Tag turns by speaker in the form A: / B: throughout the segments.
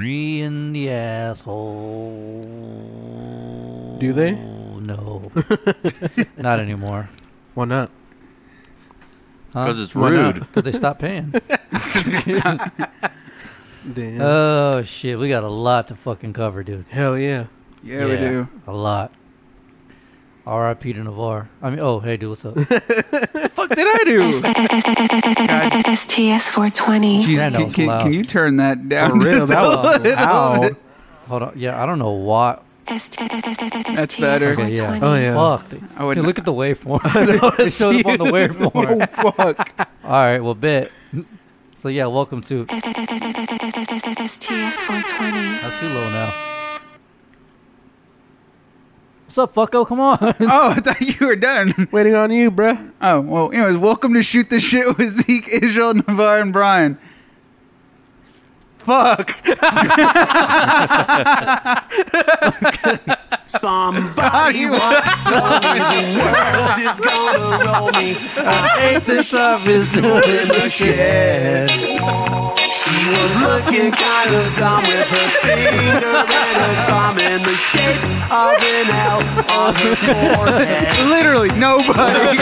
A: me in the asshole.
B: Do they?
A: No. Not anymore.
B: Why not?
A: Huh?
C: Because it's
B: Why not?
C: rude.
A: 'Cause they stopped paying.
B: Damn.
A: oh, shit. We got a lot to fucking cover, dude.
B: Hell yeah.
D: Yeah, we do.
A: A lot. R.I.P. to Navarre. I mean, oh, hey, dude, what's up?
D: The fuck did I do? God.
E: STS 420.
D: Jeez,
A: That
D: can,
A: was
D: can-
A: loud.
D: can you turn that down?
B: For real,
D: just
B: that
D: a
B: was
D: little
B: loud.
D: bit?
A: Hold on. Yeah, I don't know why.
E: That's
D: better.
A: Okay, yeah.
B: Oh, yeah.
A: Fuck.
D: I would
A: Dude,
D: not-
A: look at the waveform. it shows up on the waveform.
D: Oh, fuck.
A: All right, well, bet. So, yeah, welcome to.
E: STS 420.
A: That's too low now. What's up, fucko? Come on.
D: Oh, I thought you were done.
B: Waiting on you, bruh.
D: Oh, well, anyways, welcome to Shoot the Shit with Zeke, Israel, Navarre, and Brian.
A: Fuck.
F: Somebody want to know me. The world is gonna roll me. I hate the shop is doing the shed. She was looking kind of dumb with her finger and her thumb in the shape of an L on her forehead.
D: Literally nobody.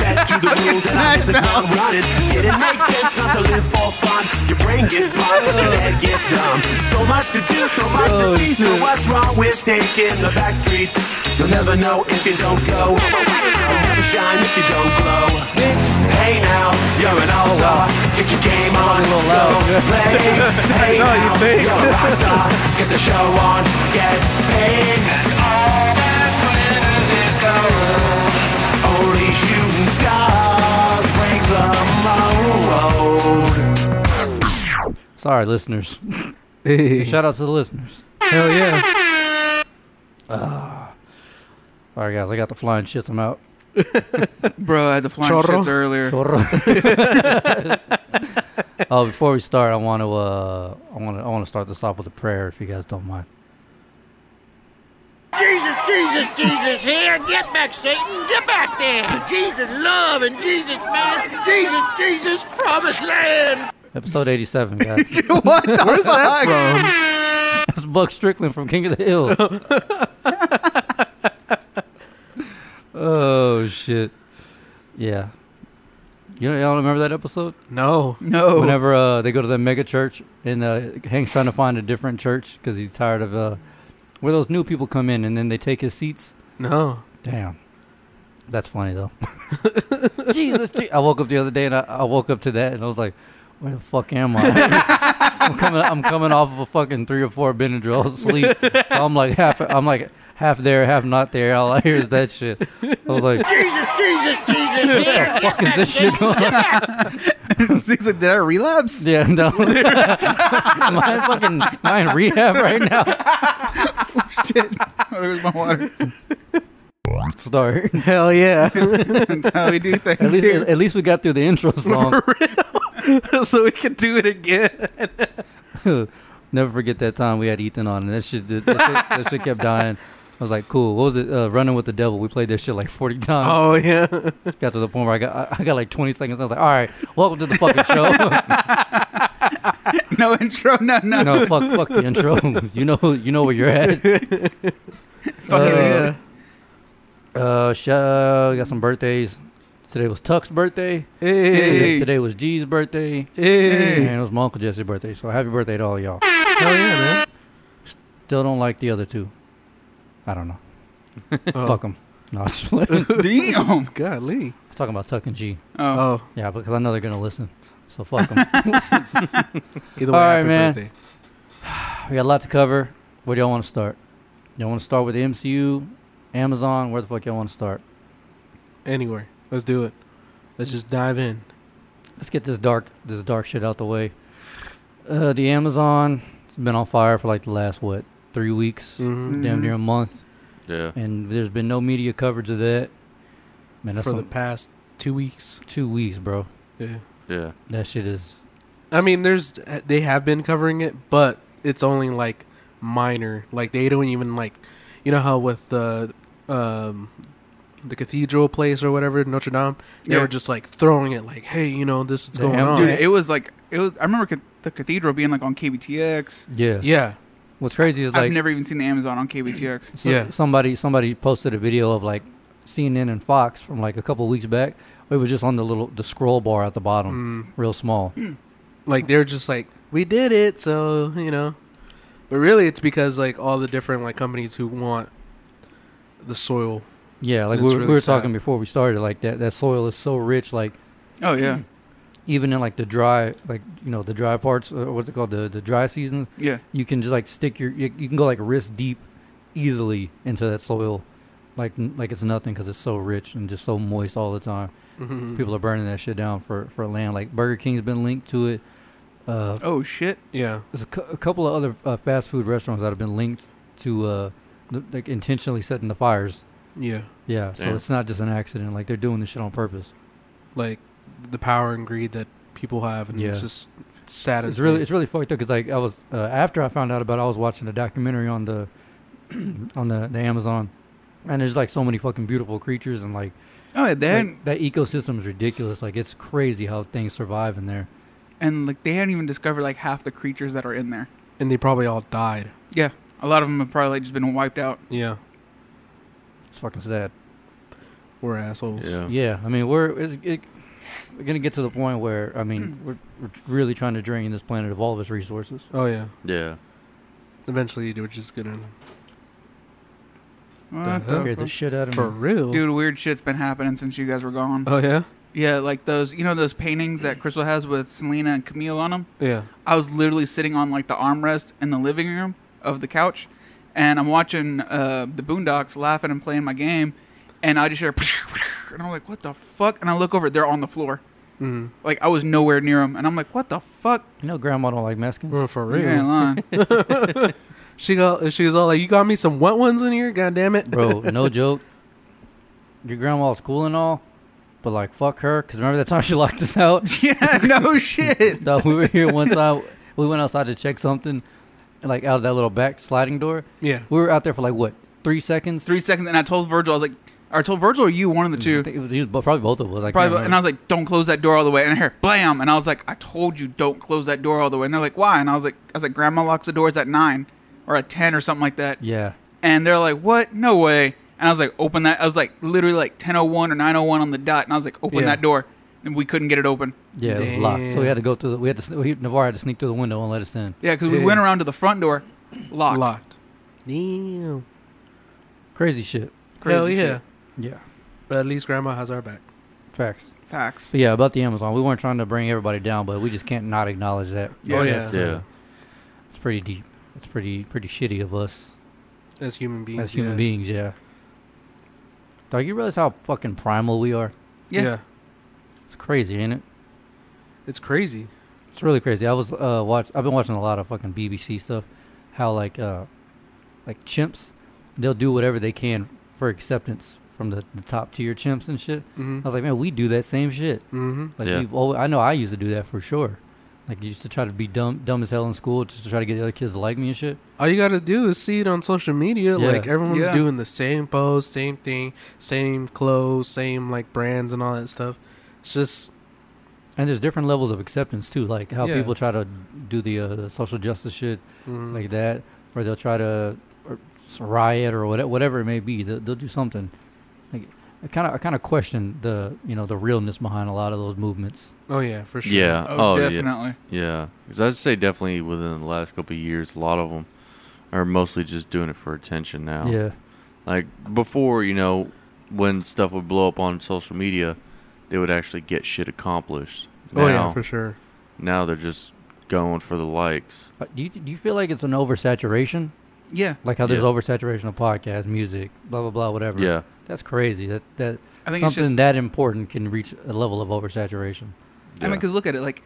F: Back to the rules and I hit the ground running. Didn't make sense not to live for fun. Your brain gets smart, but your head gets dumb. So much to do, so much to see. So what's wrong with taking the back streets? You'll never know if you don't go. You'll never shine if you don't glow. Hey now, you're an all-star. Get your game on, go play. Hey now, you're a rock star. Get the show on, get paid. And all that glitters is gold. Only shooting stars break the mold.
A: Sorry, listeners.
B: Hey.
A: Shout out to the listeners.
B: Hell yeah.
A: All right, guys, I got the flying shits. I'm out.
D: Bro, I had the flying
B: Chorro.
D: shits earlier.
A: Chorro. oh, before we start, I want to uh, I want to I want to start this off with a prayer, if you guys don't mind.
G: Jesus, Jesus, Jesus, here, get back, Satan, get back there. Jesus, love and Jesus, man, Jesus, Jesus, promised land.
A: Episode 87, guys.
D: what the fuck?
A: That's Buck Strickland from King of the Hill. oh shit! Yeah, you don't, y'all remember that episode?
B: No.
D: No.
A: Whenever uh, they go to the mega church and uh, Hank's trying to find a different church because he's tired of uh, where those new people come in and then they take his seats.
B: No.
A: Damn, that's funny though. Jesus, Je- I woke up the other day and I, I woke up to that and I was like, "Where the fuck am I?" I'm coming. I'm coming off of a fucking three or four Benadryl sleep. So I'm like half. I'm like half there, half not there. All I hear is that shit. I was like,
G: Jesus, Jesus, Jesus, here, get
A: "Fuck is
G: back,
A: this shit
G: Satan,
A: going?"
G: get
A: on?
G: back.
D: Zeke's like, did I relapse?
A: Yeah, no. am I fucking am I in rehab right now?
D: Oh, there's my water.
A: Start.
B: Hell yeah.
D: That's how we do things
A: At least,
D: here.
A: at least we got through the intro song.
B: so we can do it again.
A: Never forget that time we had Ethan on, and that shit, that shit, that shit kept dying. I was like, cool. What was it? Uh, Running with the Devil. We played that shit like 40 times.
B: Oh yeah.
A: Got to the point where I got, I, I got like 20 seconds. I was like, all right, welcome to the fucking show.
D: No intro, no, no.
A: no, fuck, fuck the intro. you know, you know where you're at.
D: Fucking
A: Uh, Uh, sh- uh, we got some birthdays. Today was Tuck's birthday.
B: Hey.
D: Hey.
A: Today was G's birthday.
B: Hey.
A: And it was my uncle Jesse's birthday. So happy birthday to all y'all.
B: Hell yeah, man.
A: Still don't like the other two. I don't know.
B: Oh.
A: Fuck them. No, I'm just playing.
D: Damn.
B: Golly.
A: I'm talking about Tuck and G.
D: Oh.
B: Oh.
A: Yeah, because I know they're gonna listen. So fuck them.
B: Either way,
A: All right,
B: happy
A: man.
B: birthday.
A: we got a lot to cover. Where do y'all want to start? Y'all want to start with the MCU, Amazon? Where the fuck y'all want to start?
B: Anywhere. Let's do it. Let's just dive in.
A: Let's get this dark, this dark shit out the way. Uh, the Amazon, it's been on fire for like the last what, three weeks,
B: Mhm.
A: damn near a month,
C: Yeah.
A: and there's been no media coverage of that. Man, that's
B: For the
A: some-
B: past two weeks.
A: two weeks, bro.
B: Yeah.
C: Yeah.
A: That shit is
B: I mean, there's they have been covering it, but it's only like minor. Like they don't even like, you know how with the um, the cathedral place or whatever Notre Dame, they
D: Yeah.
B: were just like throwing it like, hey, you know, this is
A: The
B: going
A: em-
B: on.
D: Dude, it was like it was. I remember ca- the cathedral being like on KBTX.
A: Yeah.
B: Yeah.
A: What's crazy is
D: I've
A: like
D: never even seen the Amazon on KBTX.
A: so-
B: yeah.
A: somebody somebody posted a video of like CNN and Fox from like a couple weeks back. It was just on the little the scroll bar at the bottom, real small.
B: Mm. Like they're just like, we did it, so you know. But really, it's because like all the different like companies who want the soil.
A: Yeah, like
B: It's
A: we were,
B: really
A: we were
B: sad.
A: talking before we started. Like that that soil is so rich. Like
D: Oh yeah,
A: even in like the dry like you know the dry parts or what's it called the the dry season
D: yeah.
A: you can just like stick your you, you can go like wrist deep easily into that soil like n- like it's nothing because it's so rich and just so moist all the time
B: Mm-hmm. Mm.
A: people are burning that shit down for for land like burger king's been linked to it uh
D: Oh shit.
B: Yeah.
A: there's a, cou- a couple of other uh, fast food restaurants that have been linked to uh th- like intentionally setting the fires
B: Yeah.
A: yeah so
C: Damn.
A: it's not just an accident like they're doing this shit on purpose
B: Like the power and greed that people have, and it's
A: Yeah.
B: just
A: it's,
B: saddens.
A: it's really
B: me.
A: it's really fucked up because like I was uh, after I found out about it, I was watching a documentary on the on the, the Amazon, and there's like so many fucking beautiful creatures and like,
D: Oh, yeah, they
A: like,
D: hadn't,
A: that ecosystem is ridiculous. Like it's crazy how things survive in there.
D: and like they hadn't even discovered like half the creatures that are in there.
B: and they probably all died.
D: Yeah, a lot of them have probably like, just been wiped out.
B: Yeah.
A: It's fucking sad.
B: We're assholes.
C: Yeah.
A: Yeah, I mean we're it's, it, we're gonna get to the point where I mean we're, we're really trying to drain this planet of all of its resources.
B: Oh yeah.
C: Yeah.
B: Eventually, we're just gonna.
D: What
B: hell?
D: the
A: Uh-huh. Scared the
D: fuck?
A: shit out of Uh-huh.
B: For
A: me.
B: real.
D: Mm-hmm. Dude, weird shit's been happening since you guys were gone.
B: Oh yeah.
D: Yeah, like those, you know, those paintings that Crystal has with Selena and Camille on them.
B: Yeah.
D: I was literally sitting on like the armrest in the living room of the couch, and I'm watching uh, the Boondocks, laughing and playing my game, and I just hear, and I'm like, what the fuck? And I look over, they're on the floor.
B: Mm.
D: Like I was nowhere near them, and I'm like, what the fuck?
A: You know, Grandma don't like Mexicans.
B: Well, for
D: You ain't
B: real.
D: lying.
B: She got. She was all like, "You got me some wet ones in here. God damn it,
A: bro. No joke. Your grandma's cool and all, but like fuck her. Cause remember that time she locked us out?
D: yeah, no shit.
A: Dog, we were here one time. We went outside to check something, and like out of that little back sliding door.
B: Yeah.
A: We were out there for like what three seconds?
D: Three seconds, and I told Virgil, I was like, or I told Virgil or you, one of the two.
A: It was, it was bo- probably both of us. I
D: Probably, and I
A: another.
D: was like, "Don't close that door all the way." And I hear blam, and I was like, "I told you, don't close that door all the way." And they're like, "Why?" And I was like, "I was like, Grandma locks the doors at nine or at ten or something like that."
A: Yeah.
D: And they're like, "What? No way!" And I was like, "Open that." I was like, literally like ten oh one or nine oh one on the dot, and I was like, "Open
B: Yeah.
D: that door," and we couldn't get it open.
A: Yeah, it was locked. So we had to go through. The, we had to. sn- We, Navarre had to sneak through the window and let us in.
D: Yeah, because we
B: Yeah.
D: went around to the front door, locked.
B: locked." Damn.
A: Crazy shit.
D: Crazy
B: Hell yeah.
D: shit.
A: Yeah.
B: But at least Grandma has our back.
A: Facts.
D: Facts.
A: But yeah, about the Amazon, we weren't trying to bring everybody down, but we just can't not acknowledge that.
D: Yeah. Oh, yeah.
A: That's, uh,
C: Yeah.
A: It's pretty deep. It's pretty pretty shitty of us
B: As human beings.
A: as human
B: yeah.
A: beings. Yeah. Dog, you realize how fucking primal we are?
D: Yeah.
A: It's crazy, ain't it?
B: It's crazy.
A: It's really crazy. I was uh watch. I've been watching a lot of fucking BBC stuff. How like uh like chimps, they'll do whatever they can for acceptance from the, the top tier chimps and shit.
B: Mhm.
A: I was like, man, we do that same shit.
B: Mm-hmm.
A: Like
C: Yeah.
A: we've always, I know I used to do that for sure. Like used to try to be dumb dumb as hell in school just to try to get the other kids to like me and shit.
B: All you gotta do is see it on social media.
A: Yeah.
B: Like everyone's
D: Yeah.
B: doing the same pose, same thing, same clothes, same like brands and all that stuff. It's just
A: And there's different levels of acceptance too, like how
B: Yeah.
A: people try to do the uh, social justice shit
D: Mm-hmm.
B: mhm.
A: like that, or they'll try to or s- riot or whatever, whatever it may be. They'll, they'll do something. Like I kind of, I kind of question the, you know, the realness behind a lot of those movements.
B: oh yeah, for sure.
C: Yeah.
D: Oh,
C: yeah.
D: definitely.
C: Yeah, because I'd say definitely within the last couple of years, a lot of them are mostly just doing it for attention now.
A: Yeah,
C: Like before, you know, when stuff would blow up on social media, they would actually get shit accomplished.
B: Oh
C: Now-
B: yeah, for sure.
C: Now they're just going for the likes.
A: Uh, do you do you feel like it's an oversaturation?
D: Yeah,
A: Like how there's
C: Yeah.
A: oversaturation of podcasts, music, blah blah blah, whatever.
C: Yeah.
A: that's crazy. That that
D: I think it's
A: something
D: just-
A: that important can reach a level of oversaturation.
D: I mean,
C: Yeah.
D: because look at it, like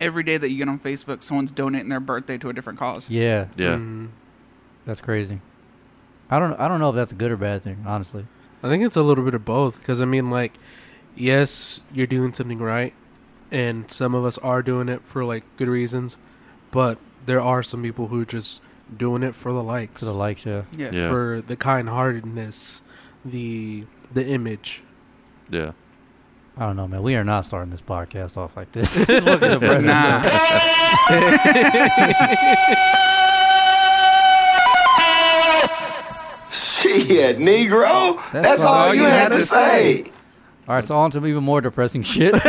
D: every day that you get on Facebook, someone's donating their birthday to a different cause.
A: Yeah,
C: Yeah.
B: Mhm.
A: that's crazy. I don't I don't know if that's a good or bad thing, honestly.
B: I think it's a little bit of both because I mean, like, yes, you're doing something right, and some of us are doing it for like good reasons, but there are some people who are just doing it for the likes,
A: For the likes, yeah.
D: Yeah.
C: Yeah.
B: for the kind-heartedness, the the image.
C: Yeah.
A: I don't know, man. We are not starting this podcast off like this. It's fucking depressing.
D: Nah.
H: Shit, Negro. That's, all, you had to say.
A: All right, so on to even more depressing shit.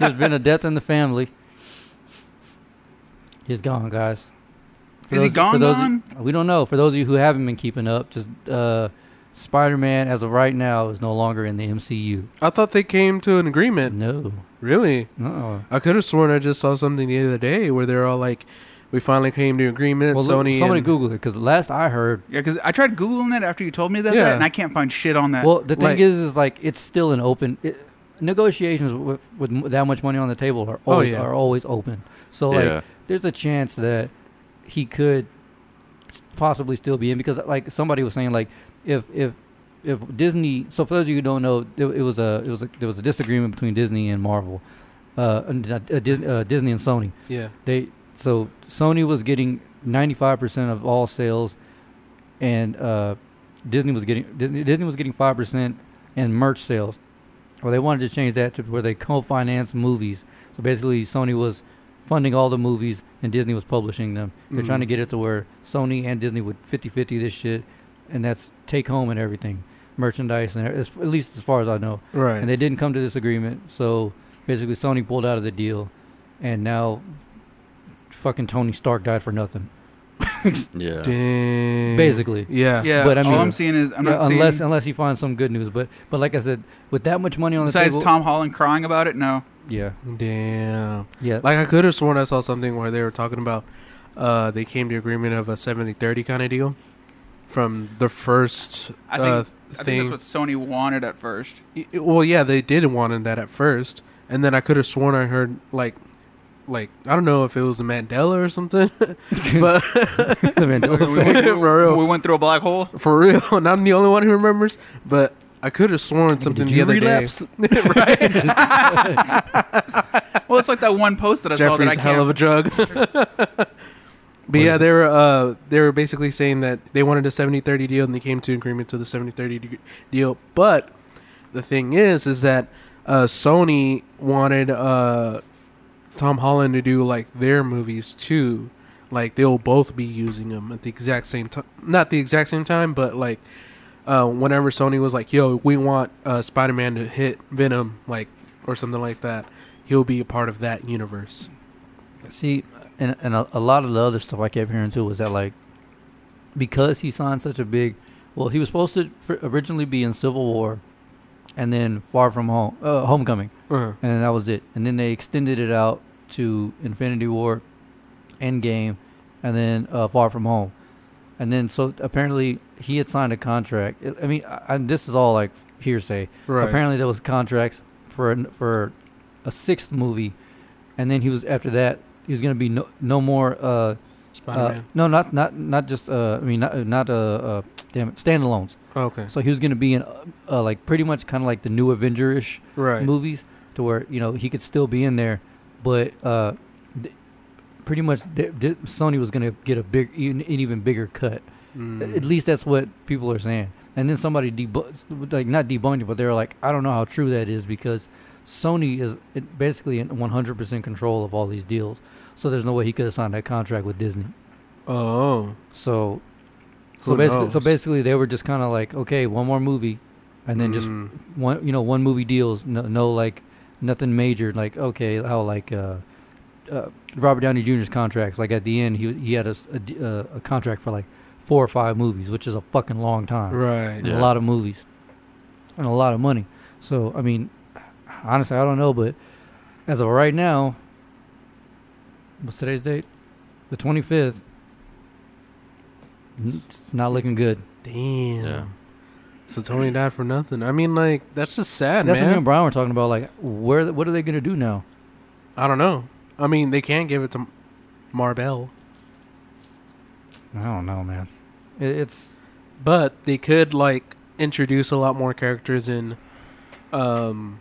A: There's been a death in the family. He's gone, guys.
D: Is he gone,
A: For those
D: gone?
A: we don't know. For those of you who haven't been keeping up, just uh, Spider-Man, as of right now, is no longer in the MCU.
B: I thought they came to an agreement.
A: No, Uh-uh.
B: Really?
A: no.
B: I could have sworn I just saw something the other day where they're all like, "We finally came to an agreement."
A: Well, look,
B: Sony.
A: somebody
B: and,
A: Google it because last I heard,
D: Yeah, because I tried googling it after you told me that,
B: Yeah.
D: and I can't find shit on that.
A: well, the thing
B: Like-
A: is, is like it's still an open it, negotiations with, with m- that much money on the table are always
B: Oh, yeah.
A: are always open. So like,
C: Yeah.
A: there's a chance that he could s- possibly still be in because like somebody was saying like if if if Disney. So for those of you who don't know, it, it was a it was a, there was a disagreement between Disney and Marvel, uh, and, uh, Disney, uh, Disney and Sony.
B: Yeah.
A: They so Sony was getting 95% of all sales, and uh, Disney was getting Disney, Disney was getting 5% in merch sales. Well, they wanted to change that to where they co-finance movies. So basically, Sony was funding all the movies, and Disney was publishing them. They're trying to get it to where Sony and Disney would 50-50 this shit, and that's take home and everything, merchandise and as, at least as far as I know
B: Right.
A: and they didn't come to this agreement. So basically, Sony pulled out of the deal, and now fucking Tony Stark died for nothing.
C: Yeah.
B: Dang.
A: Basically,
B: Yeah.
D: yeah,
A: but I mean-
D: all I'm seeing is I'm
A: Yeah,
D: not seeing
A: unless unless he finds some good news. But but like I said, with that much money on the
D: besides
A: table,
D: Tom Holland crying about it. No,
A: yeah,
B: Damn.
A: yeah,
B: Like I could have sworn I saw something where they were talking about uh they came to agreement of a 70-30 kind of deal from the first
D: I think
B: uh,
D: I
B: thing.
D: think that's what Sony wanted at first.
B: Y- well, yeah, they did want that at first, and then I could have sworn I heard like like I don't know if it was a Mandela or something, but
A: The Mandela
D: We
A: effect.
D: went,
B: For real.
D: we went through a black hole.
B: for real, and I'm the only one who remembers. But I could have sworn something
A: Did
B: the
A: you
B: other
A: relapse?
B: day.
D: Well, it's like that one post that I saw that I
B: Jeffrey's a
D: can't.
B: hell of a drug. But yeah, they were uh, they were basically saying that they wanted a 70-30 deal and they came to an agreement to the 70-30 de- deal. But the thing is, is that uh, Sony wanted uh, Tom Holland to do like their movies too. Like they'll both be using them at the exact same time. Not the exact same time, but like uh, whenever Sony was like, "Yo, we want uh, Spider-Man to hit Venom," like or something like that, he'll be a part of that universe.
A: See, and and a, a lot of the other stuff I kept hearing too was that like because he signed such a big, well, he was supposed to fr- originally be in Civil War, and then Far From Home, uh, Homecoming.
B: Uh-huh.
A: and then that was it. And then they extended it out to Infinity War, Endgame, and then uh, Far From Home. And then so apparently he had signed a contract. I- I mean, I, I, this is all like hearsay.
B: Right.
A: Apparently there was contracts for an- for a sixth movie, and then he was after that he was gonna be no no more. Uh, uh,
B: Spider-Man.
A: no, not not not just. Uh, I mean, not not uh, uh damn it, standalones.
B: Uh, okay.
A: So he was going to be in, uh, uh, like, pretty much kind of like the new Avenger ish
B: Right.
A: movies, to where, you know, he could still be in there, but uh, th- pretty much th- th- Sony was going to get a big, an an even bigger cut.
B: Mm.
A: At least that's what people are saying. And then somebody debunked, like, not debunked it, but they were like, I don't know how true that is because Sony is it- basically in 100% control of all these deals. So there's no way he could have signed that contract with Disney.
B: Oh.
A: So, so
B: Who
A: basically, so
B: knows?
A: basically, they were just kind of like, okay, one more movie, and then
B: Mm.
A: just one, you know, one movie deals, no, no like nothing major, like okay, how like uh, uh, Robert Downey Jr.'s contracts, like at the end, he he had a s- a d- uh, a contract for like four or five movies, which is a fucking long time,
B: Right.
A: and
C: Yeah.
A: a lot of movies, and a lot of money. So I mean, honestly, I don't know, but as of right now, what's today's date? The twenty fifth. It's not looking good.
B: Damn.
C: Yeah.
B: So Tony died for nothing. I mean, like that's just sad,
A: That's what me
B: man.
A: and Brian were talking about. Like, where? What are they gonna do now?
B: I don't know. I mean, they can't give it to Marbell,
A: I don't know, man. It, it's
B: but they could like introduce a lot more characters in, um,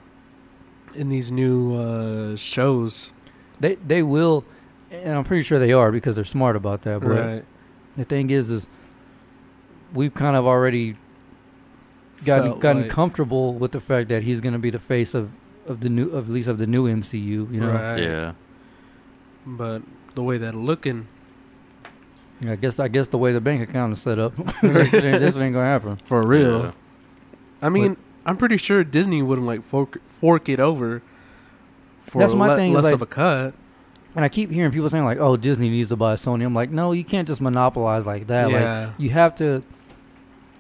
B: in these new uh shows.
A: they they will, and I'm pretty sure they are because they're smart about that. But the thing is, is we've kind of already gotten
B: Felt
A: gotten
B: like-
A: comfortable with the fact that
D: Oh,
A: he's gonna be the face of of the new of at least of the new MCU. You know,
B: Right.
C: Yeah.
B: But the way that looking
A: Yeah, I guess I guess the way the bank account is set up, this, ain't, this ain't gonna happen.
B: for real.
C: Yeah.
B: I mean, I'm pretty sure Disney wouldn't like fork, fork it over for
A: That's my
B: le-
A: thing is,
B: less
A: like-
B: of a cut.
A: And I keep hearing people saying like, "Oh, Disney needs to buy Sony." I'm like, no, you can't just monopolize like that.
B: Yeah.
A: Like you have to,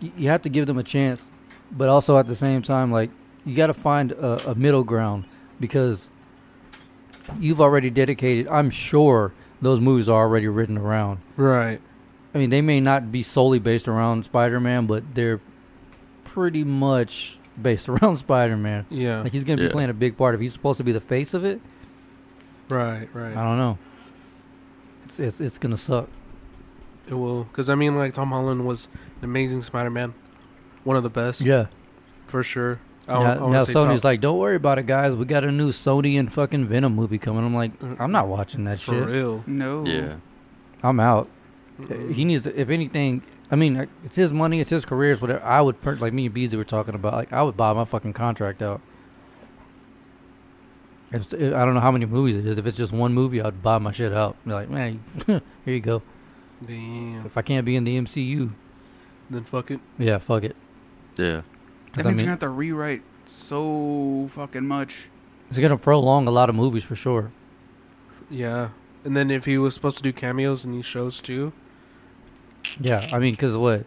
A: you you have to give them a chance, but also at the same time, like you got to find a, a middle ground because you've already dedicated. I'm sure those movies are already written around.
B: Right.
A: I mean, they may not be solely based around Spider-Man, but they're pretty much based around Spider-Man.
B: Yeah.
A: Like he's gonna be
C: Yeah.
A: playing a big part. If he's supposed to be the face of it,
B: right.
A: I
B: Right.
A: don't know. It's it's, it's gonna suck.
B: It will, because I mean, like Tom Holland was an amazing Spider-Man, one of the best.
A: Yeah.
B: for sure. I
A: Now,
B: don't- I wanna
A: now
B: say
A: Sony's
B: top-
A: like, "Don't worry about it, guys. We got a new Sony and fucking Venom movie coming." I'm like, "I'm not watching that
B: for
A: shit.
B: real.
D: No.
C: Yeah.
A: I'm out." Uh, He needs to, if anything. I mean, uh, it's his money, it's his career, it's whatever. I would, per- like me and Beasley were talking about, like I would buy my fucking contract out. If, it's- I don't know how many movies it is. If it's just one movie, I'd buy my shit out. Be like, man, here you go.
B: Damn.
A: If I can't be in the MCU,
B: Then fuck it.
A: yeah, fuck it.
C: Yeah.
A: 'Cause
D: That
A: I
D: means
A: mean,
D: you're gonna have to rewrite so fucking much.
A: it's gonna prolong a lot of movies for sure.
B: Yeah. And then if he was supposed to do cameos in these shows too,
A: Yeah, I mean, because what?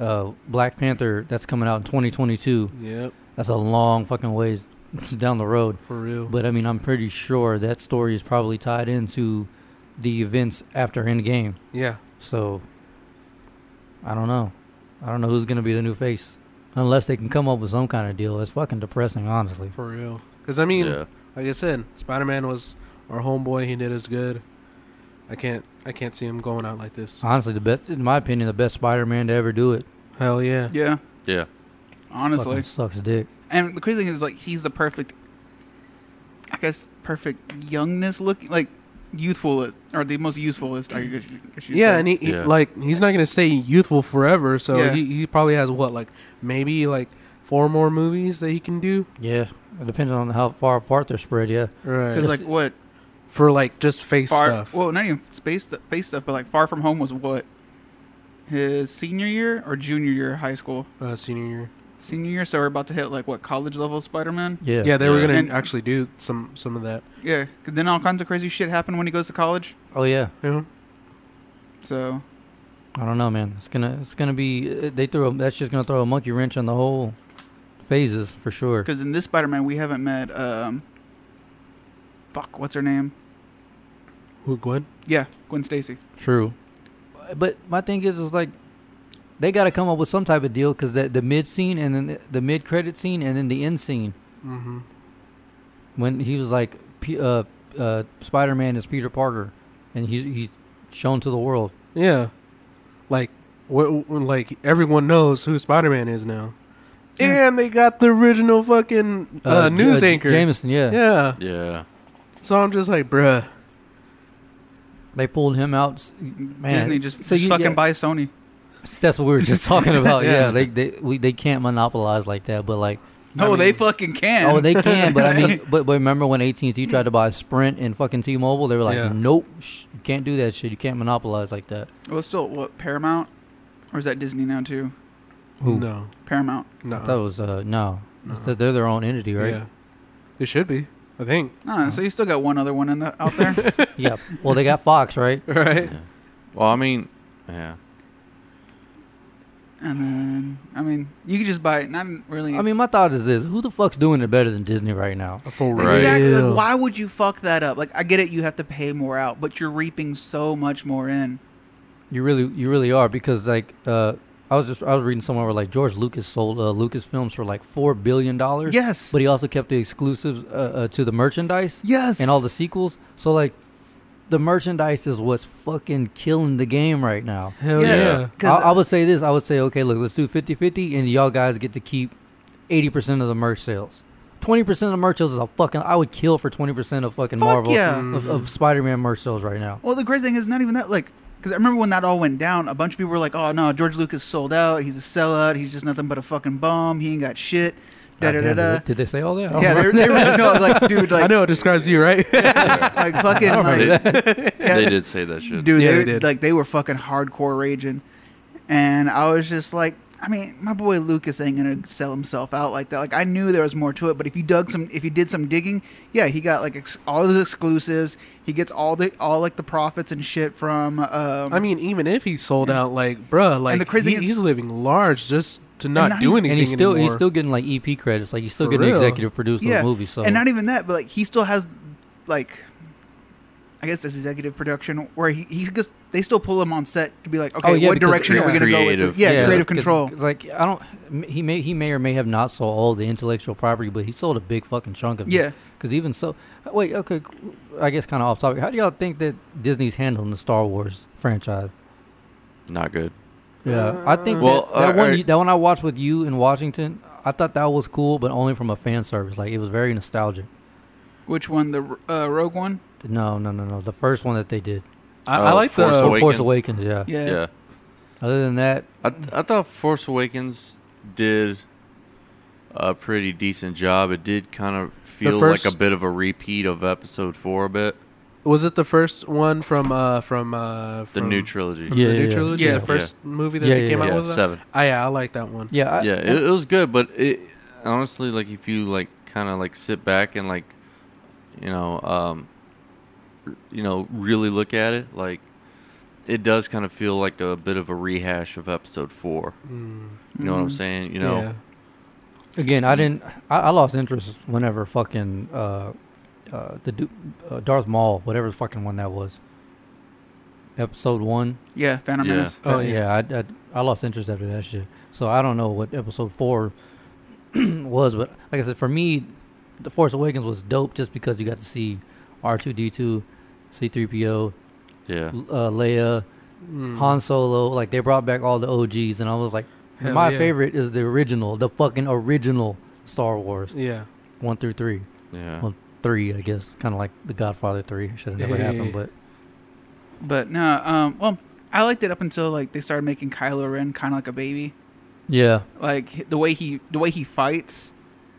A: Uh, Black Panther, that's coming out in 2022.
B: yep,
A: That's a long fucking ways down the road.
B: for real.
A: But I mean, I'm pretty sure that story is probably tied into the events after Endgame.
B: yeah,
A: So, I don't know. I don't know who's going to be the new face. Unless they can come up with some kind of deal. It's fucking depressing, honestly.
B: for real. Because I mean,
C: yeah.
B: like I said, Spider Man was our homeboy. He did us good. I can't, I can't see him going out like this.
A: Honestly, the best, in my opinion, the best Spider-Man to ever do it.
B: Hell yeah.
D: Yeah.
C: Yeah.
D: Honestly.
A: Fucking sucks dick.
D: And the crazy thing is, like, he's the perfect, I guess, perfect youngness looking, like, youthful, or the most youthfulest, I guess, you- guess you
B: Yeah,
D: say.
B: and he, he-
C: Yeah.
B: like he's not gonna stay youthful forever, so
D: Yeah.
B: he, he probably has what like maybe like four more movies that he can do.
A: Yeah, depending on how far apart they're spread. Yeah,
B: Right.
D: Because, like, what?
B: for like just face
D: Far,
B: stuff.
D: Well, not even space, stu- space stuff, but, like, Far From Home was what? His senior year or junior year of high school?
B: uh, senior year.
D: Senior year, so we're about to hit, like, what, college level Spider Man?
A: yeah,
B: Yeah, they were
C: Yeah.
B: gonna
D: And-
B: actually do some some of that.
D: Yeah. 'Cause Then all kinds of crazy shit happened when he goes to college.
A: Oh yeah,
B: Yeah.
D: So,
A: I don't know, man. It's gonna it's gonna be uh, they throw that's just gonna throw a monkey wrench on the whole phases for sure.
D: because in this Spider Man, we haven't met, um, fuck, what's her name?
B: Who Gwen?
D: Yeah, Gwen Stacy.
A: True, but my thing is is like they got to come up with some type of deal because the the mid scene and then the, the mid credit scene and then the end scene
B: Mm-hmm.
A: when he was like P, uh, uh, Spider Man is Peter Parker and he's he's shown to the world.
B: Yeah. Like, wh- wh- like everyone knows who Spider Man is now, and they got the original fucking uh,
A: J-
B: news
A: J-
B: anchor.
A: Jameson, yeah.
B: Yeah.
C: Yeah.
B: So I'm just like, bruh.
A: they pulled him out. s- Man,
D: Disney just,
A: so
D: just
A: you-
D: fucking
A: yeah.
D: buy Sony.
A: That's what we were just talking about. yeah.
B: Yeah.
A: they they we, they can't monopolize like that. But like,
D: No, they fucking can.
A: oh, they can. But I mean, but, but remember when AT and T tried to buy Sprint and fucking T Mobile? They were like,
B: Yeah.
A: nope, sh- you can't do that shit. You can't monopolize like that.
D: Well, it's still what Paramount, or is that Disney now too?
A: Who?
B: No.
D: Paramount.
B: No.
A: That was uh no, It's that they're their own entity, right?
B: Uh-huh. Yeah. It should be. I think.
D: Ah,
A: Oh.
D: so you still got one other one in the, out there.
A: Yeah. Well, they got Fox, right?
B: Right.
C: Well, I mean, yeah.
D: and then, I mean, you could just buy it. Not really.
A: I mean, my thought is this: Who the fuck's doing it better than Disney right now?
B: For real.
C: Right.
D: exactly.
B: Real.
D: Like, why would you fuck that up? Like, I get it. You have to pay more out, but you're reaping so much more in.
A: You really, you really are because like uh, I was just I was reading somewhere where like George Lucas sold uh, Lucasfilms for like four billion dollars.
D: Yes.
A: but he also kept the exclusives uh, uh, to the merchandise.
D: Yes.
A: and all the sequels. So like, the merchandise is what's fucking killing the game right now.
B: Hell
D: Yeah.
B: yeah.
C: Yeah.
A: I,
D: 'Cause,
A: I would say this. I would say, okay, look, let's do 50-50, and y'all guys get to keep eighty percent of the merch sales. Twenty percent of the merch sales is a fucking. I would kill for twenty percent of fucking
D: Fuck
A: Marvel
D: yeah.
A: of, of Spider-Man merch sales right now.
D: Well, the crazy thing is not even that. Like, because I remember when that all went down, a bunch of people were like, "Oh no, George Lucas sold out. He's a sellout. He's just nothing but a fucking bum. He ain't got shit." Da da da
A: Goddamn,
D: da.
A: did- Did they say all that? I don't
D: Yeah, they,
A: remember.
D: they really know. Like, dude,
B: Oh, I
D: like,
B: know it describes you, right?
D: like fucking,
C: They,
D: like, yeah,
C: they did say that shit.
D: dude,
B: Yeah,
D: they,
B: they did.
D: like they were fucking hardcore raging, and I was just like, I mean, my boy Lucas ain't gonna sell himself out like that. Like I knew there was more to it, but if you dug some, if you did some digging, yeah, he got like ex- all his exclusives. He gets all the all like the profits and shit from. Um,
B: I mean, even if he sold out, like, bruh, like,
D: the crazy
B: he-
D: thing is-
B: he's living large just to not
D: not
B: do
D: even-
B: anything
A: and he's still
B: anymore.
A: he's still getting like EP credits. Like he's still
B: For
A: getting
B: real?
A: executive produced
D: yeah,
A: the movie. So
D: and not even that, but like he still has like. I guess that's executive production where he, he just they still pull him on set to be like, okay,
A: Oh, yeah,
D: what
A: because-
D: direction are we
C: yeah.
D: going to go with?
C: Creative.
D: This? Yeah, creative
A: 'cause-
D: control.
A: 'cause, like I don't, he may he may or may have not sold all the intellectual property, but he sold a big fucking chunk of it.
D: Yeah.
A: Because even so, wait, okay, I guess kind of off topic. How do y'all think that Disney's handling the Star Wars franchise?
C: Not good.
A: Yeah, I think
C: Well,
A: that, that
C: uh,
A: one
C: uh,
A: you- that one I watched with you in Washington, I thought that was cool, but only from a fan service. Like it was very nostalgic.
D: Which one? The uh, Rogue one?
A: No, no, no, no. The first one that they did,
B: I, I
C: Oh,
B: like
C: Force
B: the.
C: Awakens.
A: Force Awakens. Yeah.
D: Yeah.
C: yeah.
A: Other than that,
C: I, th- I thought Force Awakens did a pretty decent job. It did kind of feel like
B: first-
C: a bit of a repeat of Episode Four a bit.
B: Was it the first one from uh from uh
C: The
B: from,
C: new trilogy.
B: from
A: Yeah,
B: the new
A: yeah,
B: trilogy?
D: yeah.
B: the first movie that
A: Yeah,
B: they
A: yeah,
B: came
A: yeah.
B: out
C: Yeah,
B: with.
C: seven.
B: Ah, yeah, I like that one.
A: yeah, I,
C: yeah, it, it was good, but it honestly, like, if you like, kind of like sit back and like, you know, um, r- you know, really look at it, like, it does kind of feel like a bit of a rehash of Episode Four. You know what I'm saying? You know,
B: Yeah.
A: Again, I didn't. I, I lost interest whenever fucking uh, uh, the du- uh, Darth Maul, whatever the fucking one that was, episode one.
D: Yeah, Phantom
C: Yeah.
D: Menace.
B: Oh,
A: Uh, I, I I lost interest after that shit. So I don't know what episode four was, but like I said, for me, the Force Awakens was dope just because you got to see R two D two, C three PO,
C: yeah.
A: uh, Leia,
B: Hmm.
A: Han Solo. Like they brought back all the OGs, and I was like,
B: Hell
A: my
B: yeah.
A: favorite is the original, the fucking original Star Wars
B: Yeah.
A: one through three.
C: Yeah.
A: Well, three, I guess, kind of like The Godfather three. Should have never happened, but
D: But no, um, well, I liked it up until like they started making Kylo Ren kind of like a baby.
A: yeah.
D: Like h- the way he the way he fights.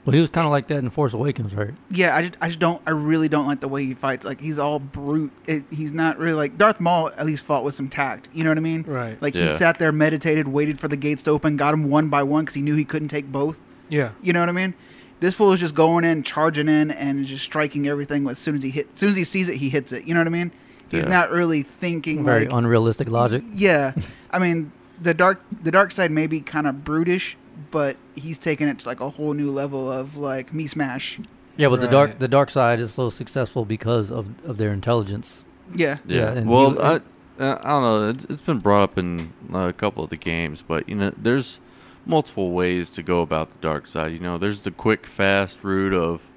A: Well, he was kind of like that in Force Awakens, right?
D: Yeah, I just I just don't I really don't like the way he fights. Like he's all brute. It, he's not really like Darth Maul. At least fought with some tact. You know what I mean?
B: Right.
D: Like he
C: Yeah.
D: sat there, meditated, waited for the gates to open, got him one by one because he knew he couldn't take both.
B: Yeah.
D: You know what I mean? This fool is just going in, charging in, and just striking everything. As soon as he hit, as soon as he sees it, he hits it. You know what I mean? He's
C: Yeah.
D: not really thinking
A: Very
D: like
A: unrealistic logic.
D: Yeah, I mean the dark the dark side may be kind of brutish, but he's taken it to like a whole new level of like me smash.
A: Yeah, but the dark
B: Right.
A: the dark side is so successful because of of their intelligence.
D: Yeah,
A: Yeah,
C: Yeah.
A: and
C: well,
A: you-
C: I, uh, I don't know. It's, it's been brought up in uh, a couple of the games, but you know, there's multiple ways to go about the dark side. You know, there's the quick, fast route of,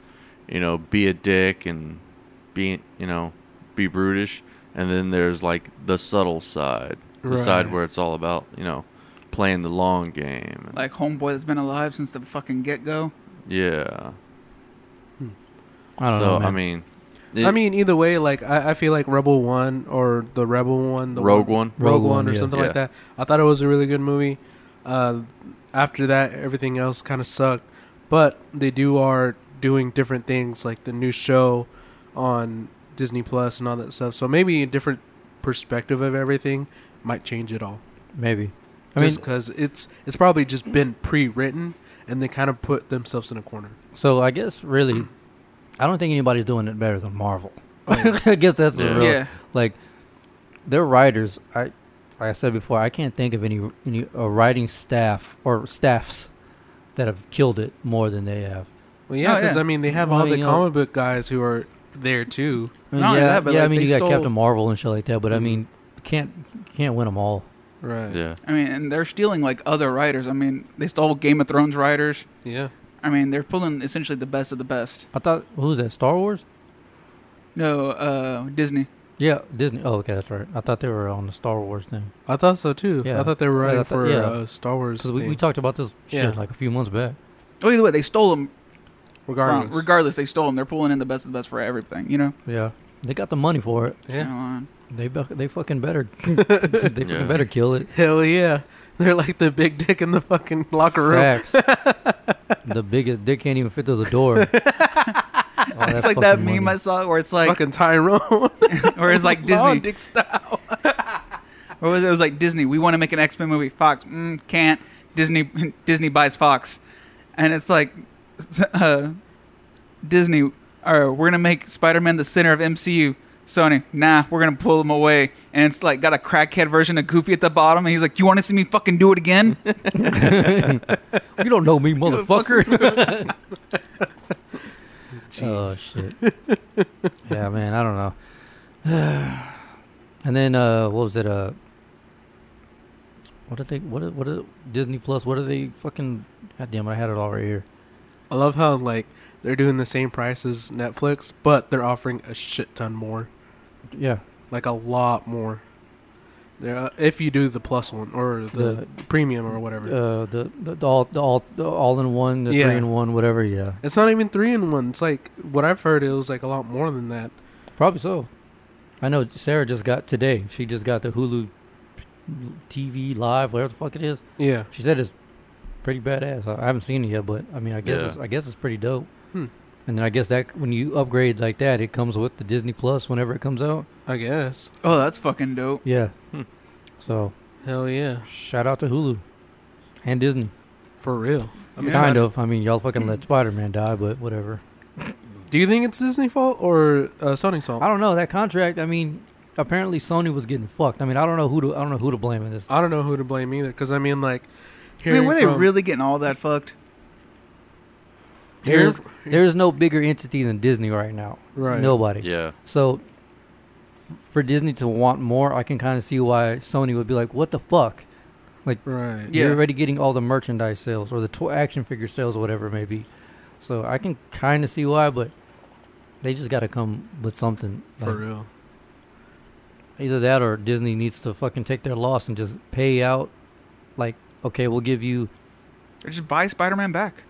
C: you know, be a dick and be, you know, be brutish, and then there's like the subtle side, the side
B: Right.
C: where it's all about, you know, playing the long game.
D: like homeboy that's been alive since the fucking get go.
C: yeah.
A: I don't
C: so
A: know. Man.
C: I mean,
B: I
C: it-
B: mean, either way, like I, I feel like Rebel One or the Rebel One, the
C: Rogue One?
A: Rogue
B: Rogue,
A: One,
B: One, or
A: yeah.
B: something like
C: Yeah.
B: that. I thought it was a really good movie. Uh, after that, everything else kind of sucked. But they do are doing different things, like the new show on Disney Plus and all that stuff. So maybe a different perspective of everything might change it all.
A: maybe. I
B: I
A: mean,
B: because it's it's probably just been pre-written and they kind of put themselves in a corner.
A: so I guess really, I don't think anybody's doing it better than Marvel. I guess that's the
C: Yeah.
A: real
D: Yeah.
A: like. Their writers, I, like I said before, I can't think of any any uh, writing staff or staffs that have killed it more than they have.
B: Well, yeah,
D: Oh,
B: because
D: yeah.
B: I mean they have
A: Well,
B: all
A: you
B: the
A: know-
B: comic book guys who are there too.
A: I mean,
D: Not only
A: yeah,
D: that, but,
A: yeah. I
D: like,
A: mean,
D: they
A: you got
D: stole- Mm-hmm.
A: Captain Marvel and shit like that, but I mean, can't can't win them all.
B: Right.
C: yeah.
D: I mean, and they're stealing like other writers. I mean, they stole Game of Thrones writers.
B: Yeah.
D: I mean, they're pulling essentially the best of the best.
A: I thought who was that? Star Wars?
D: No, uh, Disney.
A: Yeah, Disney. Oh, okay, that's right. I thought they were on the Star Wars thing
B: I thought so too.
A: Yeah.
B: I thought they were
A: Yeah, I
B: writing
A: thought-
B: for
A: yeah.
B: uh, Star Wars.
A: because we, we
B: thing,
A: talked about this shit
B: Yeah.
A: like a few months back.
D: Oh, either way, they stole them. Regardless.
B: regardless.
D: regardless, they stole them. They're pulling in the best of the best for everything. You know.
A: Yeah, they got the money for it.
B: yeah.
D: Come
A: They be- they fucking better. they fucking
C: Yeah.
A: better kill it.
B: Hell yeah. They're like the big dick in the fucking locker room.
A: Facts. the biggest dick can't even fit through the door. Oh,
D: It's like that meme I saw where it's like
B: fucking Tyrone.
D: where it's like Disney.
B: Long dick style.
D: Or was it, it was like Disney? We want to make an X Men movie. Fox mm, can't. Disney Disney buys Fox, and it's like uh, Disney. Or we're gonna make Spider Man the center of MCU. Sony, nah, we're gonna pull him away. And it's like got a crackhead version of Goofy at the bottom, and he's like, "You want to see me fucking do it again?"
A: You don't know me, motherfucker. oh shit. yeah, man. I don't know. and then uh, what was it? Uh, what did they? What? did- What? did Disney Plus? What are they? Fucking. God damn it! I had it all right here.
B: I love how like they're doing the same price as Netflix, but they're offering a shit ton more,
A: Yeah.
B: like a lot more. They're, uh, if you do the plus one or the, premium or whatever,
A: Uh, the, the, the all the all the all in one, the
B: Yeah.
A: three in one, whatever. Yeah.
B: it's not even three in one. It's like what I've heard, it was like a lot more than that.
A: Probably so. I know Sarah just got today. She just got the Hulu TV live, whatever the fuck it is.
B: Yeah,
A: She said it's pretty badass. I I haven't seen it yet, but I mean, I guess
C: Yeah.
A: it's, I guess it's pretty dope.
B: Hmm.
A: And then I guess that when you upgrade like that, it comes with the Disney Plus whenever it comes out.
B: I guess.
D: Oh, that's fucking dope.
A: Yeah.
C: Hmm.
A: So
B: Hell yeah,
A: shout out to Hulu and Disney.
B: for real. I'm
D: Yeah.
A: Kind
B: excited.
A: of. I mean, y'all fucking let Spider Man die, but whatever.
B: Do you think it's Disney fault or uh, Sony's fault?
A: I don't know that contract. I mean, apparently Sony was getting fucked. I mean, I don't know who to I don't know who to blame in this.
B: I don't know who to blame either. Because I mean, like,
D: I mean,
B: hearing
D: were they
B: from-
D: really getting all that fucked?
A: There
B: hearing
A: is, there is no bigger entity than Disney right now.
B: Right.
A: Nobody.
C: Yeah.
A: So f- for Disney to want more, I can kind of see why Sony would be like, "What the fuck?
B: right.
D: Yeah.
A: You're already getting all the merchandise sales or the toy action figure sales or whatever it may be." So I can kind of see why, but they just got to come with something.
B: For
A: Like,
B: real.
A: either that or Disney needs to fucking take their loss and just pay out. Like, okay, we'll give you.
D: Or just buy Spider Man back?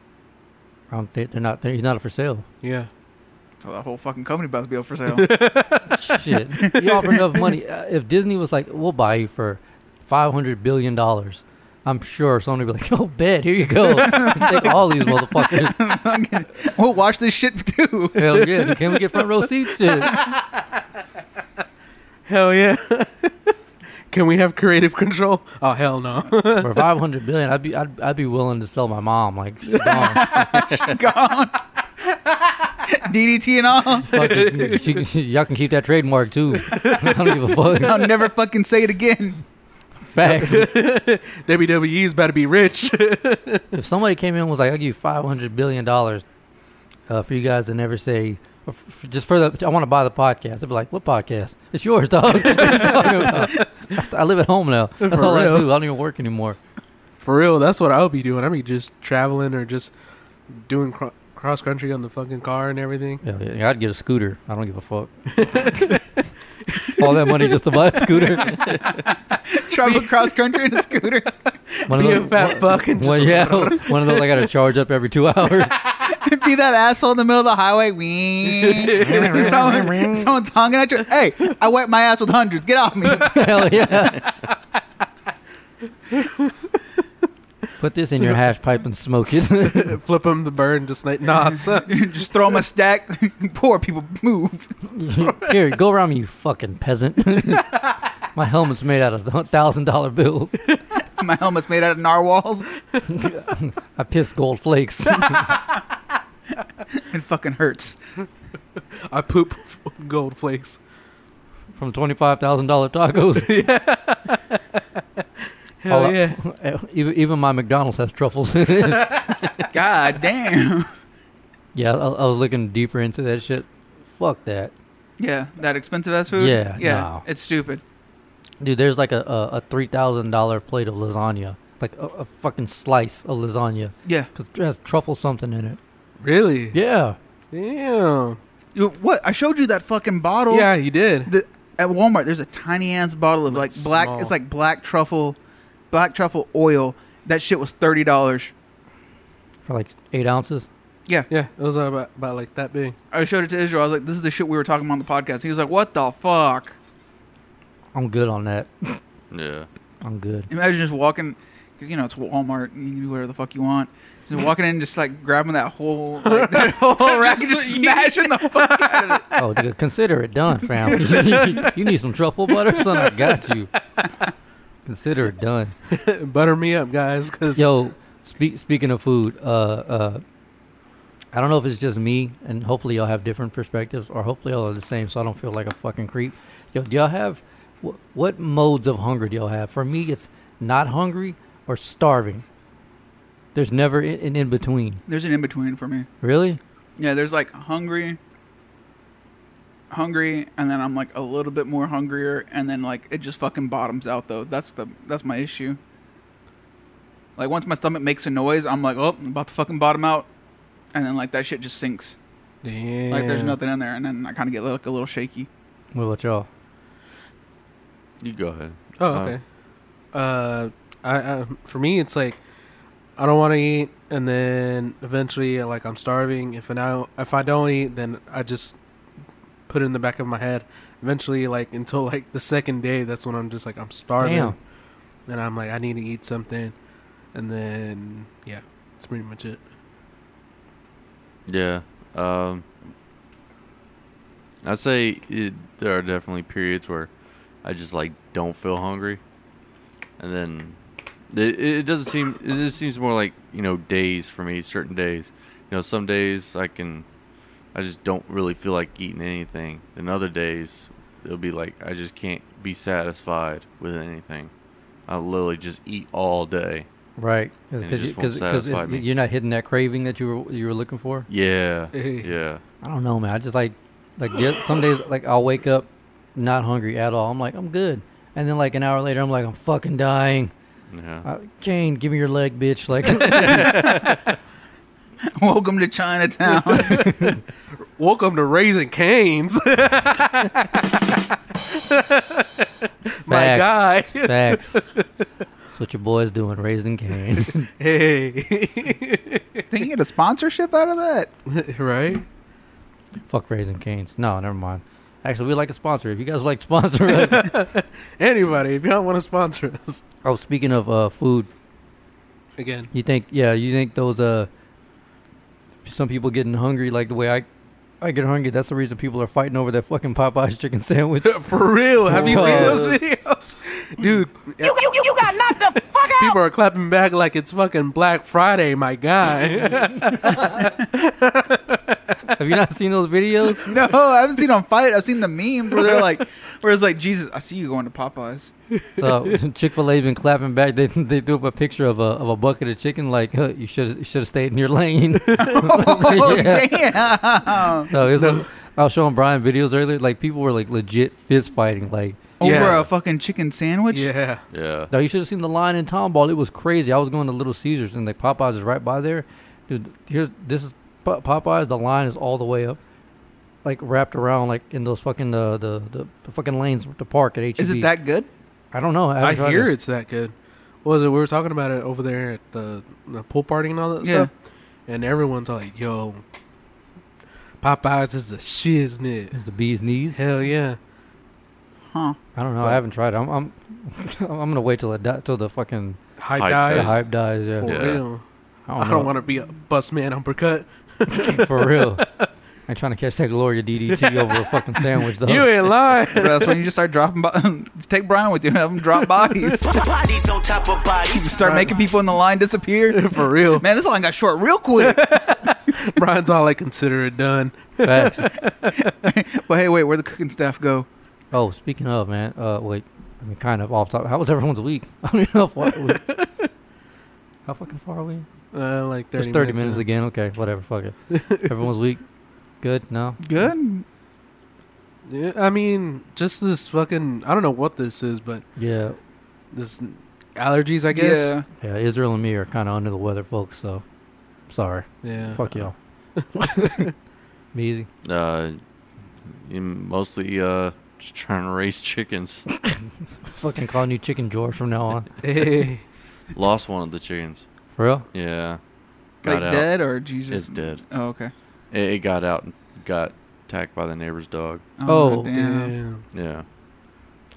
A: I don't think they're not. They're, he's not for sale.
B: Yeah.
D: So the whole fucking company about to be up for sale.
A: Shit, you offer enough money. Uh, if Disney was like, "We'll buy you for five hundred billion dollars," I'm sure Sony would be like, "Oh, bet here you go, take all these motherfuckers."
D: we'll watch this shit too.
A: Hell yeah, can we get front row seats? Shit.
B: Hell yeah. Can we have creative control? Oh hell no.
A: For five hundred billion, I'd be I'd, I'd be willing to sell my mom. Like, she's gone.
D: Gone. DDT and all.
A: Fuck it. She- she- y'all can keep that trademark too. I don't give a fuck.
D: I'll never fucking say it again.
A: Facts.
B: WWE's about to be rich.
A: If somebody came in and was like, "I'll give you five hundred billion dollars uh, for you guys to never say," or f- f- just for the, I want to buy the podcast. I'd be like, "What podcast? It's yours, dog." What are you talking about? I, st- I live at home now. That's
B: For
A: all I
B: real.
A: do. I don't even work anymore.
B: For real, that's what I'll be doing. I'll be just traveling or just doing cro- cross country on the fucking car and everything.
A: Yeah, yeah, yeah, I'd get a scooter. I don't give a fuck. all that money just to buy a scooter.
D: Travel cross country in a scooter.
A: One
B: Be a
A: of those.
B: fat fuck and just
A: Well, yeah, one of those I got to charge up every two hours.
D: Be that asshole in the middle of the highway. Wee. someone, someone's honking at you. Hey, I wipe my ass with hundreds. Get off me.
A: Hell yeah. Put this in your hash pipe and smoke it.
B: flip him the bird and just like nah son.
D: Just throw 'em a stack. Poor people move.
A: Here, go around me, you fucking peasant. My helmet's made out of thousand dollar bills.
D: My helmet's made out of narwhals.
A: I piss gold flakes.
D: It fucking hurts.
B: I poop gold flakes.
A: from twenty five thousand dollar tacos.
B: Hell
A: All I-
B: yeah.
A: even, even my McDonald's has truffles. yeah,
D: God damn.
A: I, I was looking deeper into that shit. Fuck that,
D: Yeah, that expensive ass food.
A: Yeah,
D: yeah,
A: no.
D: it's stupid.
A: dude. There's like a a, a three thousand dollar plate of lasagna, like a, a fucking slice of lasagna,
D: Yeah,
A: because it has truffle something in it.
B: Really?
A: Yeah,
B: Damn.
D: You- what? I showed you that fucking bottle.
B: Yeah, you did.
D: The, at Walmart, there's a tiny ass bottle of like
B: It's
D: black.
B: small.
D: It's like black truffle, black truffle oil. That shit was thirty dollars.
A: for like eight ounces.
D: Yeah,
B: Yeah, it was about, about like that big.
D: I showed it to Israel. I was like, "This is the shit we were talking about on the podcast." He was like, "What the fuck?"
A: I'm good on that.
C: Yeah.
A: I'm good.
D: Imagine just walking. you know, it's Walmart. And you can do whatever the fuck you want. Just walking in, and just like grabbing that whole, like, that whole rack, and just smashing the fuck out of it.
A: Oh, nigga, consider it done, fam. you need some truffle butter, son. I got you. Consider it done.
B: Butter me up, guys, because
A: Yo, speak, speaking of food, uh, uh, I don't know if it's just me, and hopefully y'all have different perspectives, or hopefully y'all are the same, so I don't feel like a fucking creep. Yo, do y'all have wh- what modes of hunger do y'all have? For me, it's not hungry or starving. There's never i- an in between.
D: There's an in between for me.
A: Really?
D: Yeah, there's like hungry, hungry, and then I'm like a little bit more hungrier, and then like it just fucking bottoms out though. That's the that's my issue. Like once my stomach makes a noise, I'm like, oh, I'm about to fucking bottom out, and then like that shit just sinks.
B: damn,
D: Like there's nothing in there, and then I kind of get like a little shaky.
A: What about y'all?
C: You go ahead.
B: Oh, okay. Uh, I, I for me, it's like I don't want to eat, and then eventually, like I'm starving. If and I if I don't eat, then I just put it in the back of my head. Eventually, like until like the second day, that's when I'm just like I'm starving,
A: Damn.
B: and I'm like I need to eat something, and then yeah, that's pretty much it.
C: Yeah. Um, I'd say it, there are definitely periods where I just like don't feel hungry, and then it, it doesn't seem. It, just seems more like you know days for me. Certain days, you know, some days I can, I just don't really feel like eating anything. Then other days it'll be like I just can't be satisfied with anything. I'll literally just eat all day.
A: Right,
C: And it just won't
A: because
C: satisfy me.
A: you're not hitting that craving that you were you were looking for.
C: Yeah, yeah.
A: I don't know, man. I just like like the oth- some days like I'll wake up not hungry at all. I'm like I'm good, and then like an hour later I'm like I'm fucking dying.
C: Yeah.
A: Uh, Jane, give me your leg, bitch. Like
D: Welcome to Chinatown.
B: Welcome to Raising Canes. My guy.
A: facts, facts. That's what your boy's doing, raising Cain.
B: hey,
D: Can you get a sponsorship out of that?
B: right?
A: Fuck raising Cain's. No, never mind. Actually, we like a sponsor. If you guys like sponsor us.
B: Anybody, if y'all want to sponsor us
A: oh, speaking of uh, food,
B: again,
A: You think, yeah, you think those uh, some people getting hungry like the way I, I get hungry. That's the reason people are fighting over that fucking Popeyes chicken sandwich.
B: For real, have you seen those videos, dude?
G: You, you, you got knocked the fuck out.
B: People are clapping back like it's fucking Black Friday, my guy.
A: Have you not seen those videos?
D: No, I haven't seen them fight. I've seen the memes where they're like, where it's like, Jesus, I see you going to Popeyes.
A: Uh, Chick Fil A's been clapping back. They they threw up a picture of a of a bucket of chicken. Like huh, you should should have stayed in your lane.
D: Oh
A: Yeah.
D: damn!
A: No, it's like- I was showing Brian videos earlier. Like people were like legit fist fighting. Like
D: Over
B: Yeah.
D: a fucking chicken sandwich.
B: yeah,
C: Yeah.
A: No, you should have seen the line in Tomball. It was crazy. I was going to Little Caesars, and like Popeyes is right by there. Dude, here's this is Po- Popeyes. The line is all the way up, like wrapped around, like in those fucking uh, the the, the fucking lanes with the park at HEB.
D: Is it that good?
A: I don't know.
B: I
A: haven't tried
B: hear
A: it.
B: it's that good. What was it? We were talking about it over there at the, the pool party and all that
D: Yeah.
B: stuff, and everyone's all like, "Yo, Popeyes is the shiznit."
A: Is the bee's knees?
B: Hell yeah,
D: Huh?
A: I don't know.
B: But-
A: I haven't tried it. I'm I'm, I'm gonna wait till it di- till the fucking
B: hype,
C: Hype
A: the
B: dies
C: Yes.
A: hype dies. Yeah,
B: for
C: Yeah.
B: real.
A: I
B: I don't want to be a bus man uppercut.
A: to for real. I'm trying to catch that Gloria DDT over a fucking sandwich though.
B: You ain't lying.
D: Bro, that's when you just start dropping. Bo- take Brian with you and have him drop bodies.
F: Bodies on top of bodies.
D: start making people in the line disappear.
B: For real,
D: Man, this line got short real quick.
B: Brian's all I consider it done.
A: Facts.
D: but hey, wait, where the cooking staff go?
A: Oh, speaking of, man. Uh, wait. I mean, kind of off top. How was everyone's week? I don't even know if what. Was, how fucking far are we?
B: Uh, like thirty,
A: it's thirty minutes,
B: minutes
A: again. Okay, whatever. Fuck it. everyone's week. Good. No.
D: Good.
B: Yeah, I mean, just this fucking. I don't know what this is, but
A: Yeah.
B: this allergies, I guess.
D: Yeah.
A: Yeah. Israel and me are kind of under the weather, folks. So, sorry.
B: Yeah.
A: Fuck y'all. Be easy.
C: Uh, you mostly uh, just trying to raise chickens.
A: Fucking calling you Chicken George from now on.
B: Hey.
C: Lost one of the chickens.
A: For real?
C: Yeah,
D: Like
C: got out.
D: dead or Jesus?
C: It's dead.
D: Oh, okay.
C: It, it got out and got attacked by the neighbor's dog.
A: Oh,
D: damn.
B: Damn.
C: Yeah,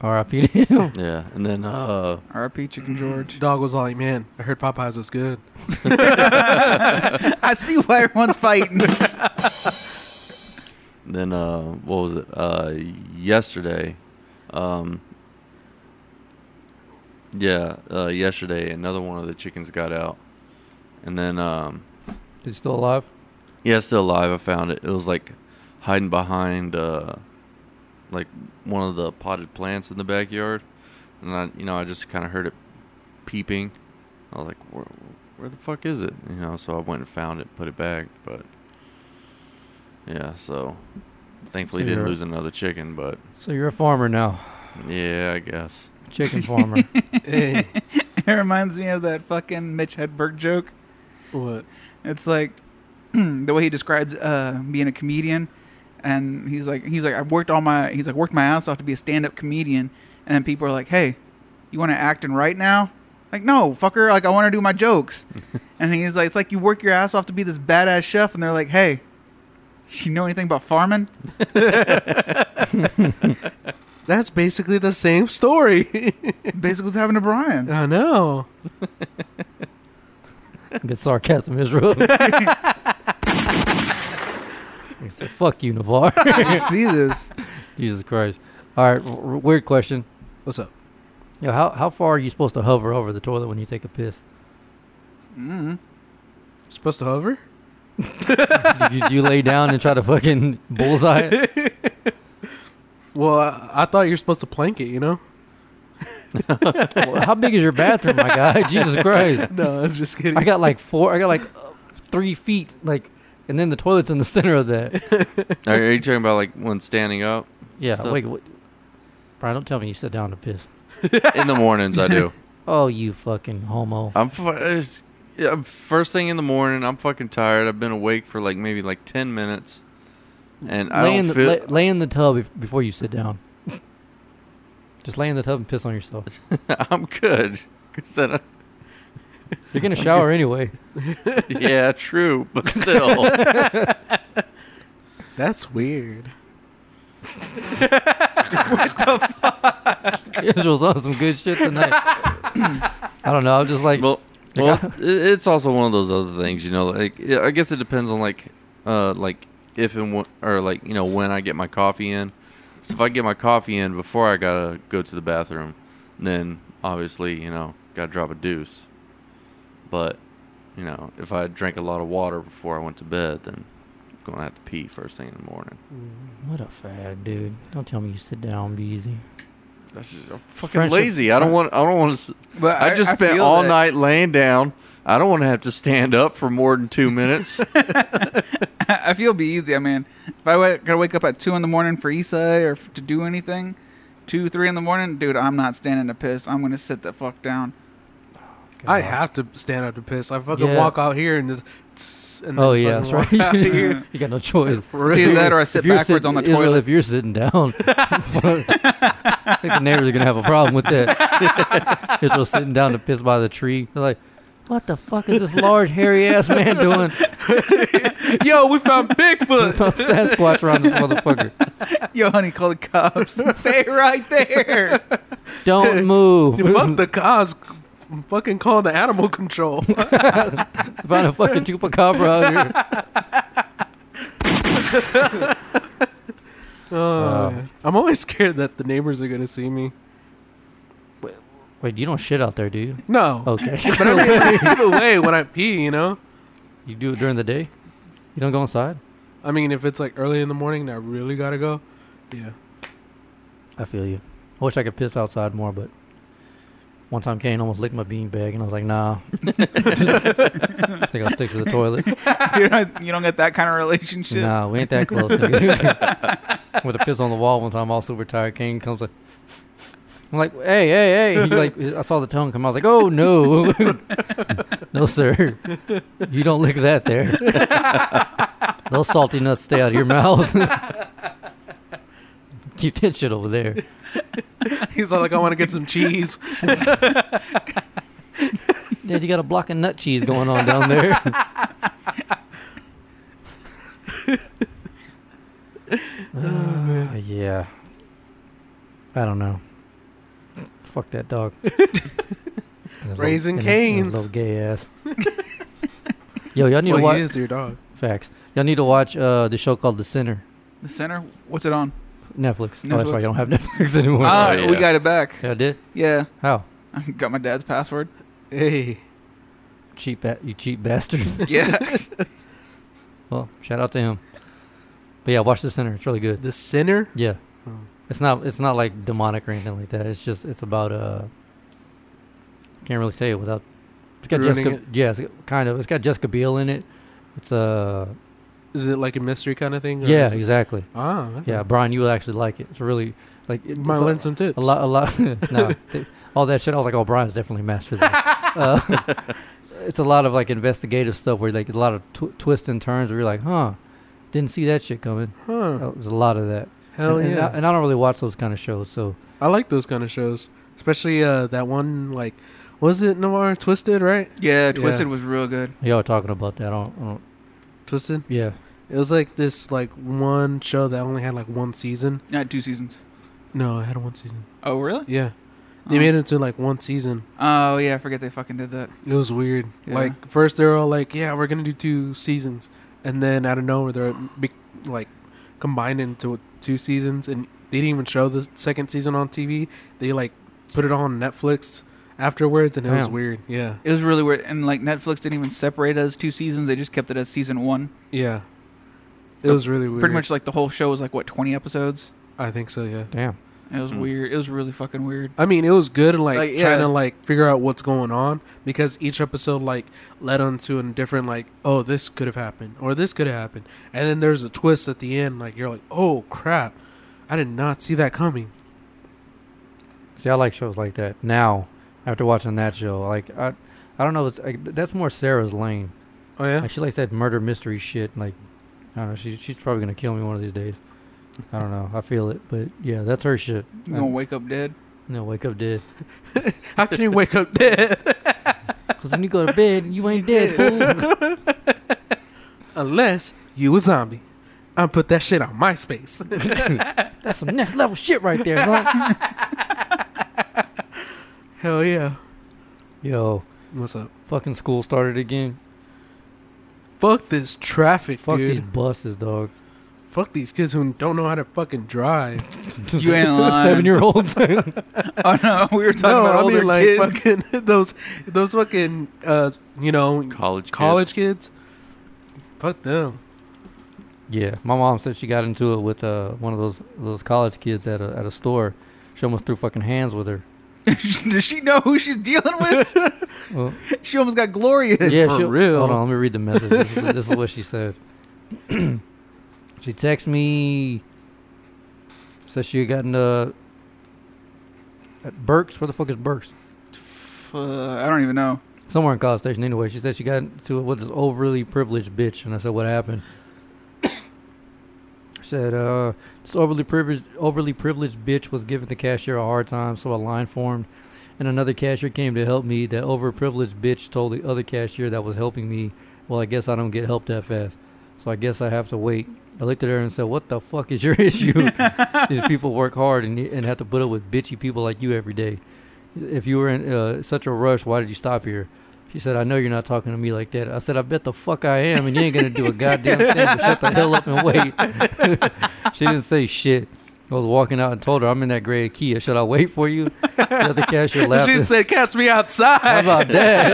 A: R.I.P. to him.
C: Yeah, and then uh,
D: R.P. Chicken George.
B: Dog was all like, "Man, I heard Popeyes was good."
D: I see why everyone's fighting.
C: then uh, what was it? Uh, yesterday, um, yeah, uh, yesterday another one of the chickens got out, and then um,
A: He's still alive.
C: yeah, it's still alive. I found it. It was like hiding behind uh, like one of the potted plants in the backyard, and I, you know, I just kind of heard it peeping. I was like, where, where the fuck is it? You know, so I went and found it, put it back, but yeah, so thankfully
A: So
C: didn't
A: you're-
C: lose another chicken, but
A: So you're a farmer now,
C: yeah, I guess.
A: chicken farmer.
B: hey,
D: it reminds me of that fucking Mitch Hedberg joke.
B: what?
D: It's like the way he describes uh, being a comedian, and he's like, he's like, I worked all my, he's like, worked my ass off to be a stand-up comedian, and then people are like, hey, you want to act and write now? Like, no, fucker, like I want to do my jokes, and he's like, it's like you work your ass off to be this badass chef, and they're like, hey, you know anything about farming?
B: That's basically the same story.
D: Basically, what's happened to Brian?
B: I know.
A: Good sarcasm, Israel. He said, Fuck you, Navarre.
D: I see this.
A: Jesus Christ. All right, w- weird question.
B: What's up?
A: Yo, how how far are you supposed to hover over the toilet when you take a piss?
B: Supposed to hover?
A: Do you, do you lay down and try to fucking bullseye it?
B: Well, I, I thought you were supposed to plank it. You know?
A: Well, How big is your bathroom, my guy? Jesus Christ.
B: No, I'm just kidding.
A: I got like four. I got like uh, three feet, like, and then the toilet's in the center of that.
C: Are, are you talking about like when standing up
A: Yeah.
C: Stuff.
A: Wait. What? Brian, don't tell me you sit down to piss.
C: in the mornings? I do.
A: Oh, you fucking homo.
C: I'm fu- it's- yeah, I'm- first thing in the morning. I'm fucking tired. I've been awake for like maybe like ten minutes, and I
A: lay in
C: don't
A: the,
C: feel.
A: lay, lay in the tub if, before you sit down. Just lay in the tub and piss on yourself.
C: I'm good. 'Cause then I-
A: You're gonna shower anyway.
C: yeah, true, but still.
B: That's weird.
A: Israel's on some good shit tonight. I don't know. I'm just like,
C: well, well, i- it's also one of those other things, you know. Like, yeah, I guess it depends on like, uh, like if and when, or like you know when I get my coffee in. So if I get my coffee in before I gotta go to the bathroom, then obviously you know gotta drop a deuce. But you know if I drank a lot of water before I went to bed, then I'm gonna have to pee first thing in the morning.
A: what a fag, dude. Don't tell me you sit down, be easy.
C: That's just I'm fucking
A: Friendship-
C: lazy. I don't want. I don't want to.
D: But
C: I, just spent
D: feel
C: all
D: that-
C: night laying down. I don't want to have to stand up for more than two minutes.
D: I feel it'd be easy. I mean, if I wa- gotta wake up at two in the morning for Isai or f- to do anything, two, three in the morning, dude, I'm not standing to piss. I'm gonna sit the fuck down.
B: I have to stand up to piss. I fucking
A: Yeah.
B: walk out here and just. tss, And
A: Oh
B: then
A: yeah, that's
B: fucking
A: right.
B: walk out here.
A: you got no choice.
B: For
D: It's either
B: real.
D: that or I sit
A: If you're
D: backwards
A: sitting-
D: on the
A: Israel,
D: toilet.
A: If you're sitting down, I think the neighbors are gonna have a problem with that. Israel's sitting down to piss by the tree. They're like, "What the fuck is this large hairy ass man doing?"
B: Yo, we found
A: Put
B: Bigfoot.
A: a Sasquatch around this motherfucker.
D: Yo, honey, call the cops. Stay right there.
A: Don't move.
B: Fuck the cause. I'm fucking calling the animal control.
A: Find a fucking chupacabra out here.
B: Uh, I'm always scared that the neighbors are gonna see me.
A: Wait, you don't shit out there, do you?
B: No,
A: Okay.
B: but I mean, like, either way, when I pee, you know,
A: you do it during the day? You don't go inside?
B: I mean, if it's like early in the morning and I really gotta go, yeah,
A: I feel you. I wish I could piss outside more, but one time Kane almost licked my beanbag, and I was like, nah. I think I'll stick to the toilet.
D: you, don't, you don't get that kind of relationship.
A: Nah, we ain't that close. nigga. With a piss on the wall one time, all super tired. Kane comes like, I'm like, hey, hey, hey. He like, I saw the tongue come. I was like, oh no, no sir, you don't lick that there. Those salty nuts stay out of your mouth. Keep that shit over there.
B: he's all like, I want to get some cheese.
A: Dad, you got a block of nut cheese going on down there.
B: Oh,
A: Uh, yeah. I don't know. Fuck that dog.
B: Raising
A: Canes.
B: Cane's.
A: Little gay ass. Yo, y'all need to
B: Well,
A: watch
B: he is your dog.
A: facts. Y'all need to watch uh, the show called The Sinner.
D: The center? What's it on?
A: Netflix. Oh, that's
D: Netflix.
A: why you don't have Netflix anymore.
D: Ah,
C: yeah.
D: we got it back.
A: yeah, I did.
D: Yeah.
A: How
D: I got my dad's password.
B: Hey,
A: cheap? Ba- you cheap bastard.
D: Yeah.
A: well, shout out to him. But yeah, watch The Sinner. It's really good.
B: the sinner.
A: Yeah.
B: Oh.
A: It's not it's not like demonic or anything like that. It's just it's about uh can't really say it without it's got
B: Ruining
A: Jessica yeah, it's kind of. It's got Jessica Biel in it. It's uh
B: Is it like a mystery kind of thing? or
A: yeah,
B: is it-
A: exactly.
B: Ah, okay.
A: Yeah, Brian, you would actually like it. It's really like it-
B: Might
A: it's a-
B: learn some tips.
A: a lot, a lot. no, they- all that shit. I was like, oh, Brian's definitely mastered that. uh, it's a lot of like investigative stuff where like a lot of tw- twists and turns where you're like, huh, didn't see that shit coming.
B: Huh?
A: There's a lot of that.
B: Hell
A: and,
B: yeah!
A: Oh. and I, and I don't really watch those kind of shows, so
B: I like those kind of shows, especially uh, that one. Like, was it Noir Twisted? Right?
D: yeah, Twisted was real good.
A: y'all are talking about that. I don't, I don't
B: Twisted.
A: yeah.
B: It was like this, like one show that only had like one season.
D: Yeah, two seasons.
B: No, it had one season.
D: Oh, really?
B: Yeah, they
D: Oh.
B: made it to like one season.
D: Oh, yeah, I forget they fucking did that.
B: It was weird.
D: Yeah.
B: Like first they were all like, "Yeah, we're gonna do two seasons," and then out of nowhere they're be- like combined into two seasons, and they didn't even show the second season on TV. They like put it on Netflix afterwards, and it was
A: Damn.
B: weird. Yeah,
D: It was really weird. And, like, Netflix didn't even separate it as two seasons. They just kept it as season one.
B: yeah, it
D: So
B: was really weird.
D: Pretty much, like, the whole show was, like, what, 20 episodes?
B: I think so. Yeah,
A: Damn.
D: It was
C: Hmm.
D: weird. It was really fucking weird.
B: I mean, it was good. Like,
D: Like, yeah.
B: trying to like figure out what's going on because each episode like led on to a different like, oh, this could have happened or this could have happened, and then there's a twist at the end. Like, you're like, oh crap, I did not see that coming.
A: See, I like shows like that. Now, after watching that show, like I, I don't know. It's like, that's more Sarah's lane.
B: Oh yeah,
A: Like she likes that murder mystery shit. Like I don't know. She's she's probably gonna kill me one of these days. I don't know. I feel it, but yeah, that's her shit.
D: You gonna wake up dead?
A: No, wake up dead.
B: how can you wake up dead
A: Cause when you go to bed, you ain't dead, fool.
B: unless you a zombie? I put that shit on MySpace.
A: That's some next level shit right there. Son.
B: Hell yeah.
A: Yo,
B: What's up?
A: fucking school started again.
B: Fuck this traffic,
A: Fuck
B: dude.
A: these buses, dog.
B: Fuck these kids who don't know how to fucking drive.
D: You ain't lying.
A: Seven year olds.
D: Oh no, we were talking about older
B: like
D: kids.
B: fucking those those fucking uh you know
C: College kids.
B: college kids. Fuck them.
A: Yeah, my mom said she got into it with uh, one of those those college kids at a at a store. She almost threw fucking hands with her.
D: Does she know who she's dealing with?
A: Well,
D: she almost got glorious.
A: yeah,
B: for
A: she'll-
B: real.
A: Hold on, let me read the message. This is, this is what she said. she texted me. Says she had gotten uh, at Burks. Where the fuck is Burks?
D: Uh, I don't even know.
A: Somewhere in College Station. Anyway, she said she got into it with this overly privileged bitch, and I said, "What happened?" said uh, this overly privileged overly privileged bitch was giving the cashier a hard time, so a line formed, and another cashier came to help me. That overprivileged bitch told the other cashier that was helping me, "Well, I guess I don't get help that fast, so I guess I have to wait." I looked at her and said, "What the fuck is your issue? These people work hard and and have to put up with bitchy people like you every day. If you were in uh, such a rush, why did you stop here?" She said, "I know you're not talking to me like that." I said, "I bet the fuck I am, and you ain't gonna do a goddamn thing. But shut the hell up and wait." She didn't say shit. I was walking out and told her I'm in that gray Kia. Should I wait for you? The other cashier laughed.
B: She said, "Catch me
A: How
B: outside."
A: about that?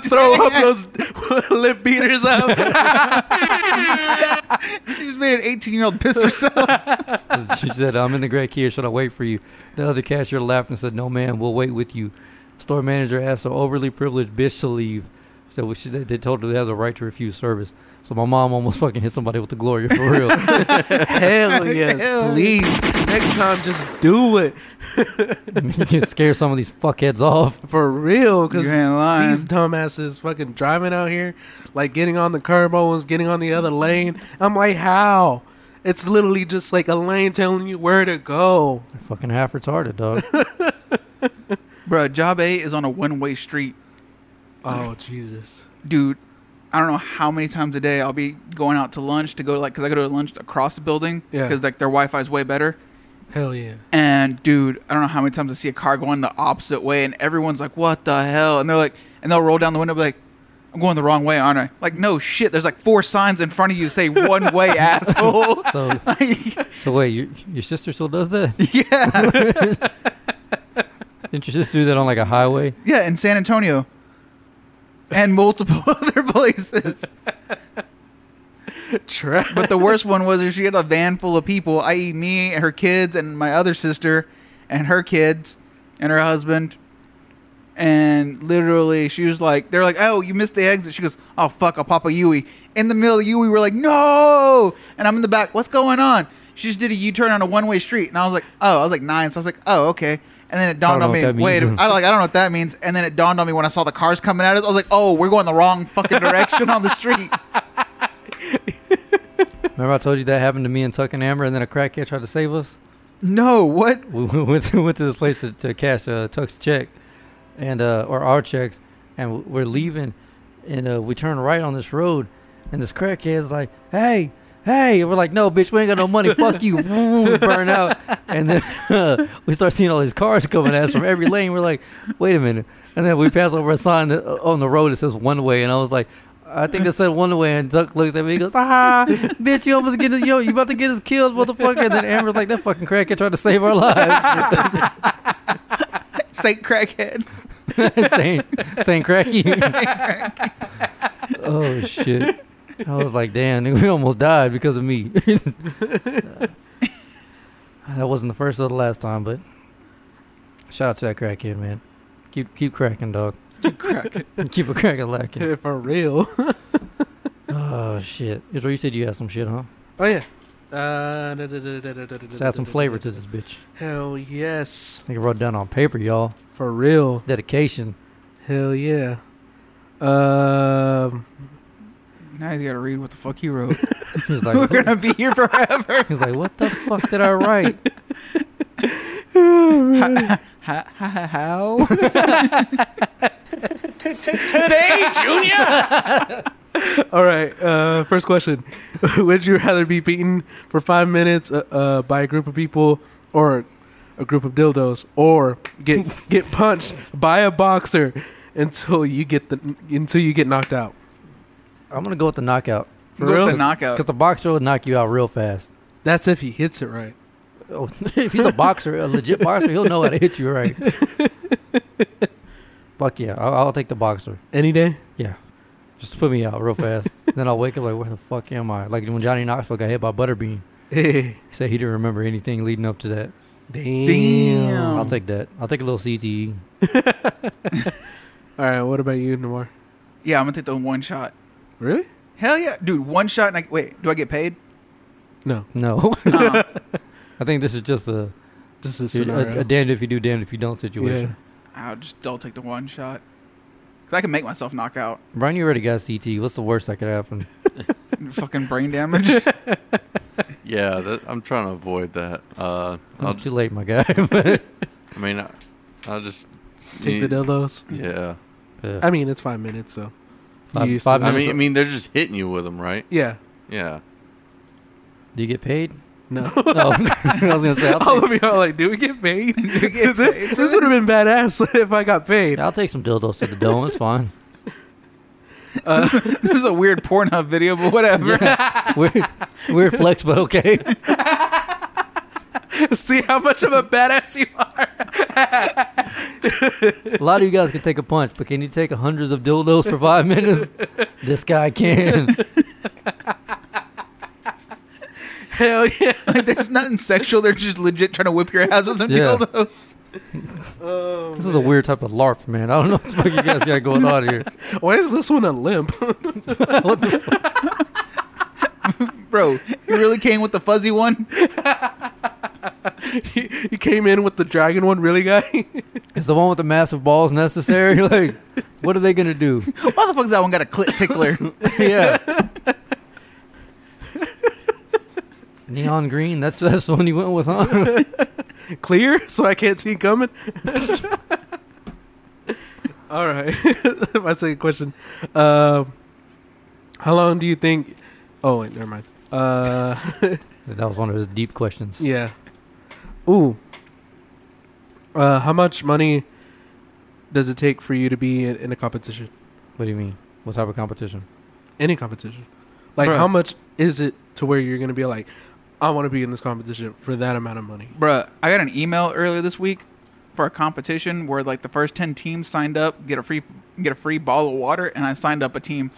B: Throw up those lip beaters up.
D: She just made an 18 year old piss herself.
A: she said, I'm in the gray Kia. Should I wait for you? The other cashier laughed and said, No, man, we'll wait with you. Store manager asked an overly privileged bitch to leave. So we- she, they told her they have the right to refuse service. So my mom almost fucking hit somebody with the Gloria for real.
B: Hell yes,
D: Hell.
B: please. Next time, just do it
A: you can scare some of these fuckheads off.
B: for real. Because
D: You ain't lying.
B: these dumbasses fucking driving out here, like getting on the curb, always getting on the other lane. I'm like, how? It's literally just like a lane telling you where to go.
A: They're fucking half retarded, dog.
D: Bruh, job A is on a one way street.
B: Oh Jesus.
D: Dude, I don't know how many times a day I'll be going out to lunch to go to like because I go to lunch across the building
B: Yeah.
D: because like their Wi-Fi is way better.
B: Hell yeah.
D: And dude, I don't know how many times I see a car going the opposite way, and everyone's like, "What the hell?" And they're like, and they'll roll down the window, and be like, "I'm going the wrong way, aren't I?" Like, no shit. There's like four signs in front of you that say one way, asshole.
A: So,
D: Like,
A: so wait, your, your sister still does that?
D: yeah,
A: Didn't your sister do that on like a highway?
D: yeah, in San Antonio, and multiple other places.
B: Trash.
D: But the worst one was she had a van full of people, i.e., me, her kids, and my other sister, and her kids, and her husband. And literally, she was like, "They're like, oh, you missed the exit." She goes, "Oh fuck, I'll pop a Yui." In the middle of the Yui, we're like, "No!" And I'm in the back. What's going on? She just did a U-turn on a one-way street, and I was like, "Oh," I was like nine, so I was like, "Oh, okay." And then it dawned
A: know
D: on
A: what
D: me.
A: that means.
D: Wait, I like I don't know what that means. And then it dawned on me when I saw the cars coming at us. I was like, "Oh, we're going the wrong fucking direction on the street."
A: Remember I told you that happened to me and Tuck and Amber, and then a crackhead tried to save us.
D: No, what?
A: We we went to, went to this place to, to cash uh, Tuck's check, and uh, or our checks, and we're leaving, and uh, we turn right on this road, and this crackhead's like, "Hey, hey!" And we're like, "No, bitch, we ain't got no money. Fuck you!" We burn out, and then we start seeing all these cars coming at us from every lane. We're like, "Wait a minute!" And then we pass over a sign that, uh, on the road that says one way, and I was like. I think it said one way, and Duck looks at me. He goes, "Ah, bitch! You almost get yo, you about to get us killed, motherfucker!" And then Amber's like, "That fucking crackhead tried to save our lives."
D: Saint crackhead.
A: Saint Saint Cracky. oh shit! I was like, damn, nigga, we almost died because of me. that wasn't the first or the last time, but shout out to that crackhead, man. Keep keep cracking, dog. keep a cracking lacking.
B: For real.
A: Oh shit! Israel, you said you had some shit, huh?
B: Oh yeah. Uh, da- da- da- da- da- da- da-
A: Let's add some
B: da-
A: flavor
B: da-
A: to this bitch.
B: Hell yes.
A: I think I wrote it down on paper, y'all.
B: For real.
A: Dedication.
B: Hell yeah. Um.
D: Now he's got to read what the fuck he wrote.
A: He's
D: We're
A: like,
D: gonna be here forever.
A: he's like, what the fuck did I write?
D: Ha- ha- ha- How?
G: Today, Junior!
B: All right. Uh, first question: Would you rather be beaten for five minutes uh, uh, by a group of people or a group of dildos, or get get punched by a boxer until you get the until you get knocked out?
A: I'm gonna go with the knockout.
D: Go with
B: real?
D: The knockout.
A: Because the boxer will knock you out real fast.
B: That's if he hits it right.
A: Oh, if he's a boxer, a legit boxer, he'll know how to hit you right. Fuck yeah, I'll, I'll take the boxer.
B: Any day.
A: Yeah, just put me out real fast. then I'll wake up like, where the fuck am I? Like when Johnny Knoxville got hit by Butterbean,
B: Hey.
A: he said he didn't remember anything leading up to that.
B: Damn.
D: Damn.
A: I'll take that. I'll take a little E. CTE.
B: All right. What about you, Noir?
D: Yeah, I'm gonna take the one shot.
B: Really?
D: Hell yeah, dude! One shot. And I, wait, do I get paid?
B: No.
A: No,
D: Uh,
A: I think this is just a,
B: This is
A: a,
B: scenario.
A: a damned if you do, damned if you don't
B: yeah.
A: situation.
D: I'll just I'll take the one shot. Cause I can make myself knock out.
A: Brian, you already got CT. What's the worst that could happen?
D: Fucking brain damage.
C: Yeah, that, I'm trying to avoid that. Uh, I'll,
A: I'm too late, my guy. but,
C: I mean, I, I'll just
B: Take the dildos.
C: Yeah,
A: uh,
B: I mean, it's five minutes, so
A: Five-
B: used
A: five
B: to-
C: I mean,
A: so-
C: I mean, they're just hitting you with them, right?
B: Yeah.
C: Yeah.
A: do you get paid?
B: No.
A: No, I was gonna say. I'll take-
D: Oh.
B: All of y'all like, do we get paid?
D: You get
B: this
D: paid for
B: this
D: it?
B: would have been badass if I got paid.
A: Yeah, I'll take some dildos to the dome. It's fine.
D: this is a weird Pornhub video, but whatever.
A: Weird, weird flex, but okay.
B: See how much of a badass you are.
A: A lot of you guys can take a punch, but can you take hundreds of dildos for five minutes? This guy can.
B: Hell yeah.
D: Like, there's nothing sexual. They're just legit trying to whip your ass with some
A: Yeah.
D: dildos.
A: This is a weird type of LARP, man. I don't know what the fuck you guys got going on here.
B: Why is this one a limp?
A: What the fuck?
D: Bro, you really came with the fuzzy one?
B: you you came in with the dragon one, really, guy?
A: Is the one with the massive balls necessary? Like, what are they gonna do?
D: Why the fuck's that one got a clit tickler?
A: yeah. Neon green. That's that's the one you went with, huh?
B: Clear, so I can't see it coming. All right. My second question. Um How long do you think? Oh wait, never mind. Uh,
A: That was one of his deep questions.
B: yeah. Ooh. Uh, how much money does it take for you to be in, in a competition?
A: What do you mean? What type of competition?
B: Any competition? Like,
D: Bruh.
B: how much is it to where you're gonna be like, I want to be in this competition for that amount of money?
D: Bruh, I got an email earlier this week for a competition where like the first ten teams signed up get a free get a free bottle of water, and I signed up a team.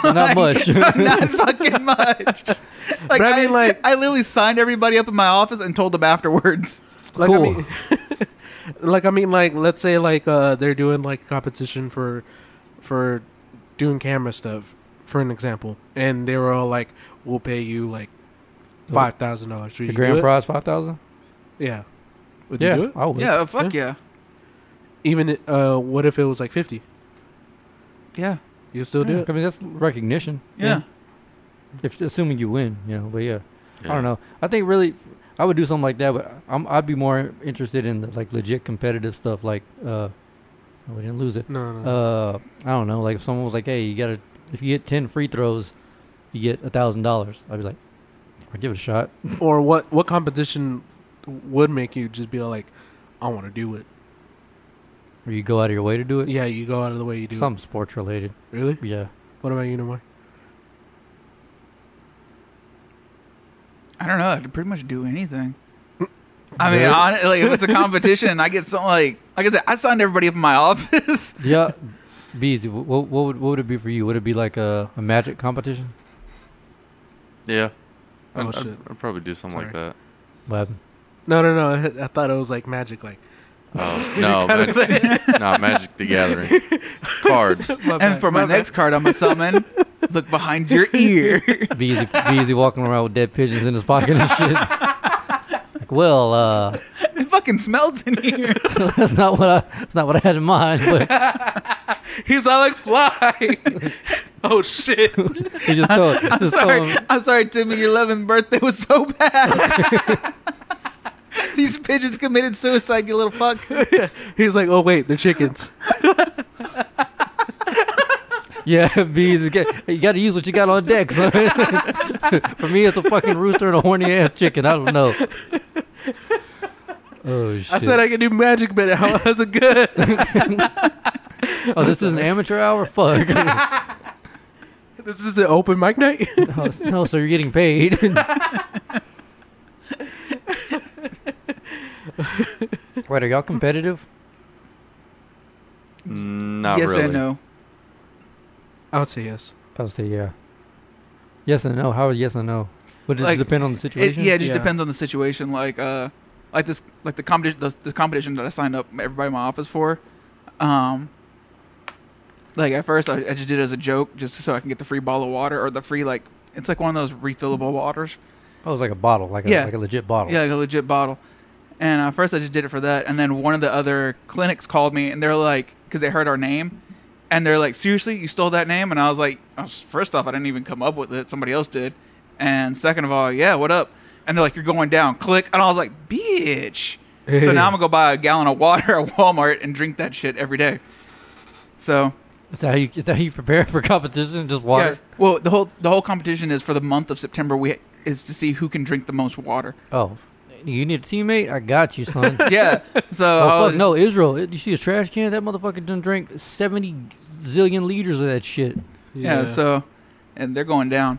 A: So not much.
D: Not fucking much. Like,
B: But I mean, like-
D: I literally signed everybody up in my office and told them afterwards.
B: Like,
A: Cool.
B: I mean, like I mean, like let's say like uh, they're doing like competition for for doing camera stuff, for an example, and they were all like, "We'll pay you like five thousand dollars for
A: the
B: you."
A: grand
B: do it?"
A: prize five thousand.
B: Yeah. Would
A: Yeah,
B: you do it?
A: I would.
D: Yeah, fuck yeah,
B: Even uh, what if it was like fifty?
D: yeah,
B: You still do
A: Yeah,
B: it?
A: I mean, that's recognition.
D: yeah.
A: If assuming you win, you know. But yeah, I
C: Yeah.
A: don't know. I think really, I would do something like that. But I'm, I'd be more interested in the, like legit competitive stuff. Like, uh, I didn't lose it.
B: No, no.
A: Uh, I don't know. Like if someone was like, "Hey, you gotta if you hit ten free throws, you get a thousand dollars." I'd be like, "I give it a shot."
B: or what? What competition would make you just be like, "I want to do it"?
A: Or you go out of your way to do it.
B: Yeah, you go out of the way you do.
A: Something sports related.
B: it. really?
A: Yeah.
B: What about you, Nomar?
D: I don't know. I could pretty much do anything. I mean, hon like if it's a competition and I get something like, like I said, I signed everybody up in my office.
A: Yeah. Be easy. What, what would what would it be for you? Would it be like a, a magic competition?
C: Yeah. I'd,
B: Oh,
C: I'd-
B: shit.
C: I'd probably do something like that.
A: What happened?
B: No, no, no. I thought it was like magic, like.
C: Oh, no, Magic, no, Magic the Gathering. Cards.
D: and for my next card, I'm gonna summon. Look behind your ear.
A: Be easy. Be easy walking around with dead pigeons in his pocket and shit. Like, well, uh,
D: it fucking smells in here.
A: that's not what I that's not what I had in mind. But
B: He's all like fly. oh shit!
A: you just throw it. Just throw
D: sorry,
A: them-
D: I'm sorry, Timmy. Your 11th birthday was so bad. These pigeons committed suicide, you little fuck.
B: He's like, oh wait, they're chickens.
A: Yeah, bees. You got, you got to use what you got on deck. son. For me, it's a fucking rooster and a horny ass chicken. I don't know. Oh shit!
B: I said I could do magic, but it wasn't good.
A: oh, this is an amateur hour. Fuck.
B: this is an open mic night.
A: oh, s- no, so you're getting paid. Wait, are y'all competitive?
C: Not
D: yes
C: really.
D: and no.
B: I would say yes.
A: I would say yeah. Yes and no. How is yes and no? Would it
D: Like,
A: depend on the
D: It,
A: situation?
D: yeah, it just
B: Yeah.
D: depends on the situation. Like, uh, like this, like the competition, the, the competition that I signed up everybody in my office for. Um, like at first, I, I just did it as a joke, just so I can get the free bottle of water or the free like it's like one of those refillable waters.
A: Oh, it's like a bottle, like a,
D: Yeah.
A: like a legit bottle.
D: Yeah, like a legit bottle. And uh, first, I just did it for that, and then one of the other clinics called me, and they're like, because they heard our name, and they're like, "Seriously, you stole that name?" And I was like, "Oh, s- first off, I didn't even come up with it; somebody else did." And second of all, yeah, what up? And they're like, "You're going down." Click, and I was like, "Bitch!" So now I'm gonna go buy a gallon of water at Walmart and drink that shit every day. So
A: Is that how you is that how you prepare for competition? Just water.
D: yeah. Well, the whole the whole competition is for the month of September. We is to see who can drink the most water.
A: Oh, you need a teammate? I got you, son.
D: Yeah. So I
A: Oh,
D: was-
A: fuck, no, Israel. You see his trash can? That motherfucker done drank 70 zillion liters of that shit.
D: yeah. so and they're going down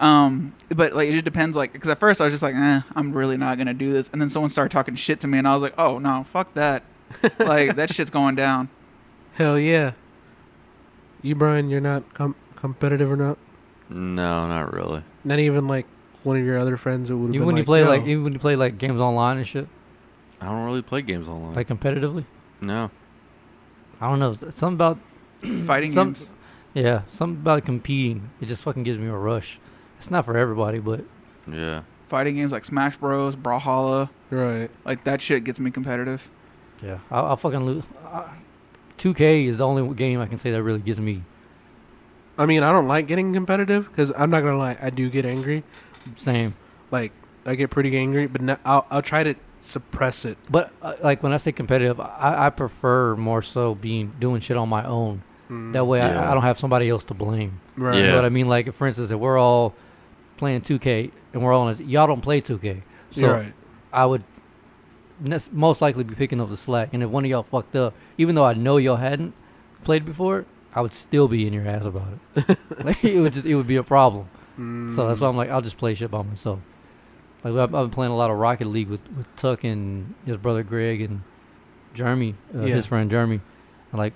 D: um but like it just depends like because at first i was just like eh, i'm really not gonna do this and then someone started talking shit to me and i was like oh no fuck that like that shit's going down
B: hell yeah. You, Brian, you're not com- competitive or not?
C: No, not really.
B: Not even like one of your other friends. It would
A: Even when you play like even when you play like games online and shit,
C: I don't really play games online.
A: like competitively.
C: no.
A: I don't know. Something about
D: fighting
A: Some-
D: games
A: yeah, something about competing. It just fucking gives me a rush. It's not for everybody, but
C: Yeah.
D: fighting games like smash bros brawlhalla
B: right.
D: like that shit gets me competitive
A: yeah, I'll, I'll fucking lose. Two K is the only game I can say that really gives me.
B: I mean, I don't like getting competitive because I'm not gonna lie, I do get angry.
A: Same,
B: Like I get pretty angry, but no, I'll I'll try to suppress it.
A: but uh, like when I say competitive, I, I prefer more so being doing shit on my own. That way, I,
C: Yeah.
A: I don't have somebody else to blame.
B: Right.
A: You
C: Yeah.
A: know what I mean? Like, for instance, if we're all playing 2K and we're all in, y'all don't play 2K, so
B: You're right.
A: I would nes- most likely be picking up the slack. And if one of y'all fucked up, even though I know y'all hadn't played before, I would still be in your ass about it. like, it would just it would be a problem. So that's why I'm like, I'll just play shit by myself. Like I've, I've been playing a lot of Rocket League with, with Tuck and his brother Greg and Jeremy, uh,
B: Yeah.
A: his friend Jeremy. And like,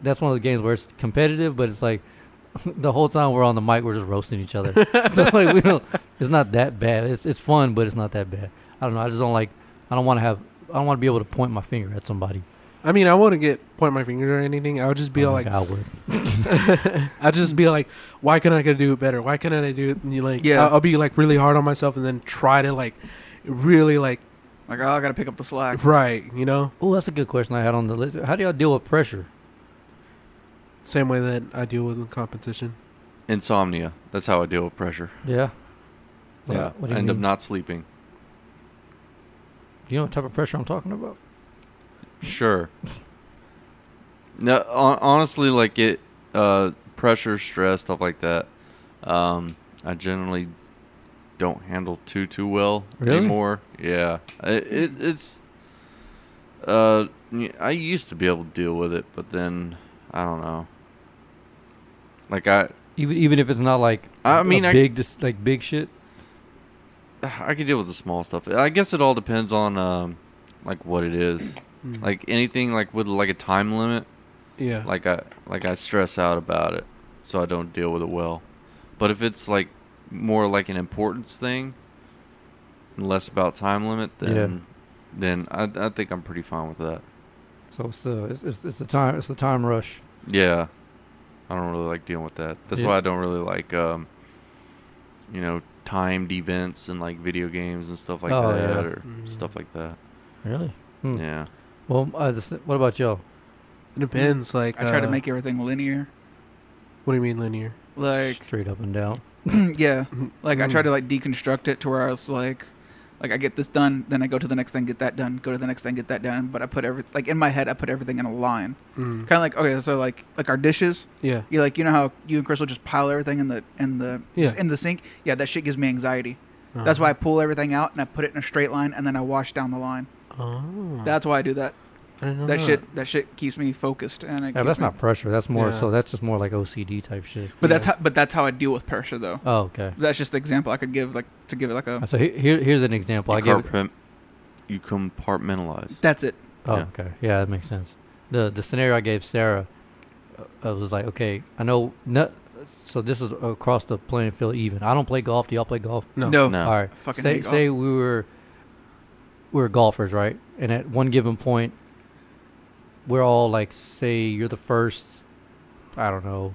A: that's one of the games where it's competitive, but it's like the whole time we're on the mic, we're just roasting each other. so like, we don't. It's not that bad. It's it's fun, but it's not that bad. I don't know. I just don't like. I don't want to have. I don't want to be able to point my finger at somebody.
B: I mean, I wouldn't get point my finger or anything. I would just be
A: Oh my
B: like,
A: God, I would.
B: I'd just be like, why couldn't I could do it better? Why couldn't I do it? And you like,
D: Yeah.
B: yeah. I'll, I'll be like really hard on myself and then try to like, really like,
D: Like, oh, I gotta pick up the slack.
B: right, you know,
A: Oh, that's a good question I had on the list. How do y'all deal with pressure?
B: same way that I deal with competition.
C: Insomnia. That's how I deal with pressure.
A: Yeah. What-
C: yeah.
A: What do
C: I
A: you
C: end up
A: mean?
C: not sleeping.
A: Do you know what type of pressure I'm talking about?
C: Sure. no, hon- honestly, like it, uh, pressure, stress, stuff like that. Um, I generally don't handle too too well
A: Really?
C: anymore. Yeah, it, it it's. Uh, y- I used to be able to deal with it, but then I don't know. Like I,
A: Even even if it's not like
C: I
A: a
C: mean, I-
A: big dis- like big shit.
C: I could deal with the small stuff. I guess it all depends on um, like what it is. Like anything, like with like a time limit.
B: Mm. Yeah.
C: like I like I stress out about it, so I don't deal with it well. But if it's like more like an importance thing, and less about time limit, then then I I think I'm pretty fine with that.
A: So it's the it's, it's, it's the time it's the time rush.
C: Yeah, I don't really like dealing with that. That's
A: Yeah.
C: why I don't really like um, you know, timed events and like video games and stuff like
A: Oh,
C: that
A: yeah.
C: or stuff like that.
A: Really? Hmm.
C: Yeah,
A: Well, I just, what about y'all?
B: it depends. Like,
D: I try to
B: uh,
D: make everything linear.
B: What do you mean linear?
D: Like,
A: Straight up and down.
D: yeah, like I try
B: mm.
D: to like deconstruct it to where I was like, like I get this done, then I go to the next thing, get that done, go to the next thing, get that done. But I put every like in my head, I put everything in a line,
B: Mm.
D: kind of like okay, so like like our dishes,
B: Yeah.
D: you like you know how you and Chris will just pile everything in the in the
B: Yeah. Uh-huh.
D: in the sink. Yeah, that shit gives me anxiety. That's why I pull everything out and I put it in a straight line, and then I wash down the line.
B: Oh,
D: That's why I do that.
B: I didn't know
D: That shit that shit keeps me focused, and it
A: Yeah,
D: keeps
A: that's
D: me-
A: not pressure. That's more
B: Yeah.
A: so. That's just more like OCD type shit.
D: But that's how, but that's how I deal with pressure though.
A: Oh, okay.
D: That's just the example I could give, like to give it like a.
A: So he- here, here's an example. I
C: you,
A: gave.
C: compartment- you compartmentalize.
D: That's it.
A: Oh,
C: Yeah.
A: okay. Yeah, that makes sense. the The scenario I gave Sarah, uh, I was like, okay, I know. No, so this is across the playing field even. I don't play golf. Do y'all play golf?
B: No.
D: No.
C: No.
A: All right.
D: Fucking
A: say
D: hate golf.
A: say we were we were golfers, right? And at one given point, we're all like, say you're the first, I don't know,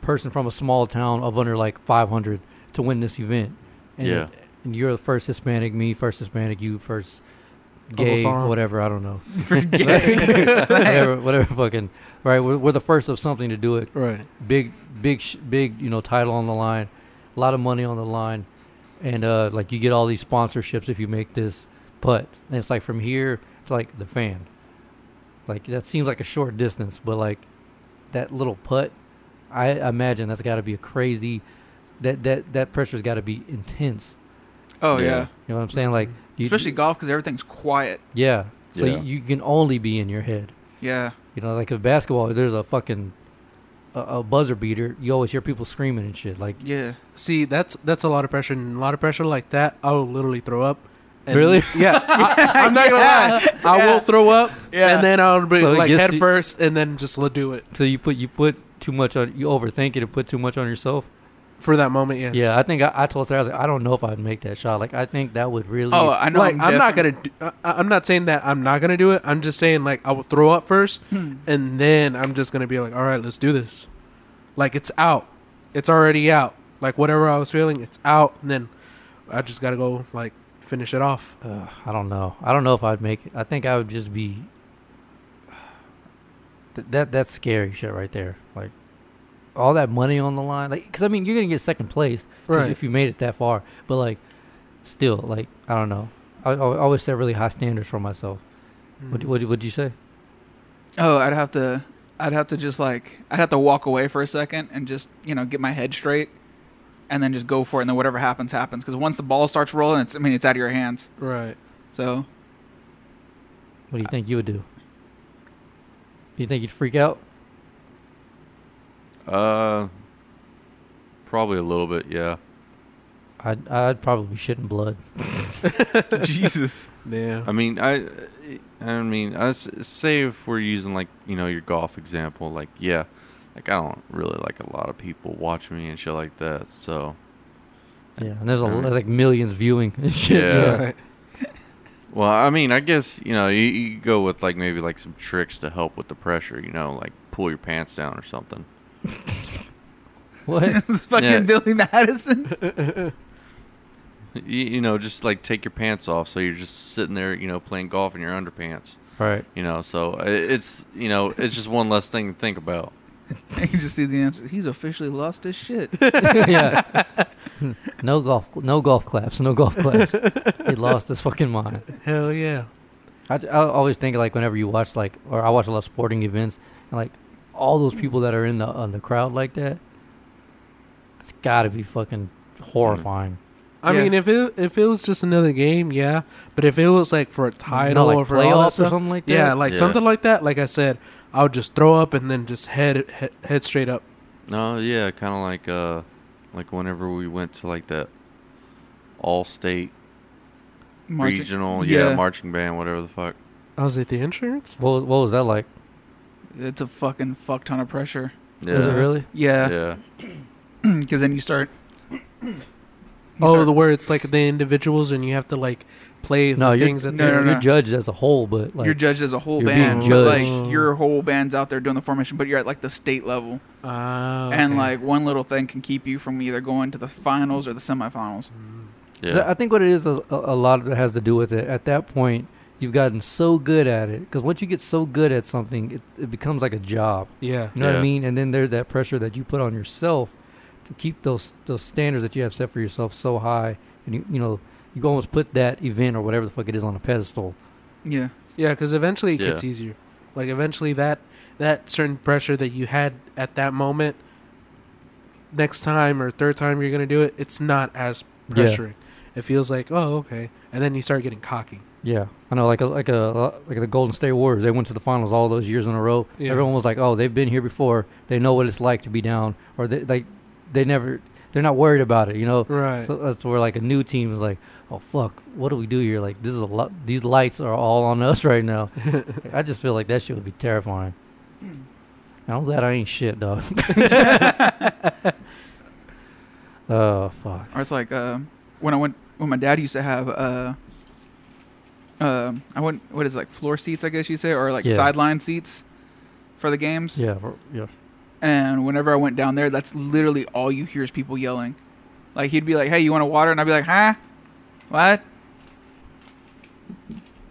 A: person from a small town of under like 500 to win this event. And,
C: Yeah.
A: and you're the first Hispanic, me first Hispanic, you first gay,
B: Tom.
A: whatever. I don't know.
D: Gay.
A: whatever, whatever. Fucking right. We're, we're the first of something to do it
B: Right.
A: big big sh- big you know title on the line a lot of money on the line and uh like you get all these sponsorships if you make this putt and it's like from here to like the fan like that seems like a short distance but like that little putt i imagine that's got to be a crazy that that that pressure's got to be intense
D: Oh yeah.
C: Yeah.
A: you know what i'm saying like you,
D: Especially golf because everything's quiet.
A: yeah so
C: Yeah.
A: You, you can only be in your head
D: Yeah.
A: you know, like with basketball, there's a fucking a, a buzzer beater. You always hear people screaming and shit. Like,
D: Yeah.
B: See, that's that's a lot of pressure. And a lot of pressure like that, I will literally throw up. And
A: Really?
B: Yeah. I, am not gonna lie. I will throw up,
D: Yeah.
B: and then I'll be
A: So it
B: like
A: gets
B: head
A: you-
B: first, and then just let do it
A: so you put you put too much on you overthink it and put too much on yourself.
B: for that moment. Yes.
A: Yeah, I think I, I told Sarah I was like, I don't know if I'd make that shot. Like, I think that would really.
D: Oh, I know.
B: like I'm, not
D: definitely-
B: gonna. Do, I, I- I'm not saying that I'm not gonna do it. I'm just saying like I will throw up first, and then I'm just gonna be like, all right, let's do this. Like it's out. It's already out. Like whatever I was feeling, it's out. And then I just gotta go like finish it off.
A: Ugh, I don't know. I don't know if I'd make it. I think I would just be. Th- that that's scary shit right there. Like, all that money on the line. Like, because I mean, you're gonna get second place 'cause
B: Right.
A: if you made it that far. But like, still, like, I don't know. I, I always
B: Hmm.
A: set really high standards for myself. What What What would you say?
D: Oh, I'd have to. I'd have to just like I'd have to walk away for a second and just you know get my head straight, and then just go for it. And then whatever happens, happens. Because once the ball starts rolling, it's I mean it's out of your hands.
B: Right.
D: So
A: What do you think you would do? Do you think you'd freak out?
C: Uh, probably a little bit. Yeah.
A: I'd, I'd probably be shitting blood.
D: Jesus,
B: Yeah.
C: I mean, I, I mean, I s- say if we're using like you know your golf example, like yeah, like I don't really like a lot of people watch me and shit like that. So
A: Yeah, and there's a there's like millions viewing and shit.
C: Yeah.
A: Yeah.
B: Right.
C: Well, I mean, I guess you know you, you go with like maybe like some tricks to help with the pressure. You know, like pull your pants down or something.
A: What?
D: this is fucking
C: Yeah.
D: Billy Madison.
C: You, you know, just like take your pants off so you're just sitting there, you know, playing golf in your underpants.
A: right.
C: You know, so i- it's you know it's just one less thing to think about.
D: you can just see the answer. He's officially lost his shit.
A: yeah. No golf. No golf claps. No golf claps. he lost his fucking mind.
B: Hell yeah.
A: I, I always think like whenever you watch like or I watch a lot of sporting events and like all those people that are in the on the crowd like that, it's got to be fucking horrifying.
B: I
D: Yeah.
B: mean, if it if it was just another game, yeah. But if it was like for a
A: You
B: title
A: know,
B: or
A: like
B: for all that
A: playoffs or
B: stuff,
A: something like that.
B: yeah, like
C: Yeah.
B: something like that. Like I said, I would just throw up and then just head head, head straight up.
C: No, yeah, kind of like uh, like whenever we went to like that all state
D: Marching-
C: regional, yeah. marching band, whatever the fuck.
B: I
A: Oh,
B: was like, the insurance.
A: what, what was that like?
D: it's a fucking fuck ton of pressure.
C: Yeah,
A: Was it really?
D: Yeah,
C: yeah,
D: because then you start. You
B: oh,
D: start-
B: the where it's like the individuals and you have to like play
A: No,
B: the
A: you're-
B: things that
D: No,
B: they're
A: You're
D: no, no.
A: judged as a whole, but like
D: you're judged as a whole
A: you're
D: band,
A: being
D: but
A: judged.
D: like your whole band's out there doing the formation, but you're at like the state level,
B: Ah,
D: and
B: okay.
D: like one little thing can keep you from either going to the finals or the semifinals.
A: So
C: yeah.
A: I think what it is a, a a lot of it has to do with it. At that point, you've gotten so good at it because once you get so good at something, it, it becomes like a job.
B: yeah,
A: You know what I
C: Yeah.
A: mean? And then there's that pressure that you put on yourself to keep those those standards that you have set for yourself so high, and you you know you almost put that event or whatever the fuck it is on a pedestal. Mm-hmm.
D: Yeah,
B: yeah. Because eventually it
C: Yeah.
B: gets easier. Like eventually that that certain pressure that you had at that moment, next time or third time you're gonna do it, it's not as
A: Yeah.
B: pressuring. It feels like oh okay, and then you start getting cocky.
A: Yeah, I know. Like a, like a like the Golden State Warriors, they went to the finals all those years in a row.
B: Yeah.
A: Everyone was like, "Oh, they've been here before. They know what it's like to be down." Or they like they never they're not worried about it. You know,
B: Right.
A: So that's where like a new team is like, "Oh fuck, what do we do here? Like this is a lot. These lights are all on us right now." I just feel like that shit would be terrifying. And I'm glad I ain't shit, dog. oh fuck.
D: or it's like uh, when I went when my dad used to have. Uh, um, I went. What is it, like floor seats? I guess you say, or like
A: Yeah.
D: sideline seats for the games.
A: Yeah. Yeah.
D: And whenever I went down there, that's literally all you hear is people yelling. Like he'd be like, "Hey, you want a water?" And I'd be like, "Huh? What?"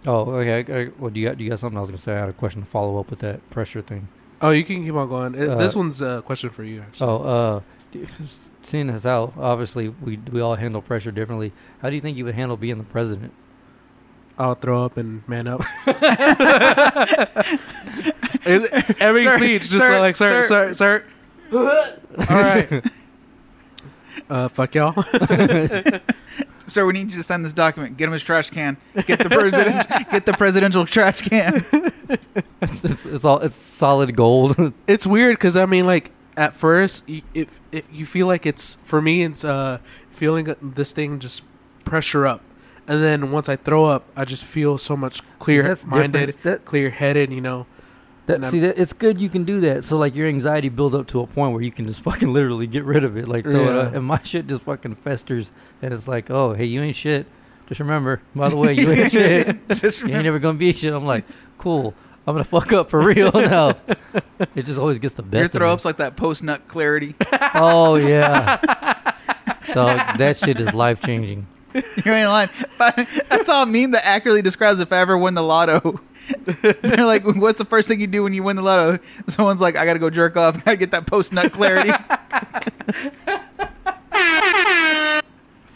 A: Oh, okay. I, I, well, do you got, do you got something I was gonna say? I had a question to follow up with that pressure thing.
B: Oh, you can keep on going. It,
A: Uh,
B: this one's a question for you actually.
A: Oh, uh, d- seeing as how obviously we we all handle pressure differently, how do you think you would handle being the president?
B: I'll throw up and man up. It- Every
D: Sir,
B: speech, just
D: sir,
B: like sir,
D: sir.
B: sir, sir. All right. Uh, fuck y'all.
D: Sir, we need you to sign this document. Get him his trash can. Get the president. get the presidential trash can.
A: It's, it's, it's all it's solid gold.
B: It's weird because I mean, like at first, y- if if you feel like it's for me, it's uh feeling this thing just pressure up, and then once I throw up, I just feel so much clear
A: that's
B: minded,
A: different. That-
B: clear headed. You know,
A: That,
B: And I'm-
A: see, that, it's good you can do that. So like your anxiety build up to a point where you can just fucking literally get rid of it, like throw it
B: Yeah.
A: up. And my shit just fucking festers, and it's like, oh hey, you ain't shit. Just remember, by the way, you ain't shit.
D: Just
A: You ain't
D: remember-
A: never gonna be shit. I'm like, cool. I'm gonna fuck up for real now. It just always gets the best.
D: your
A: of
D: throw
A: me.
D: ups like that post nut clarity.
A: Oh yeah. Dog, that shit is life changing.
D: you ain't lying. If I- I saw a meme that accurately describes if I ever won the lotto. They're like, "What's the first thing you do when you win the lotto?" Someone's like, "I gotta go jerk off. Gotta get that post nut clarity."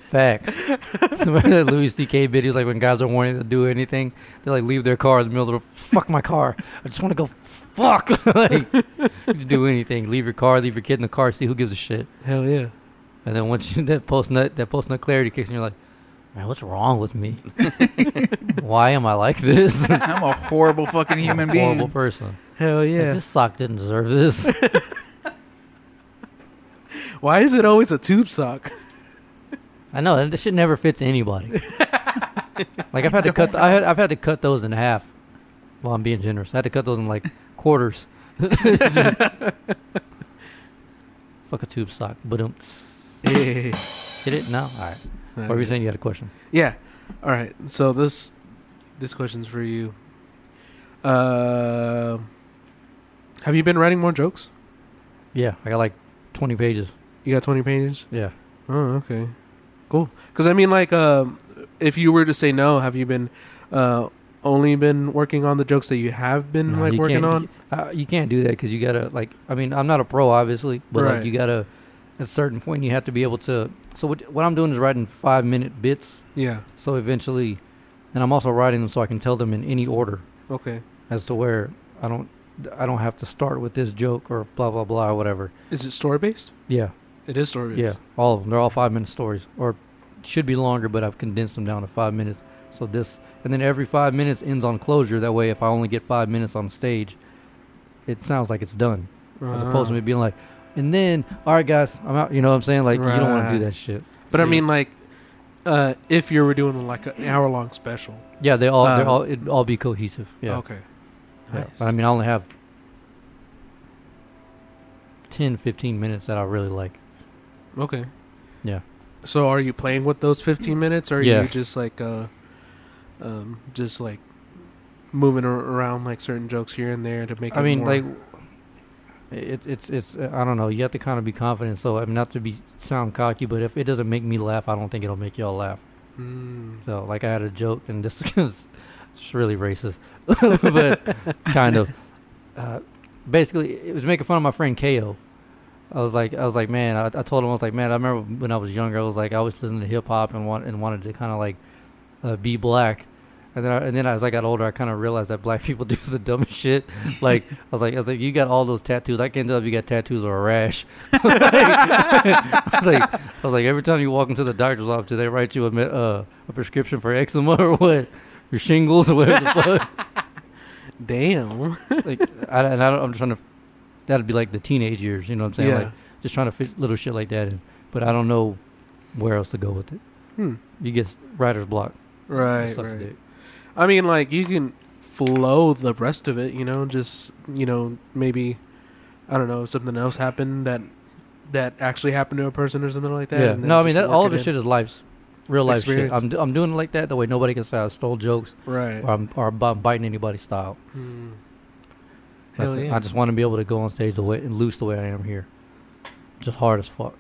A: Facts. That Louis C.K. video is like when guys are wanting to do anything, they like leave their car in the middle of the road. Fuck my car. I just want to go fuck. like, you do anything. Leave your car. Leave your kid in the car. See who gives a shit.
B: Hell yeah.
A: And then once you, that post nut that post nut clarity kicks, in, you're like, man, what's wrong with me? Why am I like this? I'm
D: I'm a horrible fucking
A: a
D: human being.
A: horrible person.
B: Hell
A: Like,
B: yeah.
A: this sock didn't deserve this.
B: Why is it always a tube sock?
A: I know and this shit never fits anybody. like I've had to cut, I had, I've had to cut those in half. Well, I'm being generous. I had to cut those in like quarters. Fuck a tube sock, but um,
B: yeah.
A: hit it no. All right. What were you saying? You had a question.
B: Yeah. All right. So this this question's for you. Uh, have you been writing more jokes?
A: Yeah, I got like 20 pages.
B: You got 20 pages?
A: Yeah.
B: Oh, okay. Cool. Cuz I mean like um if you were to say no, have you been uh only been working on the jokes that you have been
A: No,
B: like
A: you
B: working
A: can't-
B: on?
A: Uh, you can't do that because you gotta like. I mean, I'm not a pro, obviously, but
B: Right.
A: like you gotta. At a certain point, you have to be able to. So what, what I'm doing is writing five minute bits.
B: Yeah.
A: So eventually, and I'm also writing them so I can tell them in any order
B: Okay.
A: as to where I don't I don't have to start with this joke or blah blah blah or whatever.
B: Is it story based?
A: Yeah,
B: It is story
A: yeah,
B: based.
A: all of them. They're all five minute stories or should be longer, but I've condensed them down to five minutes. So this and then every five minutes ends on closure. That way, if I only get five minutes on stage, it sounds like it's done
B: Yeah.
A: as opposed to me being like, and then all right, guys, I'm out. You know what I'm saying? Like you don't want to
B: Right.
A: do that shit.
B: But I
A: So,
B: mean like uh if you were doing like an hour long special.
A: yeah, they all they're
B: uh,
A: all it all be cohesive. Yeah.
B: Okay.
A: Yeah,
B: Nice.
A: but I mean, I only have 10, 15 minutes that I really like.
B: Okay.
A: Yeah.
B: So are you playing with those 15 minutes or are
A: Yeah.
B: you just like uh um just like moving ar- around like certain jokes here and there to make
A: I
B: it
A: mean,
B: more-
A: like, it, it's, it's, uh, I don't know. You have to kind of be confident. So, I mean, not to be sound cocky, but if it doesn't make me laugh, I don't think it'll make y'all laugh.
B: Mm.
A: So, like, I had a joke, and this is it's really racist, but kind of. Uh, basically, it was making fun of my friend KO. I was like, I was like, man, I, I told him I was like, man, I remember when I was younger, I was like, I always listened to hip hop and want and wanted to kind of like uh, be black. And then, I, and then as I got older, I kind of realized that black people do the dumbest shit. Like I was like, I was like, you got all those tattoos. I can't tell if you got tattoos or a rash. I was like, I was like, every time you walk into the doctor's office, do they write you a me- uh, a prescription for eczema or what? Your shingles or whatever the fuck
B: damn.
A: like I, and I don't, I'm trying to that'd be like the teenage years you know what I'm saying
B: Yeah.
A: like just trying to fit little shit like that in but I don't know where else to go with it
B: Hmm.
A: you get s- writer's block It
B: Right.
A: sucks
B: right.
A: dick.
B: I mean, like you can flow the rest of it, you know, just you know, maybe I don't know, something else happened that that actually happened to a person or something like that.
A: yeah
B: and then
A: no I
B: just
A: mean that,
B: work
A: all
B: it
A: of this
B: in.
A: shit is life's real life shit
B: Experience.
A: I'm, do- I'm doing it like that the way nobody can say I stole jokes
B: Right.
A: or I'm, or I'm biting anybody's style
B: Mm.
A: That's
B: Hell
A: it.
B: yeah.
A: I just want to be able to go on stage the way and loose the way I am here just hard as fuck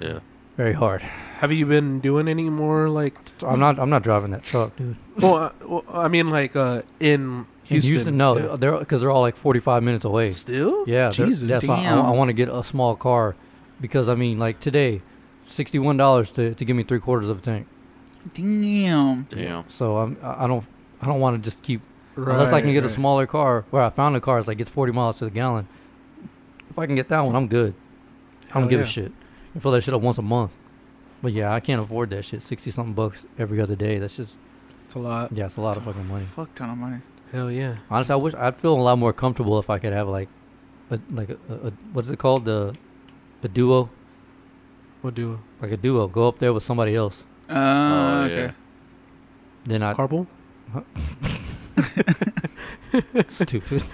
C: Yeah.
A: very hard
B: Have you been doing any more like?
A: I'm not I'm not driving that truck dude
B: Well, uh, well I mean, like uh, in
A: In
B: Houston.
A: no
B: Yeah.
A: they're because they're all like 45 minutes away
B: Still?
A: Yeah, they're-
B: Jesus.
A: That's why I,
D: Damn.
A: I want to get a small car because I mean, like today, sixty-one dollars to, to give me three quarters of a tank.
D: Damn.
C: Damn.
A: So I'm I I don't I don't want to just keep unless I can get a smaller car where I found a car it's like it's forty miles to the gallon. If I can get that one, I'm good. I
B: Hell
A: don't give
B: yeah.
A: a shit. I fill that shit up once a month. But yeah, I can't afford that shit. Sixty something bucks every other day. That's just
B: It's a lot.
A: yeah, it's a lot of fucking money.
D: Fuck ton of money.
B: Hell yeah.
A: Honestly, I wish I'd feel a lot more comfortable if I could have like, a, like a, a, a what is it called the, a duo
B: We'll do
A: like a duo, go up there with somebody else.
D: Uh,
C: Oh,
D: okay.
A: Then I
B: a carpool.
A: stupid.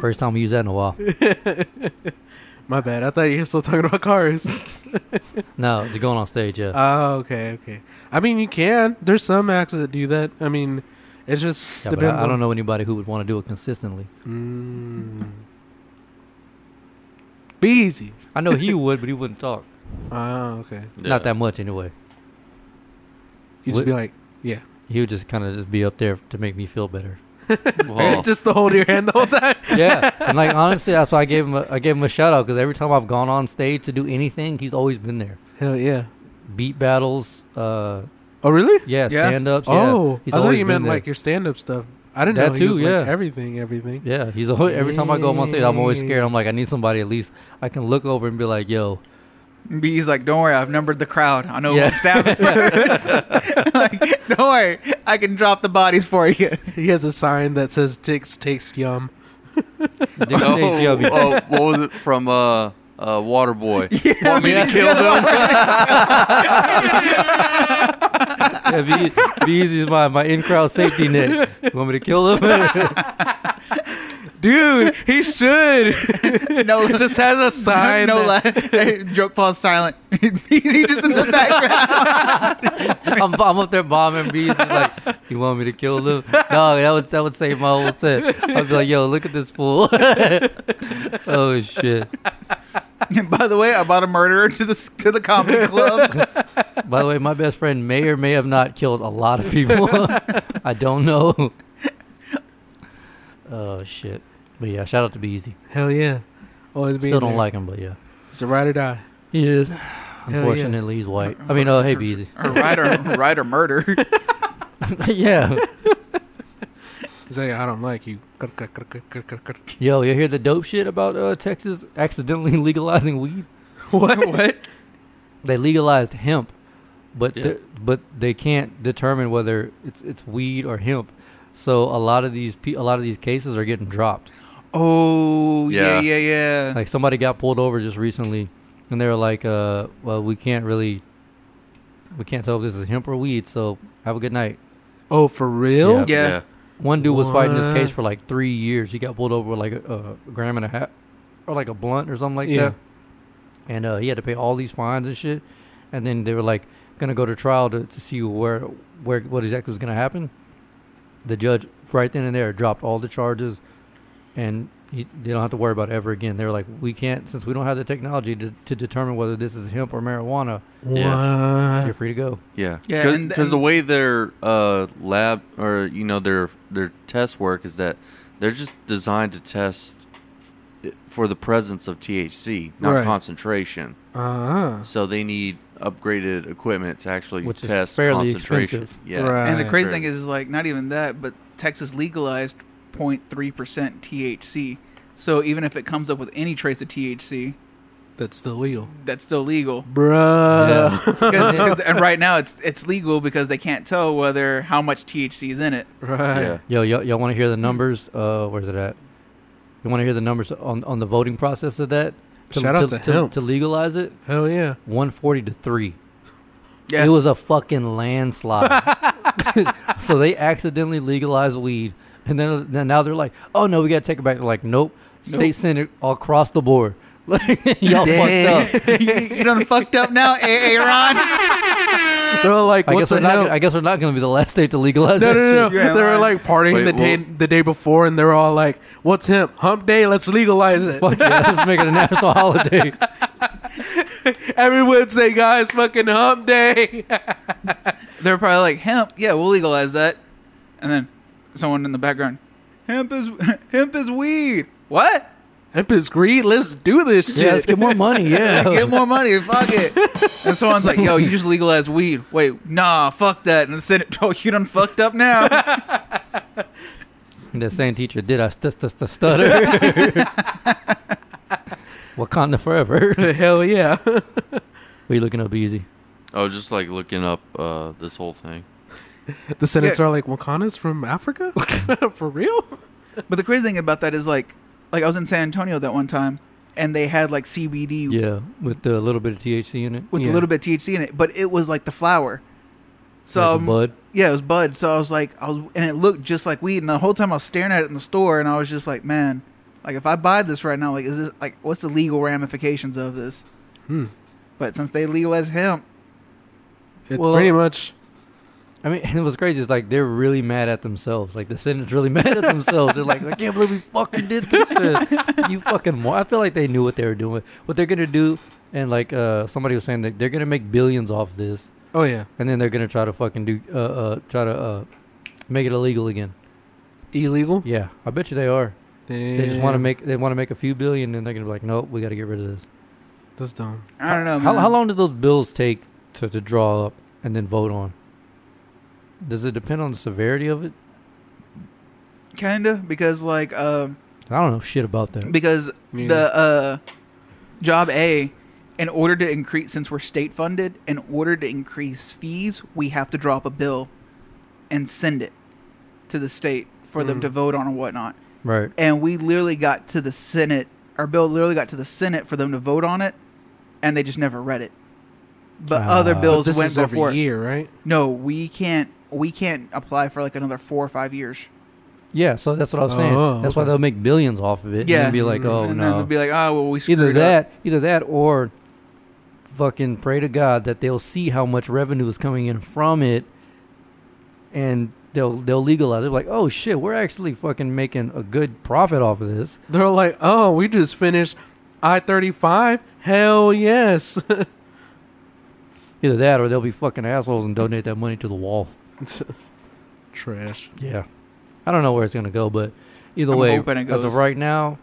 A: First time we use that in a while.
B: My bad. I thought you were still talking about cars.
A: No, it's going on stage. Yeah,
B: oh, okay, okay. I mean, you can. There's some acts that do that. I mean, it just
A: yeah but
B: depends.
A: I, I don't know anybody who would want to do it consistently.
B: Mm. Be easy.
A: I know he would, but he wouldn't talk.
B: Ah, okay.
C: Yeah.
A: Not that much anyway.
B: You just
A: Wh-
B: be like,
A: He would just kind of just be up there to make me feel better.
C: Well,
B: Just to hold your hand the whole time.
A: yeah, and like honestly, that's why I gave him a, I gave him a shout out because every time I've gone on stage to do anything, he's always been there.
B: Hell yeah.
A: Beat battles, uh,
B: Oh really?
A: yeah,
D: Yeah?
A: stand ups.
B: Oh,
A: yeah. he's
B: I thought
A: always
B: you
A: been
B: meant
A: there.
B: like your stand-up stuff. I didn't
A: That
B: know
A: too,
B: he was
A: yeah.
B: like everything, everything.
A: Yeah, he's always, every time I go on stage, I'm always scared. I'm like, I need somebody at least I can look over and be like, yo,
D: B's like, don't worry, I've numbered the crowd. I know
A: Yeah.
D: who's stabbing first. like, don't worry, I can drop the bodies for you.
B: He has a sign that says "Dicks taste yum."
A: Dick Stage
C: oh,
A: Yummy.
C: oh, what was it from uh, uh, Waterboy? Want me to kill them?
A: Yeah, be, be easy is my, my in crowd safety net. You want me to kill them?
B: Dude, he should.
D: No,
B: It just has a sign.
D: no
B: that-
D: laugh. Joke falls silent. B's he's just in the background.
A: I'm, I'm up there bombing bees. He's like, you want me to kill them? No, that would that would save my whole set. I'd be like, yo, look at this fool. oh shit.
D: And by the way, I bought a murderer to the to the comedy club.
A: By the way, my best friend may or may have not killed a lot of people. I don't know. oh shit. But yeah, shout out to Be Easy.
B: Hell yeah. Always being
A: Still don't
B: there.
A: like him, but yeah.
B: It's a ride or die.
A: He is.
B: yeah.
A: Unfortunately, he's white. I mean, oh, hey, Be Easy.
D: or ride or ride or murder.
A: yeah.
B: He's like, I don't like you. Krr, krr, krr, krr, krr, krr, krr.
A: Yo, you hear the dope shit about uh, Texas accidentally legalizing weed?
B: What? what?
A: They legalized hemp, but
C: Yeah.
A: the- but they can't determine whether it's it's weed or hemp. So a lot of these pe- a lot of these cases are getting dropped.
D: Oh yeah, yeah,
C: Yeah.
D: yeah.
A: Like somebody got pulled over just recently, and they were like, uh, "Well, we can't really, we can't tell if this is hemp or weed." So have a good night.
B: Oh, for real?
A: Yeah.
D: yeah.
A: One dude was fighting this case
B: What?
A: for like three years. He got pulled over with like a, a gram and a half, or like a blunt or something like
B: Yeah.
A: that. And uh, he had to pay all these fines and shit. And then they were like gonna go to trial to, to see where where what exactly was gonna happen. The judge right then and there dropped all the charges, and he, they don't have to worry about it ever again. They were like, we can't since we don't have the technology to, to determine whether this is hemp or marijuana. You're
B: What?
A: free to go.
C: Yeah,
D: Yeah, and-
C: because the
D: and-
C: way their uh, lab or you know their their test work is that they're just designed to test f- for the presence of THC, not
B: Right.
C: concentration.
B: Uh-huh.
C: So they need upgraded equipment to actually
A: Which is
C: test
A: fairly
C: concentration.
A: expensive.
C: Yeah,
B: Right.
A: Uh,
D: And the crazy
C: Right.
D: thing is, is, like, not even that, but Texas legalized 0.3 percent THC. So even if it comes up with any trace of THC,
B: That's still legal.
D: that's still legal.
B: Bruh.
A: Yeah.
D: 'Cause- 'cause- and right now, it's it's legal because they can't tell whether how much THC is in it.
B: Right.
C: yeah.
A: Yo, y'all, y'all want to
B: Hmm.
A: hear the numbers? Uh, where's it at? You want to hear the numbers on, on the voting process of that?
B: Shout out to him.
A: to legalize it,
B: Hell yeah.
A: 140 to 3.
D: Yeah.
A: It was a fucking landslide. so they accidentally legalized weed. And then, then now they're like, oh no, we got to take it back. They're like, nope. State
D: Nope.
A: Senate all across the board. Like, y'all fucked up.
D: you done fucked up now, A. Ron.
B: They're like,
A: I
B: what
A: guess,
B: the
A: we're not
B: hell?
A: gonna, I guess we're not going to be the last state to legalize
B: no,
A: that shit.
B: no, no,
D: Yeah,
B: no. They were
D: right.
B: like partying
C: Wait,
B: the day
C: well-
B: the day before, and they're all like, "What's hemp? Hump day? Let's legalize it."
A: Fuck yeah, let's make it a national holiday.
B: Every Wednesday, guys, fucking hump day.
D: They're probably like hemp. Yeah, we'll legalize that. And then someone in the background, hemp is hemp is weed. What?
B: hemp is greed. Let's do this shit.
A: yeah, let's get more money. Yeah.
D: Get more money, fuck it. And someone's like, "Yo, you just legalized weed." Wait, nah, fuck that. And the Senate, oh, you done fucked up now.
A: And that same teacher did I st- st- st- stutter. Wakanda forever. what
B: Hell yeah.
A: are you looking up, Easy?
C: I was just like looking up uh, this whole thing.
B: The senates
D: Yeah.
B: are like, Wakanda's from Africa? For real?
D: But the crazy thing about that is like, like I was in San Antonio that one time, and they had like CBD
A: Yeah, with a little bit of THC in it.
D: with
B: Yeah.
D: a little bit of THC in it, but it was like the flower. So um,
A: Like a bud.
D: yeah, it was bud. So I was like, I was, and it looked just like weed. And the whole time I was staring at it in the store, and I was just like, man, like if I buy this right now, like is this like what's the legal ramifications of this?
B: Hmm.
D: But since they legalized hemp,
B: It's
A: Well-
B: pretty much.
A: I mean, and what's crazy is like they're really mad at themselves. Like the Senate's really mad at themselves. They're like, I can't believe we fucking did this shit. You fucking. Mo-. I feel like they knew what they were doing. What they're gonna do, and like uh, somebody was saying that they're gonna make billions off this,
B: Oh, yeah.
A: and then they're gonna try to fucking do, uh, uh, try to uh, make it illegal again.
B: illegal.
A: Yeah, I bet you they are. They just want to
B: Damn,
A: make they want to make a few billion, and they're gonna be like, nope, we got to get rid of this.
B: That's dumb.
D: I don't know.
A: How,
D: Oh, man.
A: how long do those bills take to, to draw up and then vote on? Does it depend on the severity of it?
D: Kinda because like um,
A: I don't know shit about that.
D: because
B: Me neither.
D: the uh, job A, in order to increase, since we're state funded, in order to increase fees, we have to drop a bill and send it to the state for them
A: Mm.
D: to vote on and whatnot.
A: Right.
D: And we literally got to the Senate. Our bill literally got to the Senate for them to vote on it, and they just never read it. But other
A: Ah.
D: bills
B: this
D: went
B: is
D: before.
B: every year, right?
D: No, we can't. We can't apply for like another four or five years.
A: Yeah. So that's what I'm saying.
B: Oh,
A: that's why
B: okay.
A: they'll make billions off of it.
D: Yeah. Mm-hmm.
A: And then be like, oh
D: and then
A: no.
D: they'll be like, oh, well, we screwed
A: either
D: up."
A: that, either that, or fucking pray to God that they'll see how much revenue is coming in from it, and they'll they'll legalize it. Like, oh shit, we're actually fucking making a good profit off of this.
B: They're like, oh, we just finished I thirty five. Hell yes.
A: Either that, or they'll be fucking assholes and donate that money to the wall.
B: Trash.
A: Yeah, I don't know where it's gonna go, but either
D: I'm
A: way,
D: hoping it
A: as
D: goes-
A: of right now.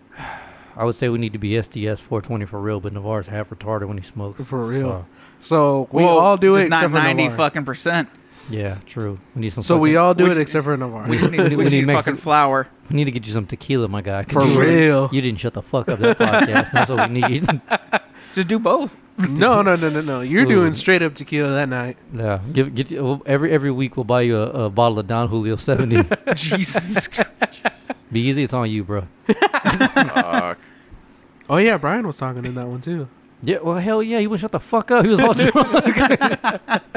A: I would say we need to be SDS 420 for real, but Navarre's half retarded when he smokes.
B: For real.
A: So,
B: So we
D: Well,
B: all do
D: just
B: it
D: Not
B: except for
D: ninety
B: Navarre.
D: fucking percent.
A: yeah, true. We need some.
B: So we
A: fucking-
B: all do
D: We-
B: it except for Navarre.
D: We just need, we
A: We
D: just
A: need
D: need
A: Mexican-
D: fucking flour.
A: We need to get you some tequila, my guy. 'cause
B: For
A: you-
B: real.
A: You didn't shut the fuck up that podcast. That's what we need.
D: Just do both.
B: no, no, no, no, no. You're
A: Ooh.
B: doing straight up tequila that night.
A: Yeah. Give, get you, well, every every week we'll buy you a, a bottle of Don Julio 70.
D: Jesus.
A: Be easy. It's on you, bro.
C: Fuck.
B: Oh yeah, Brian was talking in that one too.
A: Yeah. Well, hell yeah. You wouldn't shut the fuck up. He was all drunk.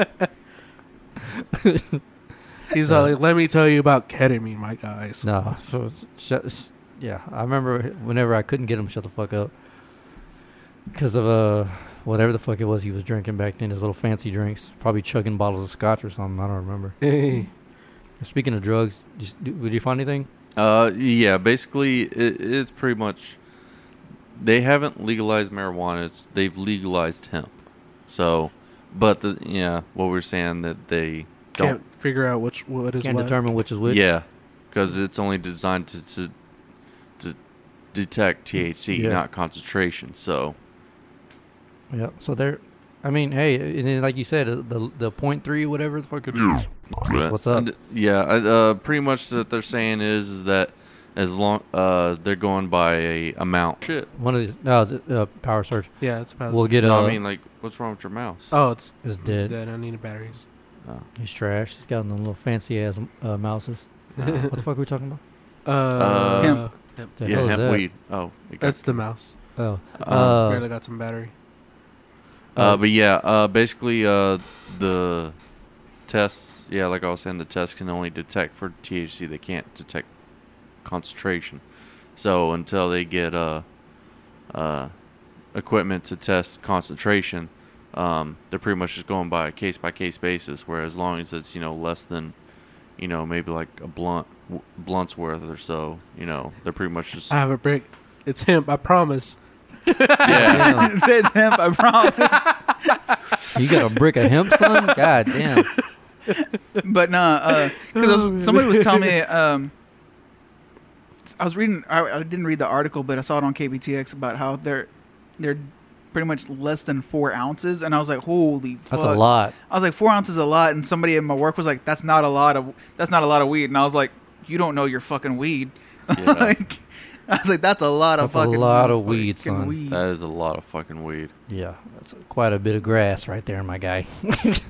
B: He's all like, "Let me tell you about ketamine, my guys."
A: no. so, shut, yeah. I remember whenever I couldn't get him to shut the fuck up because of uh whatever the fuck it was he was drinking back then. His little fancy drinks. Probably chugging bottles of scotch or something. I don't remember.
B: Hey,
A: Speaking of drugs, just, did you find anything?
C: Uh, yeah, basically, it, it's pretty much they haven't legalized marijuana; it's, they've legalized hemp. So, but the, yeah, what we're saying that they don't,
B: can't figure out which what is
A: Can't
B: what.
A: determine which is which.
C: yeah, because it's only designed to to, to detect THC,
A: Yeah.
C: not concentration. So,
A: Yeah. So they're, I mean, hey, and then like you said, uh, the the point three, whatever the fuck. It is. What's up?
C: And, yeah, I- uh, pretty much that they're saying is, is that as long uh, they're going by a amount. Shit.
A: One of these, no, the, uh, power surge.
B: Yeah, it's about.
A: We'll get.
C: No,
A: uh,
C: I mean, like, what's wrong with your mouse?
B: oh, it's
A: is dead.
B: dead. I need batteries.
A: He's trash. He's got them little fancy ass uh, mouses. what the fuck are we talking about?
B: Uh,
D: Hemp.
A: The
C: yeah,
A: hell is
C: hemp
A: that?
C: weed. Oh, it got
B: that's the mouse.
A: Oh,
C: Um,
A: uh,
B: Barely got some battery.
C: Uh, but yeah, uh, basically uh, the tests, yeah, like I was saying, the tests can only detect for THC. They can't detect concentration. So until they get uh, uh, equipment to test concentration, um, they're pretty much just going by a case by case basis. Where as long as it's you know less than, you know, maybe like a blunt w- blunt's worth or so, you know, they're pretty much just
B: I have a brick. It's hemp. I promise.
C: yeah.
D: That's hemp, I promise.
A: you got a brick of hemp, son? God damn.
D: But no, uh 'cause I was- somebody was telling me. Um, I was reading. I, I didn't read the article, but I saw it on KBTX about how they're they're pretty much less than four ounces, and I was like, holy.
A: That's a
D: fuck.
A: lot.
D: I was like, four ounces is a lot, and somebody at my work was like, that's not a lot of that's not a lot of weed, and I was like, you don't know your fucking weed.
C: Yeah.
D: like, I was like, that's a lot of
A: That's a
D: fucking
A: lot of weed,
D: fucking
A: son.
D: weed.
C: That is a lot of fucking weed.
A: Yeah, that's quite a bit of grass right there, my guy.
B: Bit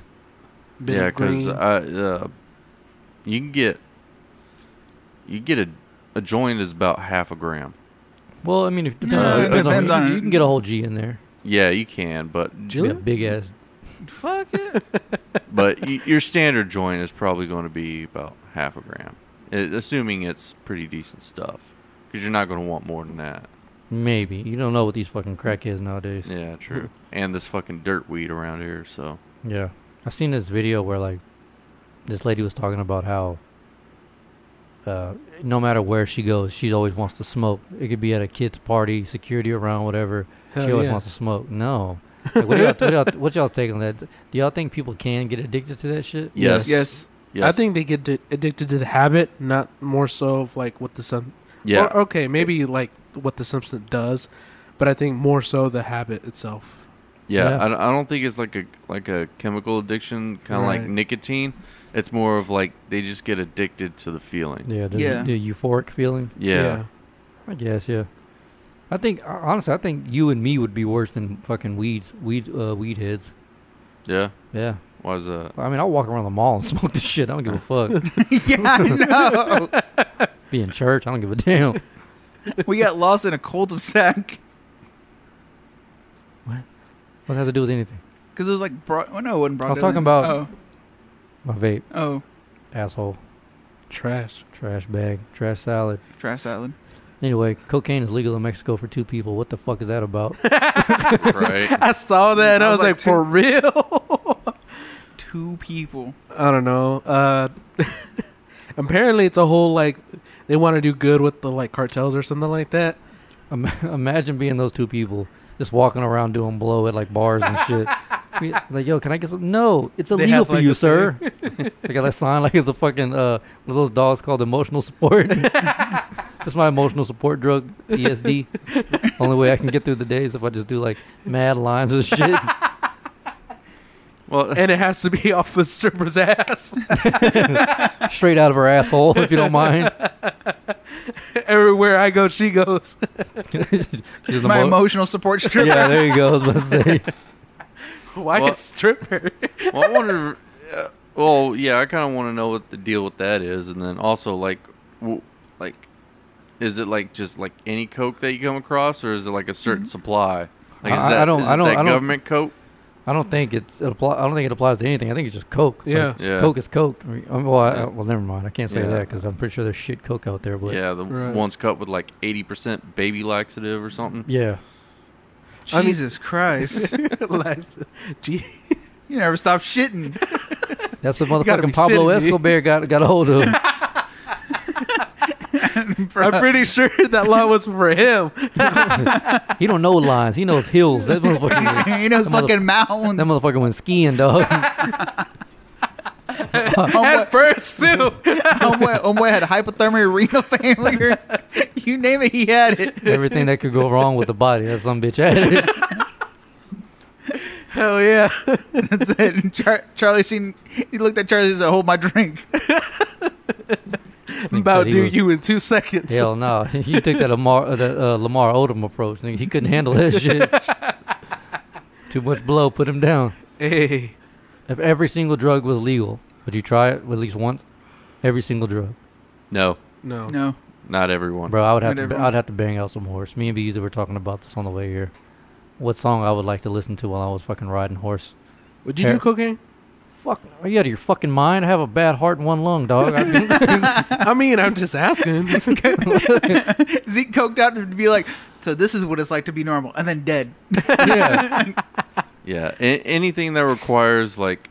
C: yeah,
B: of
C: because
B: green.
C: uh, you can get you get a a joint is about half a gram.
A: well, I mean, if depends,
D: No,
A: on,
C: it
A: depends on-
D: depends
A: you-
D: on
A: you,
D: it.
A: can get a whole G in there.
C: Yeah, you can, but
A: You got a big ass.
D: Fuck it.
C: but y- your standard joint is probably going to be about half a gram, i assuming it's pretty decent stuff. Because you're not going to want more than that.
A: Maybe you don't know what these fucking crackheads nowadays.
C: Yeah, true. and this fucking dirt weed around here, so
A: Yeah. I've seen this video where like this lady was talking about how uh, no matter where she goes, she always wants to smoke. It could be at a kid's party, security around, whatever. she
B: Hell
A: always
B: yeah.
A: wants to smoke. No. Like, what, y'all, what, y'all, what y'all take on that? Do y'all think people can get addicted to that shit?
C: yes,
D: Yes.
C: Yes.
B: I think they get di- addicted to the habit, not more so of like what the sun.
C: Yeah.
B: Or, okay, maybe like what the substance does, but I think more so the habit itself.
C: Yeah,
A: Yeah.
C: I, don't- I don't think it's like a like a chemical addiction, kind of like
B: Right.
C: nicotine. It's more of like they just get addicted to the feeling. Yeah,
A: Yeah, the,
D: Yeah.
A: the euphoric feeling. I guess, yeah. I think uh, honestly, I think you and me would be worse than fucking weeds, weed, uh, weed heads.
C: yeah.
A: Yeah,
C: Why is that?
A: I mean, I'll walk around the mall and smoke this shit. I don't give a fuck.
D: yeah, I know.
A: be in church, I don't give a damn.
D: we got lost in a cul-de-sac
A: What does that have to do with anything?
D: because it was like bro- oh no, it wasn't.
A: I was
D: Broadway.
A: talking about- My vape,
D: oh,
A: asshole,
B: Trash.
A: trash bag, trash salad.
D: oh, trash salad.
A: Anyway, cocaine is legal in Mexico for two people. What the fuck is that about?
C: right.
B: I saw that and I was, like, for real?
D: Two people.
B: I don't know. Uh, apparently, it's a whole like they want to do good with the like cartels or something like that.
A: Im- Imagine being those two people just walking around doing blow at like bars and shit. We- like, yo, can I get some? No, it's illegal
B: have,
A: for
B: like,
A: you,
B: a
A: sir. they got that sign like it's a fucking uh, one of those dogs called emotional support. That's my emotional support drug, ESD. Only way I can get through the days if I just do like mad lines of shit.
C: Well,
B: and it has to be off the stripper's ass.
A: straight out of her asshole, if you don't mind.
B: Everywhere I go, she goes.
A: She's the
D: My
A: mo-
D: emotional support strip.
A: yeah, there you go. I was about to say.
B: Why
C: Well-
B: a stripper?
C: well, I wonder. Uh, well, yeah, I kind of want to know what the deal with that is, and then also like, w- like, is it like just like any coke that you come across, or is it like a certain supply? Like,
A: Mm-hmm. I-
C: is
A: I
C: that,
A: don't-
C: is
A: I
C: it
A: don't-
C: that
A: I don't-
C: government coke?
A: I don't think it's it apply, I don't think it applies to anything. I think it's just Coke. Like,
B: Yeah.
A: just
C: Yeah.
A: Coke is Coke. I mean, well, I,
C: Yeah.
A: well, never mind. I can't say
C: Yeah.
A: that that because I'm pretty sure there's shit Coke out there. But
C: yeah, the
B: Right.
C: one's cut with like eighty percent baby laxative or something.
A: yeah.
B: I mean-
D: Jesus Christ!
B: Lies- Gee,
D: you never stop shitting.
A: that's what
B: gotta be
A: motherfucking Pablo
B: shitting me.
A: Escobar got got a hold of.
B: I'm pretty sure that law was for him.
A: he don't know lines. He knows hills. That motherfucker.
D: he knows
A: That mother-
D: fucking mountains.
A: that motherfucker went skiing, dog.
D: Homeboy,
B: At first, too.
D: homeboy, homeboy had hypothermia, renal failure. you name it, he had it.
A: Everything that could go wrong with the body, that some bitch had it.
B: Hell yeah.
D: That's it. Char- Charlie seen. He looked at Charlie and said, "Hold my drink."
A: Nigga
B: About
A: said he
B: do
A: was-
B: you in two seconds.
A: Hell no. He took that Lamar, uh, that, uh, Lamar Odom approach. Nigga, he couldn't handle that shit. Too much blow put him down.
B: Hey.
A: If every single drug was legal, would you try it at least once? Every single drug,
C: No,
B: No.
D: No,
C: not everyone.
A: bro. I would have to.
D: Whatever.
A: I'd have to bang out some horse. Me and Beezy were talking about this on the way here. What song I would like to listen to while I was fucking riding horse?
B: Would you
A: Hair-
B: do cocaine?
A: Fuck, are you out of your fucking mind? I have a bad heart and one lung, dog. I mean,
B: I mean, I'm just asking.
D: Zeke coked out to be like, "So this is what it's like to be normal," and then dead.
A: yeah,
C: Yeah, a- anything that requires like,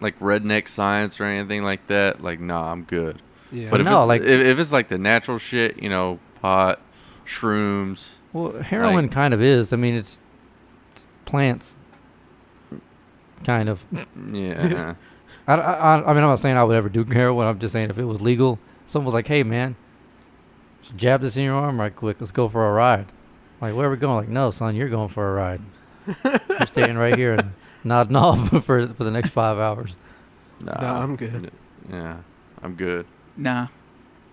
C: like redneck science or anything like that, like, nah, I'm good.
B: yeah.
C: But if
A: No,
C: it's,
A: like-
C: like if, if it's like the natural shit, you know, pot, shrooms,
A: well, heroin
C: Like-
A: kind of is. I mean, it's plants, kind of.
C: yeah,
A: I, I, I I mean, I'm not saying I would ever do heroin. I'm just saying if it was legal, someone was like, "Hey, man, just jab this in your arm right quick. Let's go for a ride." Like, where are we going? Like, no, son, you're going for a ride. you're staying right here and nodding off for for the next five hours.
C: nah,
B: Nah, I'm good.
C: yeah, I'm good.
D: Nah,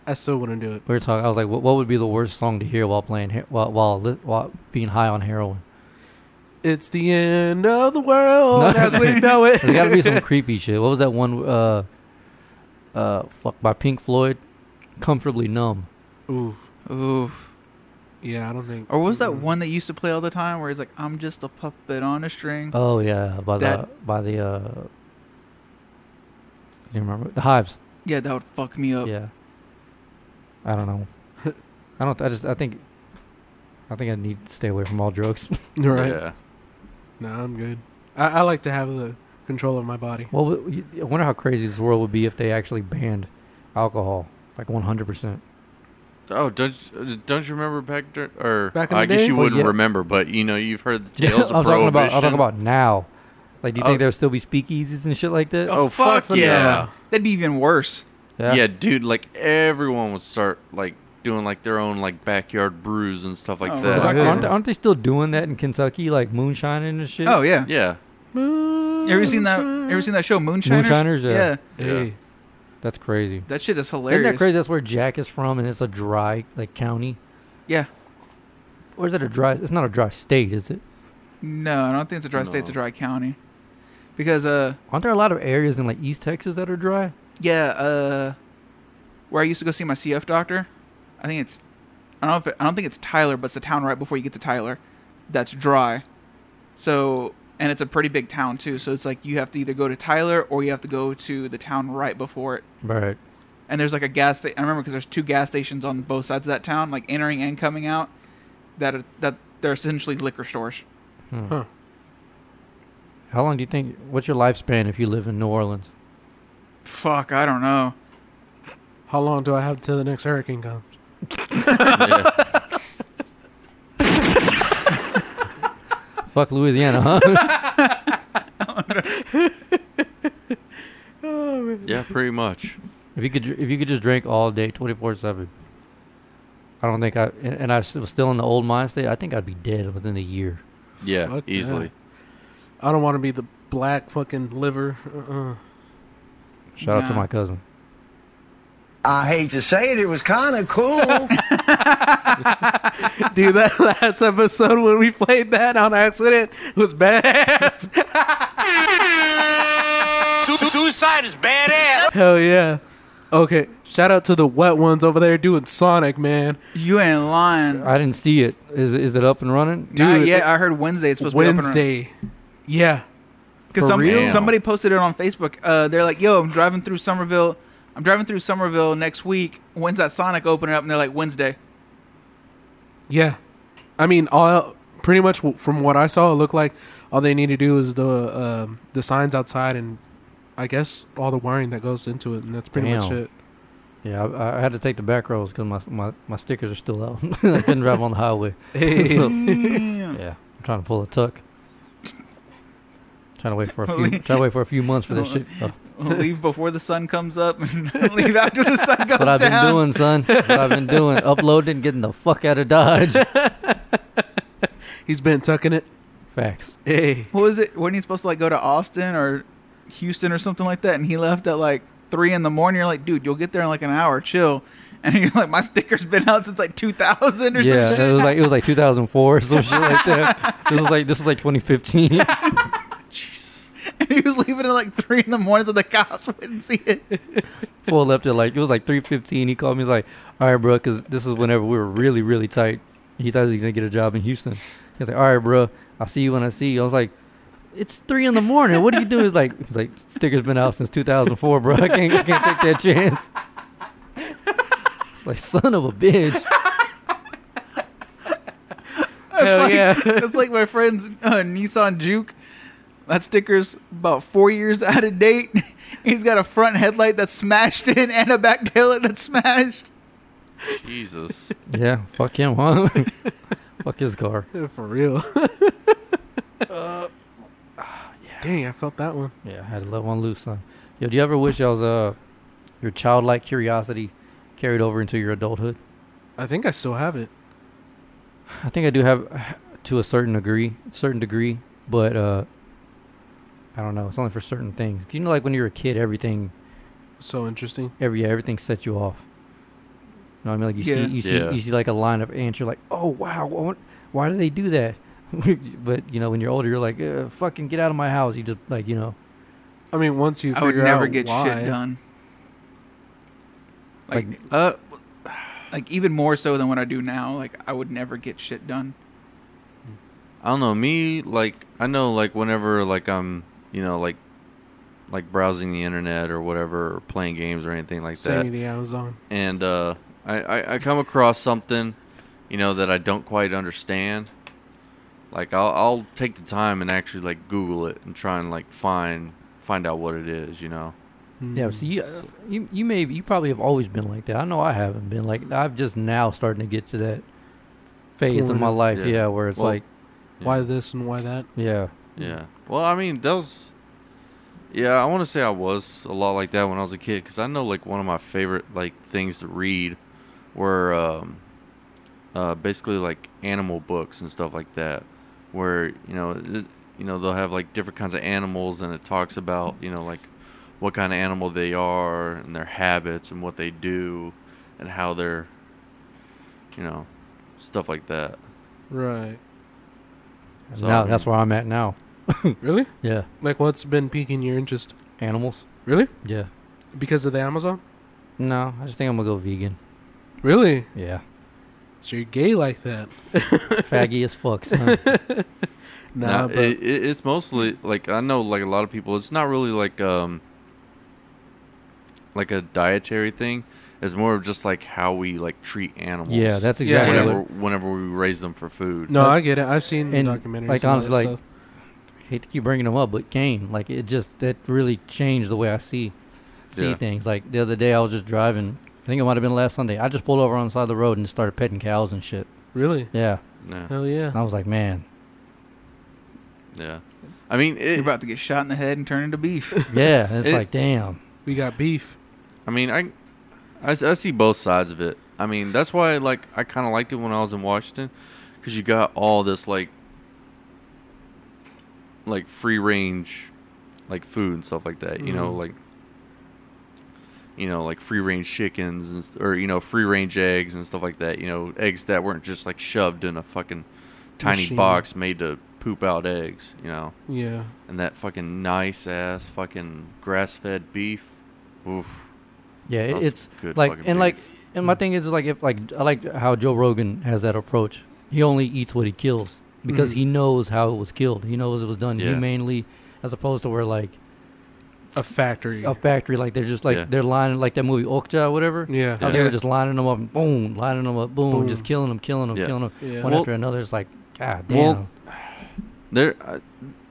B: I still wouldn't do it.
A: We were talking. I was like, "What, what would be the worst song to hear while playing he- while while, li- while being high on heroin?"
B: It's the end of the world
A: No.
B: as we know it.
A: There's got to be some creepy shit. What was that one? Uh, uh, fuck by Pink Floyd, "Comfortably Numb."
B: Ooh.
D: ooh.
B: Yeah, I don't think.
D: Or was that
B: Mm-mm.
D: one that used to play all the time, where he's like, "I'm just a puppet on a string."
A: Oh yeah, by the
D: That-
A: by the. Uh, do you remember the Hives?
D: Yeah, that would fuck me up.
A: Yeah. I don't know. I don't. I just. I think. I think I need to stay away from all drugs.
B: Right.
C: Yeah,
B: No, I'm good. I, I like to have the control of my body.
A: well, w- you- I wonder how crazy this world would be if they actually banned alcohol, like 100. percent
C: Oh, don't don't you remember back dur- or
B: Back in
C: I
B: the
C: guess
B: day?
C: you
A: Oh,
C: wouldn't
A: yeah.
C: remember, but you know you've heard the
A: Yeah,
C: tales of
A: I'm talking
C: prohibition.
A: about. I'm talking about now. Like, do you think
C: Oh.
A: there'll still be speakeasies and shit like that?
C: Oh, fuck yeah.
D: That'd be even worse.
C: Yeah. dude, like everyone would start like doing like their own like backyard brews and stuff like
D: Oh,
C: that.
D: fuck
A: Like,
D: yeah.
A: aren't, aren't they still doing that in Kentucky, like moonshining and shit?
D: Oh yeah.
C: Yeah.
D: You ever seen that? You ever seen that show Moonshiners?
A: Moonshiners, yeah.
B: Hey,
A: that's crazy.
D: that shit is hilarious.
A: Isn't that crazy? That's where Jack is from, and it's a dry like county,
D: Yeah.
A: or is it a dry? It's not a dry state, is it?
D: No, I don't think it's a dry state. It's a
C: No.
D: dry county. Because uh,
A: Aren't there a lot of areas in like East Texas that are dry?
D: yeah, uh, where I used to go see my CF doctor, I think it's, I don't know if it, I don't think it's Tyler, but it's the town right before you get to Tyler, that's dry. So and it's a pretty big town too. So it's like you have to either go to Tyler or you have to go to the town right before it.
A: Right.
D: and there's like a gas station. I remember because there's two gas stations on both sides of that town, like entering and coming out. That are, that they're essentially liquor stores.
A: How long do you think? What's your lifespan if you live in New Orleans?
D: Fuck, I don't know.
B: how long do I have till the next hurricane comes?
C: yeah.
A: Fuck Louisiana, huh?
C: Yeah, pretty much.
A: if you could, dr- if you could just drink all day, twenty four seven. I don't think I and and I s- was still in the old mind state. I think I'd be dead within a year.
C: Yeah,
B: Fuck
C: easily.
B: I don't want to be the black fucking liver. Uh-uh.
A: Shout out to
D: Nah.
A: my cousin.
I: I hate to say it, it was kind of cool.
B: Dude, that last episode when we played that on accident was bad.
G: Suicide is badass.
B: Hell yeah. Okay, shout out to the wet ones over there doing Sonic, man.
D: You ain't lying.
A: I didn't see it. Is is it up and running?
D: Not
B: dude,
D: yet.
B: it-
D: I heard Wednesday it's supposed to be
B: Wednesday. Yeah.
D: because
A: For
D: some,
A: real?
D: somebody posted it on Facebook. Uh, they're like, "Yo, I'm driving through Somerville. I'm driving through Somerville next week. When's that Sonic opening up?" And they're like, "Wednesday."
B: Yeah, I mean, all pretty much w- from what I saw, it looked like all they need to do is the um, the signs outside and I guess all the wiring that goes into it, and that's pretty much
A: Damn.
B: it.
A: Yeah, I, I had to take the back roads because my, my my stickers are still out. I couldn't drive on the highway. So, yeah, I'm trying to pull a tuck. Trying to wait for a few. trying to wait for a few months for this shit. Oh,
D: leave before the sun comes up and leave after the sun goes
A: what I've been
D: down.
A: doing, son. That's what I've been doing. Uploading, getting the fuck out of Dodge.
B: He's been tucking it.
A: Facts.
B: Hey,
D: What was it? Wasn't he supposed to like go to Austin or Houston or something like that? And he left at like three in the morning. You're like, dude, you'll get there in like an hour. Chill. And you're like, my sticker's been out since like 2000 or
A: Yeah,
D: some shit.
A: it was like it was like 2004 or some shit like that. This was like this was like 2015.
D: And he was leaving at like three in the morning so the cops wouldn't see it.
A: Fool left at like it was like 3:15. He called me. He's like, "All right, bro, because this is whenever we were really, really tight. He thought he was gonna get a job in Houston. He was like, "All right, bro, I'll see you when I see you." I was like, "It's three in the morning. What do you do?" He's like, "He's like, sticker's been out since 2004, bro. I can't, I can't take that chance." Like son of a bitch.
B: hell
D: like,
B: yeah.
D: It's like my friend's uh, Nissan Juke. That sticker's about four years out of date. He's got a front headlight that's smashed in and a back taillight that's smashed.
C: Jesus.
A: Yeah, fuck him, huh? fuck his car.
B: For real.
D: Uh,
B: Dang, I felt that one.
A: Yeah, I had to let one loose, son. Yo, do you ever wish I was uh your childlike curiosity carried over into your adulthood?
B: I think I still have it.
A: I think I do have to a certain degree, certain degree, but uh I don't know. It's only for certain things. Do you know like when you're a kid, everything
B: So interesting.
A: every yeah, everything sets you off. You know what I mean? Like you
D: Yeah.
A: see you
C: Yeah.
A: see you see like a line of ants, you're like, "Oh, wow. What, why do they do that?" but you know, when you're older, you're like, uh, "Fucking get out of my house." You just like, you know,
B: I mean, once you
D: I would
B: figure
D: never
B: out
D: get
B: why-
D: shit done. Like,
A: Like-
D: uh, like even more so than what I do now. Like I would never get shit done.
C: I don't know. Me, like, I know, like, whenever, like, I'm, you know, like, like browsing the internet or whatever, or playing games or anything like
B: Send me
C: that,
B: the Amazon.
C: and uh, I, I, I come across something, you know, that I don't quite understand. Like, I'll, I'll take the time and actually like Google it and try and like find find out what it is, you know.
B: Hmm. Mm-hmm.
A: Yeah, so you, you you may you probably have always been like that. I know I haven't been like I've just now starting to get to that phase of my
B: Corner.
A: life, yeah,
C: Yeah.
A: where it's
C: Well-
A: like,
B: Why this and why that?
A: yeah,
C: Yeah. Well, I mean, that was. Yeah, I want to say I was a lot like that when I was a kid because I know like one of my favorite like things to read were um, uh, basically like animal books and stuff like that, where you know it, you know they'll have like different kinds of animals and it talks about you know like what kind of animal they are and their habits and what they do and how they're you know stuff like that.
B: Right.
C: So,
A: now
C: I
A: that's
C: mean-
A: where I'm at now. Hmm.
B: Really?
A: Yeah,
B: Like, what's been piquing your interest?
A: animals.
B: Really?
A: Yeah.
B: Because of the Amazon?
A: No, I just think I'm gonna go vegan.
B: Really?
A: Yeah,
B: So you're gay like that?
A: faggy as fuck. Son.
C: Nah, it, it, it's mostly like I know like a lot of people. It's not really like um like a dietary thing. It's more of just like how we like treat animals.
A: Yeah, that's exactly
C: whenever
A: what.
C: whenever we raise them for food.
B: no, I get it. I've seen the
A: and,
B: documentaries.
A: like,
B: and all that
A: honestly, like,
B: stuff.
A: Hate to keep bringing them up, but Kane, like it just that really changed the way I see see
C: Yeah.
A: things. Like the other day, I was just driving. I think it might have been last Sunday. I just pulled over on the side of the road and started petting cows and shit.
B: really?
A: Yeah,
C: Yeah,
B: Hell yeah.
A: and I was like, man,
C: yeah. I mean,
D: You're
C: it,
D: about to get shot in the head and turn into beef.
A: yeah. And it's
C: It-
A: like, damn.
B: We got beef.
C: I mean, I, I s- I see both sides of it. I mean, that's why like I kind of liked it when I was in Washington, because you got all this like, like free range, like food and stuff like that. You know, like, you know, like free range chickens and, s- or you know free range eggs and stuff like that. You know, eggs that weren't just like shoved in a fucking tiny
B: Machine.
C: box made to poop out eggs. You know,
B: Yeah.
C: and that fucking nice ass fucking grass fed beef. Oof.
A: Yeah, it,
C: That's
A: it's
C: good
A: like
C: fucking
A: and like
C: beef. Mm.
A: and my thing is is like if like I like how Joe Rogan has that approach. He only eats what he kills because he knows how it was killed. He knows it was done
C: Mm. Yeah.
A: humanely, as opposed to where like
B: A factory.
A: a factory like they're just like
C: Yeah.
A: they're lining like that movie Okja or whatever.
B: Yeah.
A: How they were just lining them up, and boom, lining them up, boom,
B: Boom.
A: just killing them, killing them,
C: Yeah.
A: killing them,
B: Yeah.
A: one
C: Well-
A: after another. It's like God damn.
C: Well, They're, uh,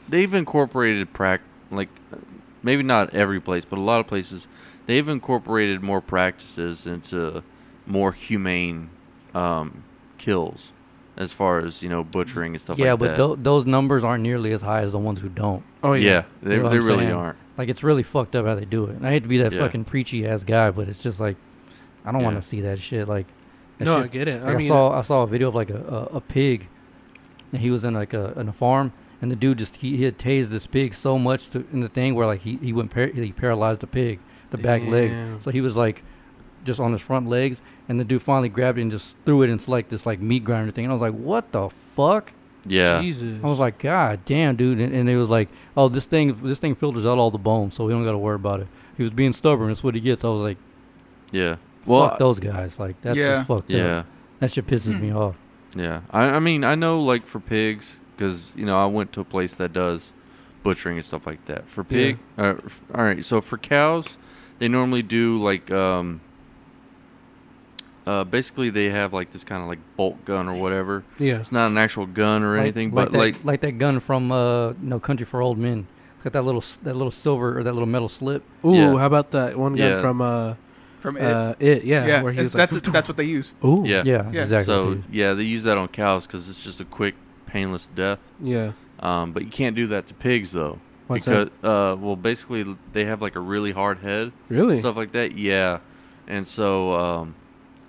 C: they've incorporated prac like uh, maybe not every place, but a lot of places they've incorporated more practices into more humane um, kills, as far as you know butchering and stuff.
A: yeah,
C: like
A: but
C: that.
A: tho- those numbers aren't nearly as high as the ones who don't.
B: oh
C: yeah,
B: yeah.
C: they,
A: You know what
C: they
A: I'm
C: really
A: saying?
C: aren't.
A: Like it's really fucked up how they do it. And I hate to be that
C: Yeah.
A: fucking preachy ass guy, but it's just like I don't want
C: Yeah.
A: to see that shit. Like that
B: No,
A: shit-
B: I get it.
A: like,
B: I
A: I
B: mean, uh
A: saw I saw a video of like a, a, a pig, and he was in like a in a farm, and the dude just he, he had tased this pig so much to, in the thing where like he he went par- he paralyzed the pig, the back
B: Damn.
A: legs. So he was like just on his front legs, and the dude finally grabbed it and just threw it into like this like meat grinder thing. And I was like, what the fuck?
C: Yeah,
B: Jesus.
A: I was like, God damn, dude! And, and it was like, oh, this thing, this thing filters out all the bones, so we don't got to worry about it. He was being stubborn. That's what he gets. I was like,
C: yeah. Well,
A: fuck those guys. Like that's
D: Yeah.
A: just fucked
C: yeah.
A: up. That shit pisses me off.
C: Yeah, I, I mean, I know like for pigs, because you know I went to a place that does butchering and stuff like that. For pig, uh, f- all right. So for cows, they normally do like, um, uh, basically they have like this kind of like bolt gun or whatever.
B: Yeah.
C: It's not an actual gun or
A: Like-
C: anything,
A: like
C: but
A: that,
C: like,
A: like that gun from uh, No Country for Old Men. It's got that little, s- that little silver or that little metal slip.
B: Ooh,
C: Yeah.
B: how about that one guy
C: Yeah.
B: from uh,
D: From it.
B: uh, it? Yeah,
D: yeah,
B: where he
D: it's-
B: was like,
D: that's that's what they use.
B: ooh,
C: yeah,
A: Yeah,
D: Yeah.
A: yeah. exactly.
C: So
A: dude.
C: yeah, they use that on cows because it's just a quick, painless death.
B: yeah.
C: Um, but you can't do that to pigs though.
B: What's
C: because, Uh, well, basically they have like a really hard head.
B: Really?
C: stuff like that. Yeah, and so um,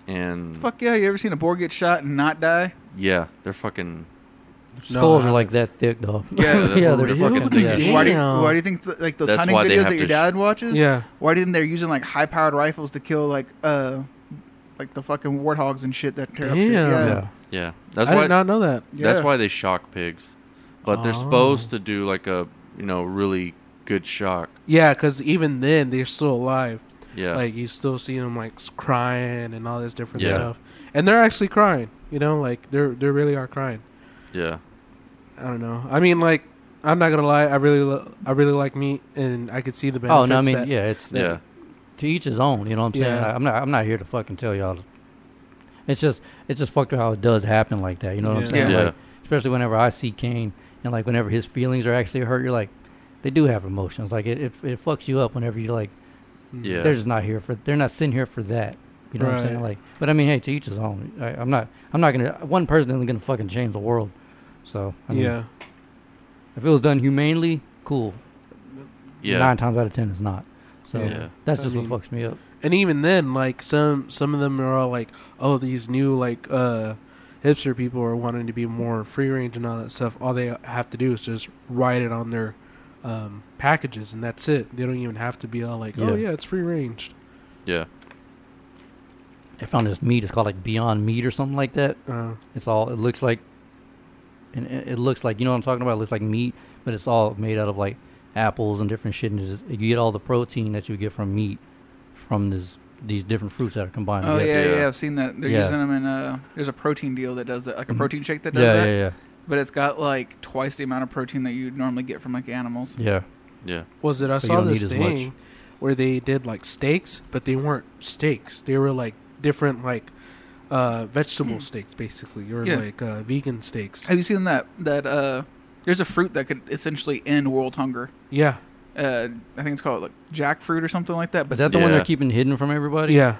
C: and
D: Fuck yeah! You ever seen a boar get shot and not die?
C: yeah, they're fucking
A: Skulls
B: I
A: are like that thick, dog.
D: Yeah,
C: that's
A: yeah,
C: what
A: they're
C: we're
A: fucking
C: fucking
A: thick. as
C: thinking.
A: shit.
D: Why do you,
B: Damn.
D: why do you think th- like those
C: That's
D: hunting
C: why they
D: videos
C: have
D: that your
C: to sh-
D: dad watches?
B: Yeah.
D: Why do you think they're using like high powered rifles to kill like uh like the fucking warthogs and shit that tear up shit?
B: Damn.
D: Yeah.
A: Yeah.
C: yeah. That's
B: I
C: why
B: did not know that.
C: that's
D: Yeah.
C: why they shock pigs, but they're supposed to do like a you know really good shock.
B: Yeah, because even then they're still alive.
C: Yeah,
B: Like you still see them like s- crying and all this different
C: Yeah.
B: stuff, and they're actually crying. You know, like they're they really are crying.
C: yeah,
B: I don't know. I mean, like I'm not gonna lie. I really lo- I really like meat, and I could see the benefits.
A: Oh no, I mean,
B: that-
A: yeah, it's
C: yeah,
A: to each his own. You know what I'm saying?
B: Yeah.
A: I, I'm not. I'm not here to fucking tell y'all. It's just. It's just fucked up how it does happen like that. You know what
B: Yeah.
A: I'm saying?
C: Yeah.
A: Like, especially whenever I see Kane and like whenever his feelings are actually hurt, you're like, they do have emotions. Like it. It, it fucks you up whenever you like.
C: yeah.
A: They're just not here for. They're not sitting here for that. You know what I'm saying?
B: Right.
A: Like, but I mean, hey, to each his own. I, I'm not. I'm not gonna. One person isn't gonna fucking change the world. So I mean,
B: yeah.
A: If it was done humanely, cool.
C: Yeah.
A: Nine times out of ten, it's not. So
C: Yeah.
A: that's
B: I
A: just
B: mean-
A: what fucks me up.
B: and even then, like some some of them are all like, oh, these new like uh hipster people are wanting to be more free range and all that stuff. All they have to do is just write it on their um, packages, and that's it. They don't even have to be all like, oh
A: Yeah.
B: yeah, it's free ranged.
C: yeah.
A: I found this meat. It's called like Beyond Meat or something like that.
B: Uh,
A: It's all. It looks like, and it it looks like you know what I'm talking about. It looks like meat, but it's all made out of like apples and different shit. And it's just, you get all the protein that you get from meat from this these different fruits that are combined.
D: Oh yeah,
A: together.
D: yeah,
C: Yeah.
D: I've seen that. They're
A: Yeah.
D: using them in. Uh, there's a protein deal that does that, like a protein shake that does
A: yeah,
D: that.
A: yeah, yeah,
D: But it's got like twice the amount of protein that you would normally get from like animals.
A: yeah.
C: Yeah.
B: was it? I
A: So you
B: saw
A: don't
B: this
A: need as much.
B: thing where they did like steaks, but they weren't steaks. They were like different like uh, vegetable steaks, basically, or
D: Yeah.
B: like uh, vegan steaks.
D: Have you seen that? That uh, there's a fruit that could essentially end world hunger.
B: yeah,
D: Uh, I think it's called like jackfruit or something like that. But
A: Is that the one
C: Yeah.
A: they're keeping hidden from everybody?
B: yeah.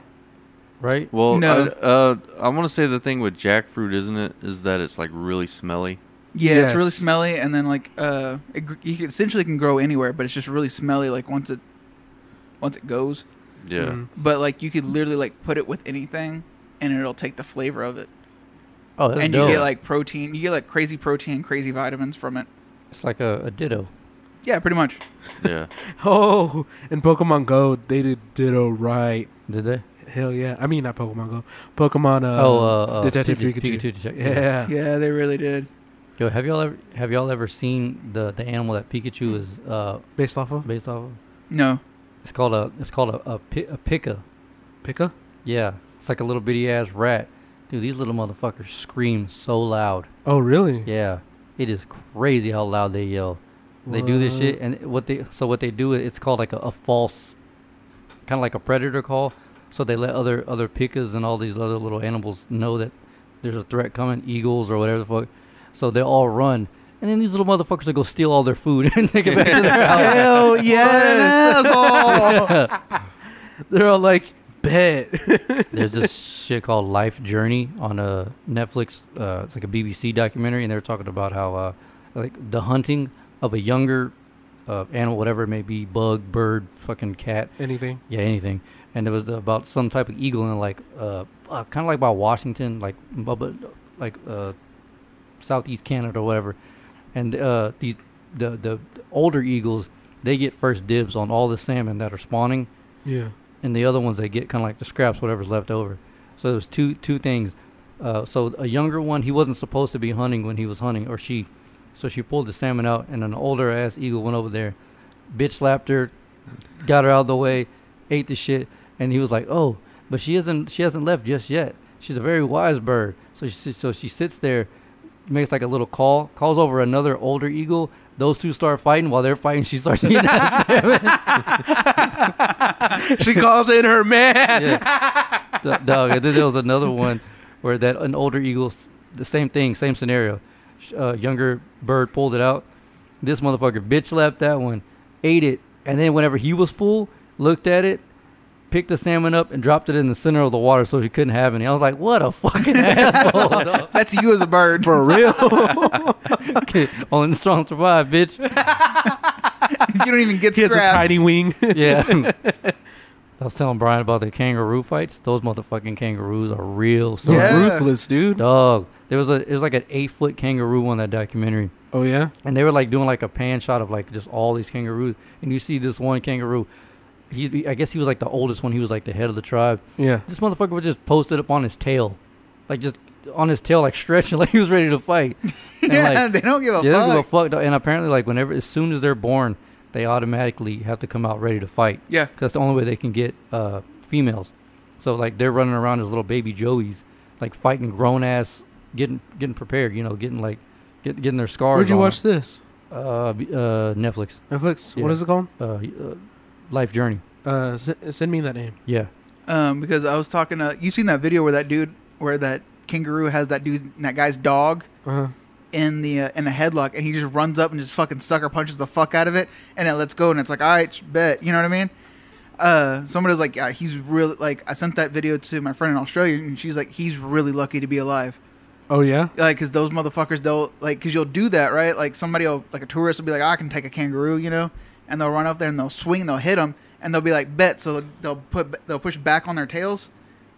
A: Right.
C: Well,
D: No.
C: I, uh, I want to say the thing with jackfruit, isn't it, is that it's like really smelly.
D: yeah, it's really
B: Yes.
D: smelly, and then like uh, it, gr- you can- essentially can grow anywhere, but it's just really smelly. Like once it, once it goes,
C: Yeah.
B: Mhm.
D: but like you could literally like put it with anything, and it'll take the flavor of it.
A: Oh, that's
D: and
A: dope.
D: you get like protein. You get like crazy protein, crazy vitamins from it.
A: it's like a, a ditto.
D: Yeah, pretty much.
C: Yeah.
B: Oh, in Pokemon Go, they did Ditto right.
A: Did they?
B: Hell yeah! I mean, not Pokemon Go, Pokemon. Uh,
A: oh, uh, uh,
B: Detective
A: Pikachu-
B: Pikachu.
A: Pikachu Detective.
B: yeah.
D: Yeah, they really did.
A: Yo, have y'all ever have y'all ever seen the the animal that Pikachu is uh
B: Based off of
A: based off of?
D: No,
A: It's called a it's called a a, pi- a pika.
B: Pika.
A: Yeah, it's like a little bitty ass rat. Dude, these little motherfuckers scream so loud.
B: Oh, really?
A: Yeah, it is crazy how loud they yell. They do this shit, and what they so what they do is it's called like a, a false, kind of like a predator call. So they let other other pikas and all these other little animals know that there's a threat coming, eagles or whatever the fuck. So they all run, and then these little motherfuckers will go steal all their food and take it back to their house.
B: Hell yes!
D: asshole.
B: They're all like, bet.
A: There's this shit called Life Journey on uh, Netflix. Uh, it's like a BBC documentary, and they were talking about how uh, like the hunting of a younger uh, animal, whatever it may be, bug, bird, fucking cat,
B: Anything?
A: yeah, anything. And it was about some type of eagle in like uh, kind of like by Washington, like bu- bu- like uh, southeast Canada or whatever. And uh, these the, the older eagles they get first dibs on all the salmon that are spawning
B: Yeah.
A: and the other ones they get kind of like the scraps, whatever's left over. So it was two two things. Uh, so a younger one, he wasn't supposed to be hunting when he was hunting, or she. So she pulled the salmon out, and an older ass eagle went over there, bitch slapped her, got her out of the way, ate the shit, and he was like, "Oh, but she isn't. She hasn't left just yet. She's a very wise bird." So she so she sits there, makes like a little call, calls over another older eagle. Those two start fighting. While they're fighting, she starts eating that salmon.
B: she calls in her man.
A: yeah. D- dog. And then there was another one where that an older eagle, s- the same thing, same scenario. Sh- Uh, younger bird pulled it out. This motherfucker bitch slapped that one, ate it, and then whenever he was full, looked at it, picked the salmon up, and dropped it in the center of the water so she couldn't have any. I was like, what a fucking asshole. dog.
D: That's you as a bird. For
B: Real?
A: Only the strong survive, bitch.
D: you don't even get
B: he has a
D: scraps.
B: tiny wing.
A: Yeah. I was telling Brian about the kangaroo fights. Those motherfucking kangaroos are real. So
D: Yeah.
B: Ruthless, dude.
A: Dog. There was a it was like an eight foot kangaroo on that documentary.
B: Oh yeah.
A: And they were like doing like a pan shot of like just all these kangaroos. And you see this one kangaroo. He- He I guess he was like the oldest one, he was like the head of the tribe.
B: Yeah.
A: This motherfucker was just posted up on his tail. Like just on his tail, like stretching like he was ready to fight. And
D: yeah,
A: like
D: they don't give a
A: yeah, they don't give a
D: fuck.
A: fuck. dog. And apparently like whenever as soon as they're born, they automatically have to come out ready to fight.
D: yeah,
A: Cause that's the only way they can get uh, females. So like they're running around as little baby joeys, like fighting grown ass, getting getting prepared. You know, getting like get, getting their scars.
B: Where'd you
A: on.
B: watch this?
A: Uh, b- uh, Netflix.
B: Netflix.
A: Yeah.
B: What is it called?
A: Uh, y- uh, Life Journey.
B: Uh, s- send me that name.
A: Yeah.
D: um, because I was talking to you. Seen that video where that dude, where that kangaroo has that dude, that guy's dog
B: Uh-huh.
D: in the uh, in a headlock, and he just runs up and just fucking sucker punches the fuck out of it, and it lets go, and it's like, all right, sh- bet. You know what I mean? Uh, somebody was like, yeah, he's really like. I sent that video to my friend in Australia, and she's like, he's really lucky to be alive.
B: Oh yeah.
D: like because those motherfuckers they'll like because you'll do that right like somebody will like a tourist will be like "Ah, i can take a kangaroo you know and they'll run up there and they'll swing and they'll hit them and they'll be like bet so they'll- they'll put they'll push back on their tails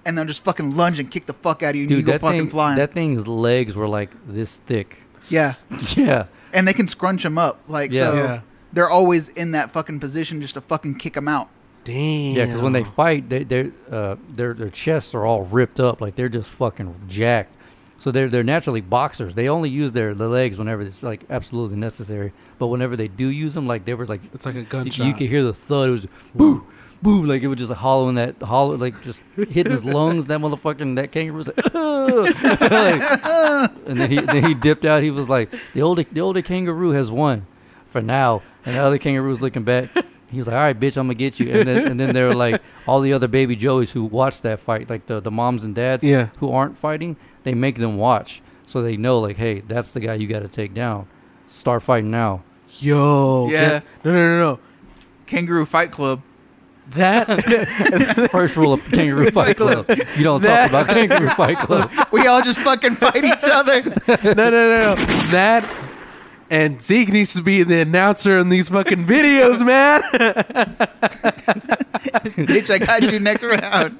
D: and they'll just fucking lunge and kick the fuck out of you and you
A: Dude,
D: go
A: that
D: fucking
A: thing,
D: flying
A: that thing's legs were like this thick.
D: yeah
A: Yeah.
D: and they can scrunch them up like
A: Yeah.
D: so
B: Yeah.
D: they're always in that fucking position just to fucking kick them out
B: Damn.
A: Yeah, because when they fight, they they uh, their their chests are all ripped up, like they're just fucking jacked. So they're they're naturally boxers. They only use their, their legs whenever it's like absolutely necessary. But whenever they do use them, like they were like
B: It's like a
A: y-
B: gunshot.
A: you could hear the thud. It was boo boo, like it was just hollowing that hollow, like just hitting his lungs. That motherfucking that kangaroo was like, Like, and then he then he dipped out. He was like, the older the older kangaroo has won for now. And the other kangaroo was looking back. He was like, all right, bitch, I'm gonna get you. And then and then there were like all the other baby joeys who watched that fight, like the the moms and dads
B: Yeah.
A: who aren't fighting. They make them watch so they know like, hey, that's the guy you got to take down. Start fighting now.
B: Yo.
D: Yeah.
B: that- no, no, no, no.
D: kangaroo fight club
B: That
A: First rule of Kangaroo Fight Club: you don't
B: That-
A: talk about Kangaroo Fight Club.
D: we all just fucking fight each other
B: no, no, no, no. That and Zeke needs to be the announcer in these fucking videos, man.
D: bitch i got you next round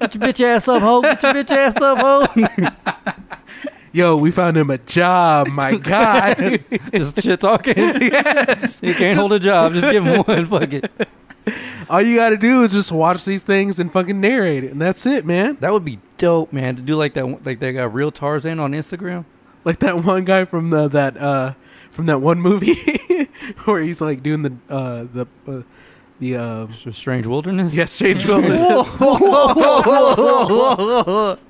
A: Get your bitch ass up, ho! Get your bitch ass up, ho!
B: Yo, we found him a job. My God.
A: just shit talking.
B: yes.
A: You can't hold a job. Just give him one. Fuck it.
B: All you got to do is just watch these things and fucking narrate it, and that's it, man.
A: That would be dope, man. To do like that, one- like that guy, real Tarzan on Instagram.
B: Like that one guy from the that uh from that one movie where he's like doing the uh the uh, the uh,
A: Str- Strange Wilderness.
B: yes change moment.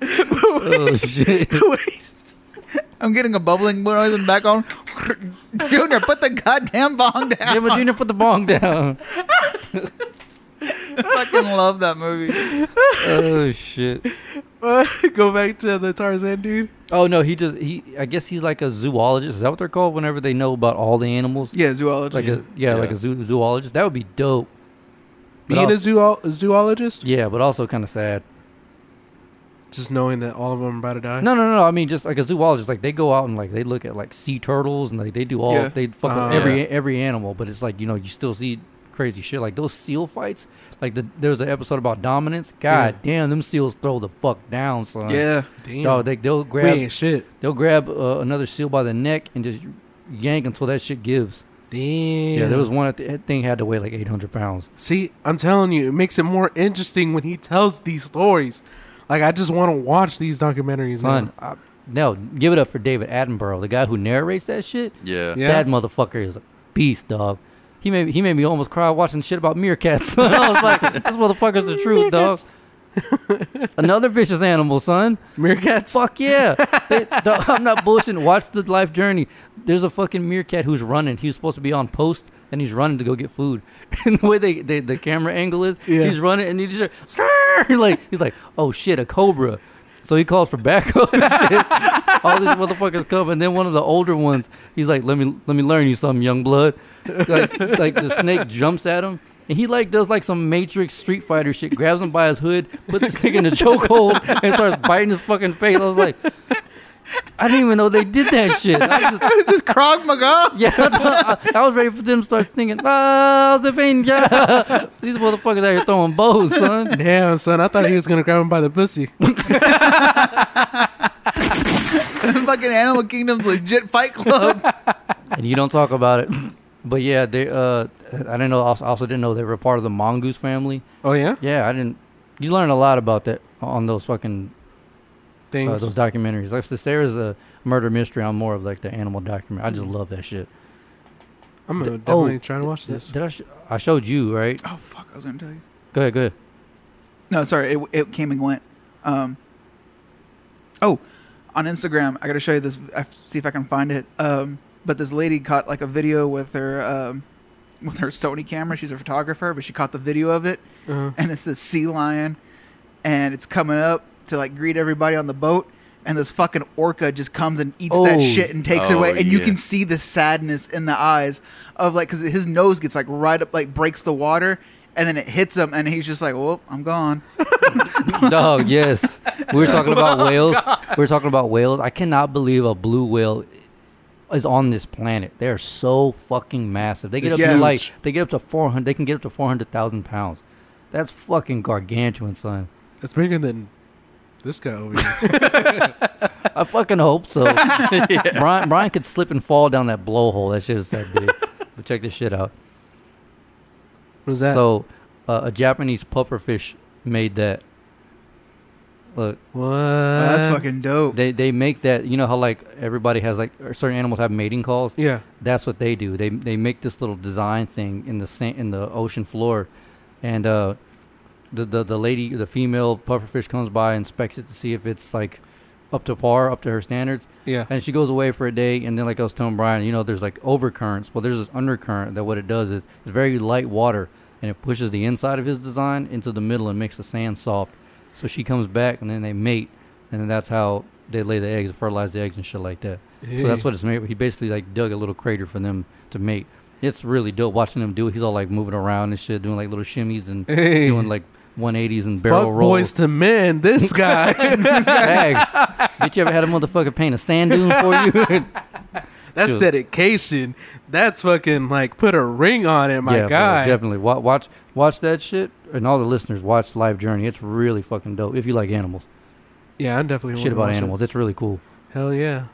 A: Oh shit.
D: i'm getting a bubbling noise and back on junior put the goddamn bong down
A: Jimmy Junior, put the bong down.
D: fucking love that movie.
A: Oh shit.
B: Go back to the Tarzan dude.
A: Oh no, he just he. I guess he's like a zoologist. Is that what they're called? Whenever they know about all the animals.
D: Yeah, zoologist.
A: Like a yeah,
C: Yeah.
A: like a zoo, zoologist. That would be dope. But
B: Being a
A: also-
B: zool- zoologist,
A: Yeah, but also kind of sad.
B: just knowing that all of them are about to die.
A: No, no, no. I mean, just like a zoologist, like they go out and like they look at like sea turtles and like they do all
D: Yeah.
A: they fuck
B: Oh,
A: with every
B: yeah.
A: every animal, but it's like you know you still see crazy shit like those seal fights. Like the, there was an episode about dominance. God damn, them seals throw the fuck down, son.
D: yeah.
B: Damn.
A: No, they they'll grab
B: we ain't shit.
A: they'll grab uh, another seal by the neck and just yank until that shit gives.
B: Damn.
A: Yeah, there was one that that thing had to weigh like 800 pounds.
B: See, I'm telling you, it makes it more interesting when he tells these stories. Like I just want to watch these documentaries. now.
A: Son, I, no, give it up for David Attenborough, the guy who narrates that shit.
C: Yeah.
B: Yeah.
A: That motherfucker is a beast, dog. He made he made me almost cry watching shit about meerkats. I was like, this motherfucker's the truth, dog. Another vicious animal, son.
B: Meerkats.
A: Fuck yeah. They- dog, I'm not bullshitting. Watch the life journey. There's a fucking meerkat who's running. He was supposed to be on post and he's running to go get food. And the way they, they the camera angle is,
B: Yeah.
A: he's running and he just "Skrrr!" like he's like, oh shit, a cobra. So he calls for backup and shit. All these motherfuckers come, and then one of the older ones, he's like, "Let me, let me learn you something, young blood." Like, like the snake jumps at him, and he like does like some Matrix Street Fighter shit, grabs him by his hood, puts the snake in a chokehold, and starts biting his fucking face. I was like, I didn't even know they did that shit. I was just-
D: Is this Krog Maga?
A: yeah, I, thought- I was ready for them to start singing. "Ah, the pain, yeah." These motherfuckers out here throwing bows, son.
B: Damn, son. I thought he was gonna grab him by the pussy.
D: fucking Animal Kingdom's legit fight club.
A: and you don't talk about it. But yeah, they. Uh, I didn't know. Also, also didn't know they were part of the mongoose family.
B: Oh yeah.
A: Yeah, I didn't. You learn a lot about that on those fucking uh,
B: Things.
A: those documentaries. Like I said, Sarah's a murder mystery. I'm more of like the animal documentary. I just love that shit.
B: I'm gonna
A: Oh,
B: definitely try to watch this.
A: Did I? Sh- I showed you right.
D: oh fuck, I was gonna tell you.
A: Go ahead. Go ahead.
D: No, sorry, it, it came and went. Um. Oh, on Instagram, I gotta show you this. I see if I can find it. Um, but this lady caught like a video with her um, with her Sony camera. She's a photographer, but she caught the video of it,
B: Uh-huh.
D: and it's this sea lion, and it's coming up to like greet everybody on the boat. And this fucking orca just comes and eats that
A: Oh.
D: shit and takes it
C: Oh,
D: away, and you
C: yeah.
D: can see the sadness in the eyes of like because his nose gets like right up, like breaks the water, and then it hits him, and he's just like, "Well, I'm gone."
A: Dog, yes. We were talking about whales. We were talking about whales. I cannot believe a blue whale is on this planet. They are so fucking massive. They get up
I: They're
A: to
I: huge.
A: like they get up to four hundred. They can get up to four hundred thousand pounds. That's fucking gargantuan, son.
B: It's bigger than this guy over here.
A: I fucking hope so. Brian Brian could slip and fall down that blowhole. That shit is that big. but check this shit out.
B: What is that?
A: So, uh, a Japanese pufferfish made that. Look,
B: what?
D: Wow,
B: Uh,
D: that's fucking dope.
A: they they make that. You know how like everybody has like or certain animals have mating calls.
B: Yeah.
A: That's what they do. They they make this little design thing in the sand, in the ocean floor, and uh, the the the lady the female pufferfish comes by and inspects it to see if it's like up to par, up to her standards.
B: Yeah.
A: And she goes away for a day, and then like I was telling Brian, you know, there's like overcurrents. Well, there's this undercurrent that what it does is it's very light water, and it pushes the inside of his design into the middle and makes the sand soft. So she comes back, and then they mate, and then that's how they lay the eggs, fertilize the eggs, and shit like that. So that's
B: Hey.
A: what it's made. He basically like dug a little crater for them to mate. It's really dope watching him do it. He's all like moving around and shit, doing like little shimmies and
B: Hey.
A: doing like 180s and barrel
B: Fuck
A: rolls.
B: boys to men. This guy.
A: Hey, bitch, you ever had a motherfucker paint a sand dune for you?
B: that's
A: Dude.
B: dedication. That's fucking like put a ring on it, my
A: yeah, bro,
B: guy.
A: definitely. Watch, watch, watch that shit, and all the listeners watch Life Journey. It's really fucking dope. If you like animals,
B: Yeah, I'm definitely
A: shit
B: wanna
A: about
B: watch it.
A: animals, it's really cool.
B: Hell yeah.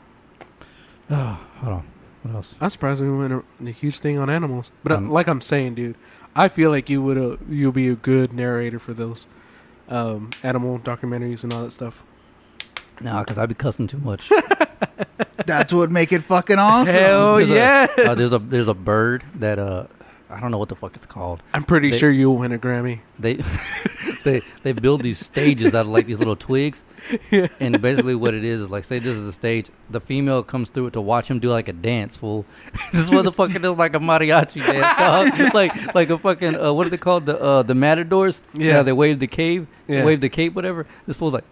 A: Hold on, what else?
B: I'm surprised we went a, a huge thing on animals. But uh,
A: Um,
B: like I'm saying, dude, I feel like you would uh, you'll be a good narrator for those um, animal documentaries and all that stuff.
A: Nah, because I be cussing too much.
D: That's what make it fucking awesome.
B: Hell
A: There's a-
B: yeah!
A: uh, there's a there's a bird that uh I don't know what the fuck it's called.
B: I'm pretty
A: They-
B: sure you'll win a Grammy.
A: They they they build these stages out of like these little twigs, and basically what it is is like say this is a stage. The female comes through it to watch him do like a dance. Fool, this motherfucker does like a mariachi dance, dog. like like a fucking uh, what are they called the uh, the matadors?
B: Yeah.
A: how they wave the cave,
B: Yeah.
A: they wave the cape, whatever. This fool's like.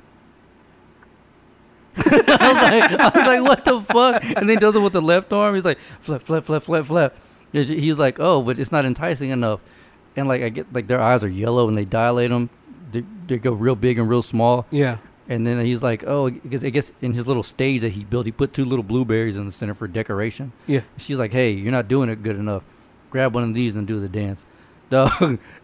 A: I was like, I was like, what the fuck? And then he does it with the left arm. He's like, flap, flap, flap, flap, flap. He's- He's like, oh, but it's not enticing enough. And like, I get like their eyes are yellow and they dilate them. They, they go real big and real small.
B: Yeah.
A: And then he's like, oh, I guess, I guess in his little stage that he built, he put two little blueberries in the center for decoration.
B: Yeah.
A: She's like, hey, you're not doing it good enough. Grab one of these and do the dance. Dog.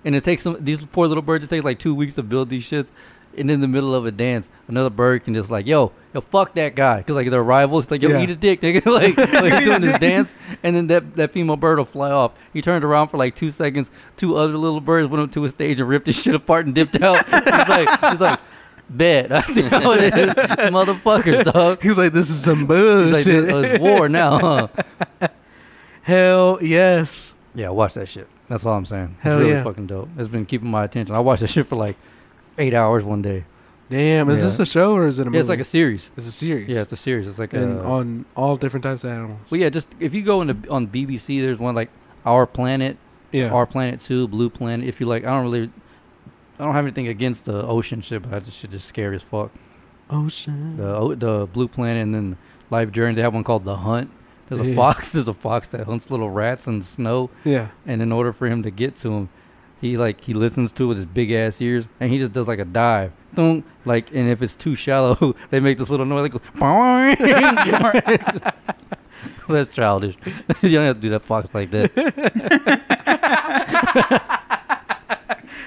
A: And it takes some, these poor little birds, it takes like two weeks to build these shits. And in the middle of a dance, another bird can just like, yo, yo, fuck that guy. Because like they're rivals. Like, yo,
B: Yeah.
A: eat a dick. They like, like he's doing his dance. And then that, that female bird will fly off. He turned around for like two seconds. Two other little birds went up to his stage and ripped his shit apart and dipped out. he's like, he's like, bet. I see how it is. Motherfuckers, dog.
B: He's like, this is
A: He's like,
B: some bullshit.
A: "Oh, it's war now, huh?
B: Hell yes.
A: Yeah, watch that shit. That's all I'm saying. It's
B: Hell
A: really
B: yeah.
A: fucking dope. It's been keeping my attention. I watched that shit for like eight hours one day.
B: Damn, is
A: Yeah.
B: this a show or is it a movie?
A: Yeah, it's like a series.
B: it's a series.
A: Yeah, it's a series. It's like
B: and
A: a.
B: on all different types of animals.
A: well, yeah, just if you go into on BBC, there's one like Our Planet,
B: yeah.
A: Our Planet Two, Blue Planet. If you like, I don't really, I don't have anything against the ocean shit, but I just shit just scary as fuck.
B: ocean.
A: The o- the Blue Planet and then Life Journey. They have one called The Hunt. There's a
B: Yeah.
A: fox. There's a fox that hunts little rats in the snow.
B: yeah.
A: and in order for him to get to him, he like he listens to it with his big ass ears, and he just does like a dive, Thunk. like, and if it's too shallow, they make this little noise. It goes, "Boing." That's childish. you don't have to do that fox like that.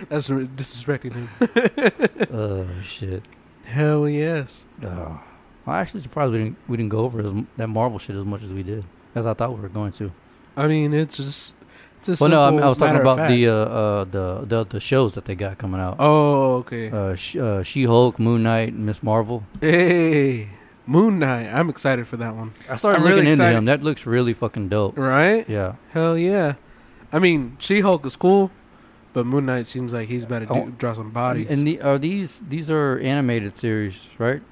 B: That's r- disrespecting him.
A: Oh shit.
B: Hell yes.
A: Oh. I'm actually surprised we didn't we didn't go over as, m- that Marvel shit as much as we did, as I thought we were going to.
B: I mean, it's just. It's a
A: Well, no, I, mean, I
B: simple
A: was talking
B: matter of
A: about the,
B: fact.
A: uh, uh, the the the shows that they got coming out.
B: Oh, okay.
A: Uh, Sh- uh, She-Hulk, Moon Knight, Miss Marvel.
B: Hey, Moon Knight. I'm excited for that one.
A: I started
D: I'm
A: looking
D: really
A: into
D: excited.
A: him. That looks really fucking dope.
B: Right?
A: Yeah.
B: Hell yeah. I mean, She Hulk is cool, but Moon Knight seems like he's about to
A: Oh,
B: do, draw some bodies.
A: And the, are these these are animated series, right?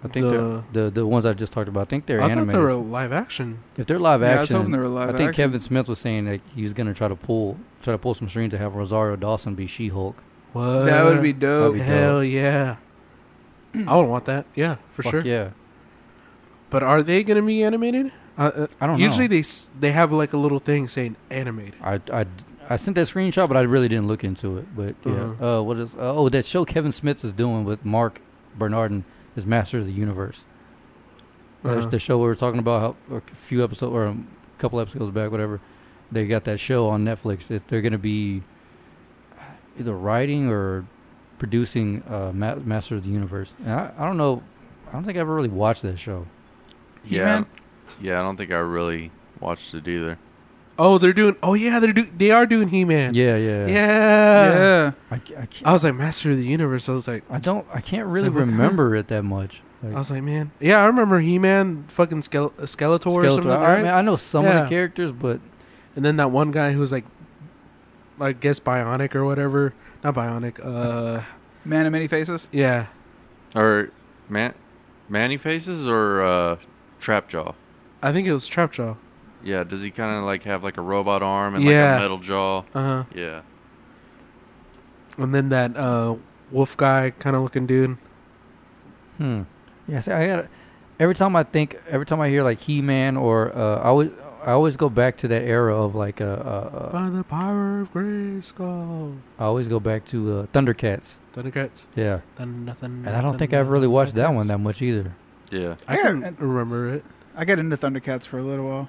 A: I think
B: The-
A: they're the the ones I just talked about. I think they're
B: I thought
A: animated.
B: they were live action.
A: if they're live
D: Yeah, I was
A: action,
D: hoping they were live
A: I think
D: action.
A: Kevin Smith was saying that he's gonna try to pull try to pull some strings to have Rosario Dawson be She Hulk.
B: What?
D: that would be dope.
A: be
B: Hell yeah. I would want that. Yeah, for sure.
A: Yeah.
B: But are they going to be animated? Uh, uh,
A: I don't know.
B: usually they s- they have like a little thing saying animated.
A: I, I, I sent that screenshot, but I really didn't look into it. But yeah,
B: Uh-huh.
A: uh, what is? Uh, oh, that show Kevin Smith is doing with Mark Bernardin is Master of the Universe. That's
B: Uh-huh.
A: the show we were talking about how, a few episodes or a couple episodes back, whatever. They got that show on Netflix. If they're gonna be either writing or producing uh, Ma- Master of the Universe, and I, I don't know. I don't think I ever really watched that show.
C: Yeah,
D: He-Man?
C: yeah. I don't think I really watched it either.
B: Oh, they're doing. Oh yeah, they're do. They are doing He Man.
A: Yeah, yeah,
B: yeah.
D: Yeah.
A: I, ca- I can't.
B: I was like Master of the Universe. I was like,
A: I don't. I can't really
B: like, what kind of-
A: remember it that much. Like,
B: I was like, man. Yeah, I remember He Man, fucking Skele- Skeletor, or
A: Skeletor.
B: something,
A: I,
B: right?
A: I mean, I know some of
B: Yeah.
A: the characters, but
B: and then that one guy who was like, I guess Bionic or whatever. Not Bionic. Uh,
D: Man of many faces.
B: yeah.
C: Or man, Manny faces or uh, Trapjaw.
B: I think it was Trapjaw.
C: Yeah. Does he kind of like have like a robot arm and
B: Yeah.
C: like a metal jaw?
B: Uh
A: Uh-huh.
B: huh.
C: Yeah.
B: And then that uh, wolf guy, kind of looking dude.
A: hmm. Yeah, see, I got. Every time I think, every time I hear like He Man or uh, I always, I always go back to that era of like uh, uh, uh
B: By the power of Grayskull.
A: I always go back to uh, Thundercats.
B: Thundercats.
A: Yeah,
B: Dun, nothing.
A: and I don't think I've really watched that one
B: Thundercats.
A: that much either.
C: Yeah.
B: I can remember it.
D: I got into Thundercats for a little while.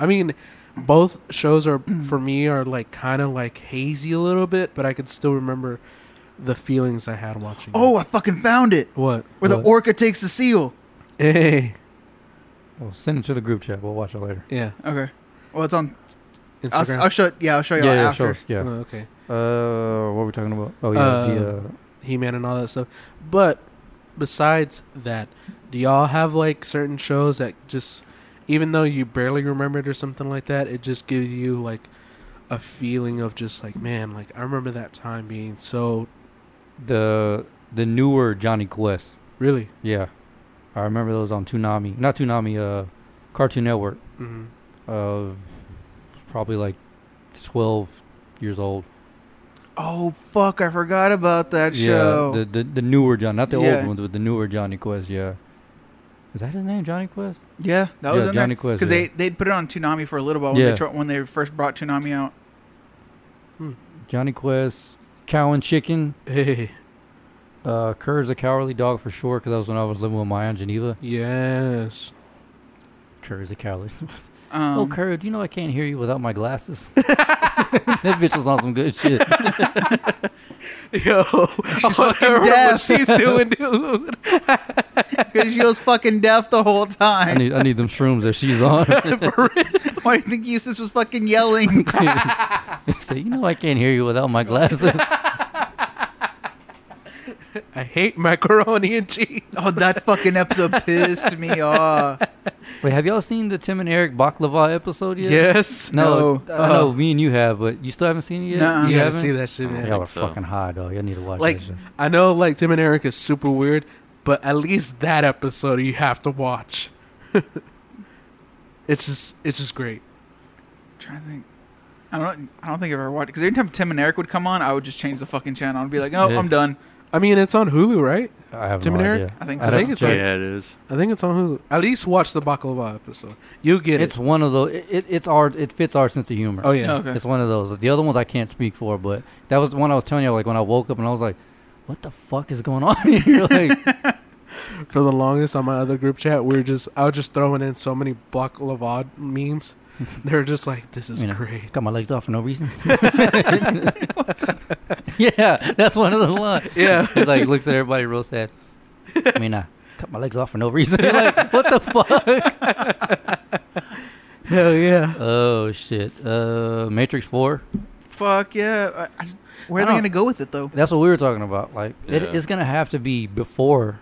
B: I mean, both shows are for me are like kind of like hazy a little bit, but I could still remember the feelings I had watching.
D: Oh,
B: it.
D: I fucking found it.
B: what?
D: Where the
A: What?
D: orca takes the seal.
B: Hey,
A: Well, send it to the group chat. We'll watch it later.
B: yeah,
D: Okay. Well, it's on. I'll,
B: Instagram.
D: I'll show. it- Yeah, I'll show you
A: yeah,
D: all
A: yeah,
D: after.
A: sure. Yeah.
B: Oh, okay,
A: Uh, what are we talking about? Oh yeah, the uh,
B: He Man and all that stuff. But besides that, do y'all have like certain shows that just, even though you barely remember it or something like that, it just gives you like a feeling of just like man, like I remember that time being so
A: the the newer Johnny Quest.
B: really.
A: Yeah, I remember those on Toonami. Not Toonami. Uh, Cartoon Network.
B: Mm-hmm.
A: Uh, probably like twelve years old.
D: Oh fuck! I forgot about that show.
A: the the, the newer John, not the
D: Yeah.
A: old ones, but the newer Johnny Quest. Yeah, is that his name, Johnny Quest?
D: yeah, that
A: yeah,
D: was in
A: Johnny Quest.
D: Because
A: yeah.
D: they they'd put it on Toonami for a little while when
A: Yeah.
D: they tr- when they first brought Toonami out.
A: Johnny Quest, Cow and Chicken.
B: Hey,
A: Uh, Kerr's a cowardly dog for sure, because that was when I was living with my aunt Geneva.
B: yes.
A: Kerr is a cowardly.
D: Um,
A: oh, Kerr, do you know I can't hear you without my glasses? that bitch was on some good shit.
B: Yo, Oh, she's whatever
D: deaf.
B: what she's doing, dude.
D: Because she was fucking deaf the whole
A: I
D: time.
A: need I need them shrooms that she's on.
D: Why do you think Eustace was fucking yelling?
A: Say, you know I can't hear you without my glasses.
B: I hate macaroni and cheese.
D: oh, that fucking episode pissed me off.
A: Wait, have y'all seen the Tim and Eric Baklava episode yet?
B: Yes.
A: No,
D: No.
A: I know me and you have, but you still haven't seen it yet.
D: Nuh-uh.
A: you
B: Uh-huh. You uh, gotta
A: haven't?
B: see that shit, man.
A: Y'all are
C: think so.
A: fucking high, dog. Y'all need to watch
B: Like,
A: that shit.
B: I know, like Tim and Eric is super weird, but at least that episode you have to watch. it's just, it's just great.
D: trying to think. I don't. I don't think I've ever watched because every time Tim and Eric would come on, I would just change the fucking channel. I'd be like, "Oh,
A: Yeah.
D: I'm done."
B: I mean, it's on Hulu, right?
A: I have
B: Tim
A: no
B: and Eric?
A: idea.
D: I think
A: I'd
D: so.
A: have
B: I think
A: to
B: it's
A: check.
B: like-
C: yeah, it is.
B: I think it's on Hulu. At least watch the baklava episode. You'll get
A: it's
B: it.
A: one of those. It, it, it's our. It fits our sense of humor.
B: Oh yeah.
D: Okay.
A: It's one of those. The other ones I can't speak for, but that was the one I was telling you. Like when I woke up and I was like, "What the fuck is going on here?" like,
B: For the longest on my other group chat, we were just, I was just throwing in so many baklava memes. They're just like, this is
A: You know.
B: great.
A: got my legs off for no reason. yeah, that's one of the ones.
B: Yeah.
A: He, like looks at everybody real sad. I mean, I cut my legs off for no reason. like, what the fuck?
B: Hell yeah.
A: Oh shit. Uh, Matrix Four.
D: Fuck yeah! I, I, where
A: I
D: are they
A: don't-
D: gonna go with it though?
A: That's what we were talking about. Like, it,
C: Yeah.
A: it's gonna have to be before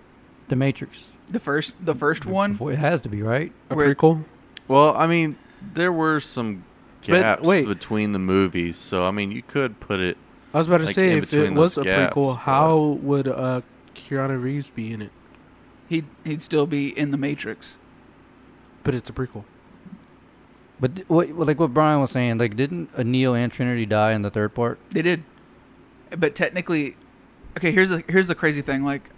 A: the Matrix.
D: The first, the first one.
A: Before, it has to be right.
B: A
D: Where-
B: prequel?
C: Well, I mean, there were some
B: But
C: gaps
B: wait.
C: between the movies, so I mean, you could put it.
B: I was about to
C: Like,
B: say,
C: in
B: if it
C: between
B: was a
C: those gaps,
B: prequel,
C: yeah.
B: how would uh, Keanu Reeves be in it?
D: He'd he'd still be in the Matrix.
B: But it's a prequel.
A: But th- what, what- like what Brian was saying, like didn't uh, Neo and Trinity die in the third part?
D: They did, but technically, okay. Here's the here's the crazy thing. Like,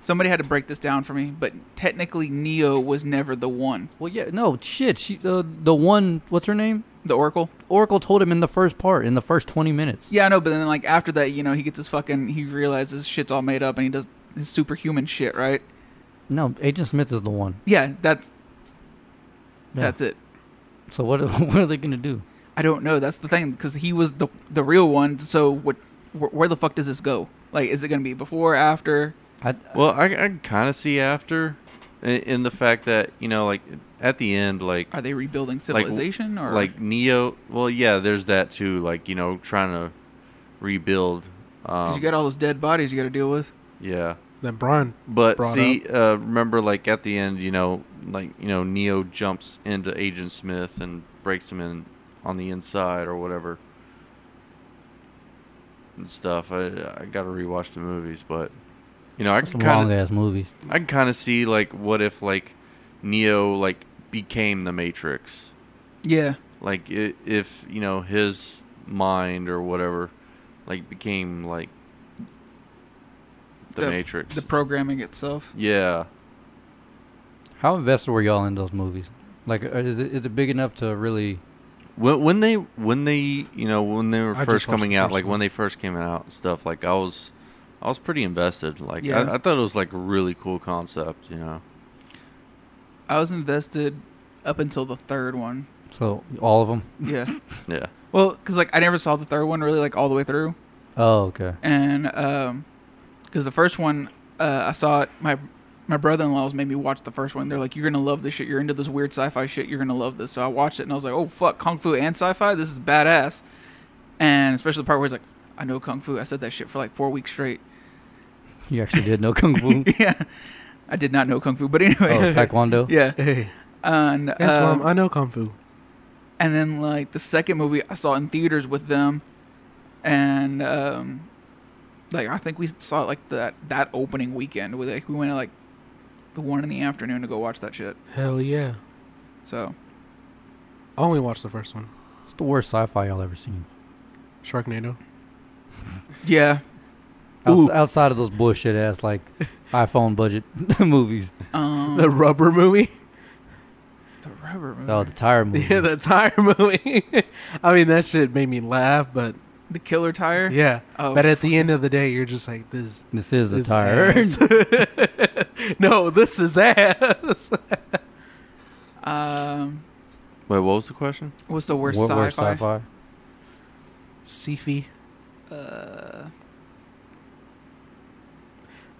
D: somebody had to break this down for me. But technically, Neo was never the one.
A: Well, yeah, no shit. She uh, the one, what's her name?
D: The Oracle.
A: Oracle told him in the first part, in the first twenty minutes.
D: Yeah, I know, but then like after that, you know, he gets his fucking. He realizes shit's all made up, and he does his superhuman shit, right?
A: No, Agent Smith is the one.
D: Yeah, that's
A: Yeah.
D: that's it.
A: So what? What are they gonna do?
D: I don't know. That's the thing because he was the the real one. So what? Wh- where the fuck does this go? Like, is it gonna be before, after?
A: I,
C: Well, I, I can kind of see after i- in the fact that, you know, like at the end, like,
D: Are they rebuilding civilization
C: like,
D: or
C: like Neo. Well, yeah, there's that too. Like, you know, trying to rebuild.
D: 'cause
C: Um,
D: you got all those dead bodies you got to deal with?
C: yeah.
B: That Brian.
C: But
B: brought
C: see, uh, remember, like at the end, you know, like you know, Neo jumps into Agent Smith and breaks him in on the inside or whatever and stuff. I I gotta rewatch the movies, but you know, I
A: some
C: can
A: long
C: kind of
A: ass movies.
C: I can kind of see like what if like Neo like became the Matrix,
D: Yeah,
C: like i if you know his mind or whatever, like became like the, Matrix.
D: the programming itself.
C: yeah.
A: How invested were y'all in those movies? Like, uh, is it is it big enough to really?
C: When when they when they you know when they were
B: I
C: first
B: just watched
C: coming
B: the
C: out,
B: first
C: like
B: one.
C: when they first came out and stuff, like I was I was pretty invested. Like
D: Yeah.
C: I, I thought it was like a really cool concept, you know.
D: I was invested up until the third one.
A: So all of them.
D: Yeah.
C: Yeah.
D: well, because like I never saw the third one really like all the way through,
A: Oh, okay.
D: and because the first one uh, I saw it my. My brother-in-laws made me watch the first one. They're like, "You're gonna love this shit. You're into this weird sci-fi shit. You're gonna love this." So I watched it and I was like, "Oh fuck, kung fu and sci-fi. This is badass." And especially the part where he's like, "I know kung fu." I said that shit for like four weeks straight.
A: You actually did know kung fu.
D: yeah, I did not know kung fu, but
A: Oh,
D: anyway,
A: taekwondo.
D: yeah.
B: Hey,
D: And
B: yes,
D: uh,
B: mom, I know kung fu.
D: And then like the second movie I saw in theaters with them, and um, like I think we saw it like that that opening weekend. We like we went at like the one in the afternoon to go watch that shit.
B: Hell yeah!
D: So
B: I only watched the first one,
A: It's the worst sci-fi y'all ever seen.
B: Sharknado.
D: yeah,
A: Outs- outside of those bullshit ass like iPhone budget movies.
D: um,
B: The
D: the,
B: rubber movie.
D: rubber movie,
A: Oh, the tire movie.
B: Yeah, the tire movie. I mean, that shit made me laugh, but
D: the killer tire.
B: yeah.
D: Oh,
B: but at the end of the day, you're just like this.
A: this is the
B: this
A: tire.
B: ass. no, this is ass.
D: Um,
C: Wait, what was the question?
D: what's the worst
A: What
D: sci-fi?
A: worst sci-fi?
B: Sifi.
D: Uh,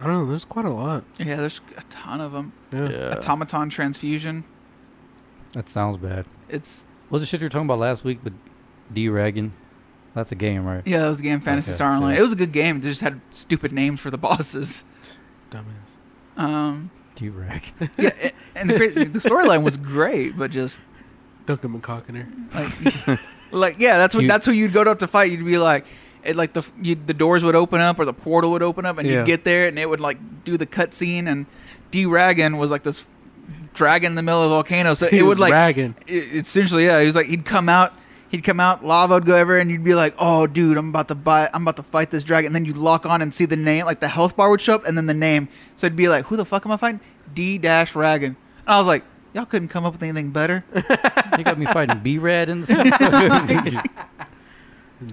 B: I don't know. There's quite a lot.
D: yeah, there's a ton of them.
B: Yeah.
D: Automaton transfusion.
A: That sounds bad.
D: It's
A: What's the shit you were talking about last week with D Ragon? That's a game, right?
D: yeah, that was the game Fantasy
A: Okay,
D: Star Online.
A: yeah.
D: It was a good game. They just had stupid names for the bosses.
B: Dumbass.
D: Um,
A: D Rag.
D: yeah, a- and the, cra- the storyline was great, but just
B: Duncan McCockiner.
D: like, like yeah, that's what
A: You-
D: that's who you'd go up to fight. You'd be like, it like the f- you'd, the doors would open up or the portal would open up, and
B: Yeah.
D: you'd get there, and it would like do the cutscene, and D Ragon was like this dragon in the middle of a volcano, so
B: He
D: it would
B: was
D: like
B: ragging.
D: it- essentially yeah, he was like he'd come out. He'd come out, lava would go everywhere, and you'd be like, "Oh, dude, I'm about to buy, I'm about to fight this dragon." And then you'd lock on and see the name, like the health bar would show up, and then the name. So it'd be like, "Who the fuck am I fighting?" D Dash Ragon. And I was like, "Y'all couldn't come up with anything better."
A: you got me fighting B Rad in the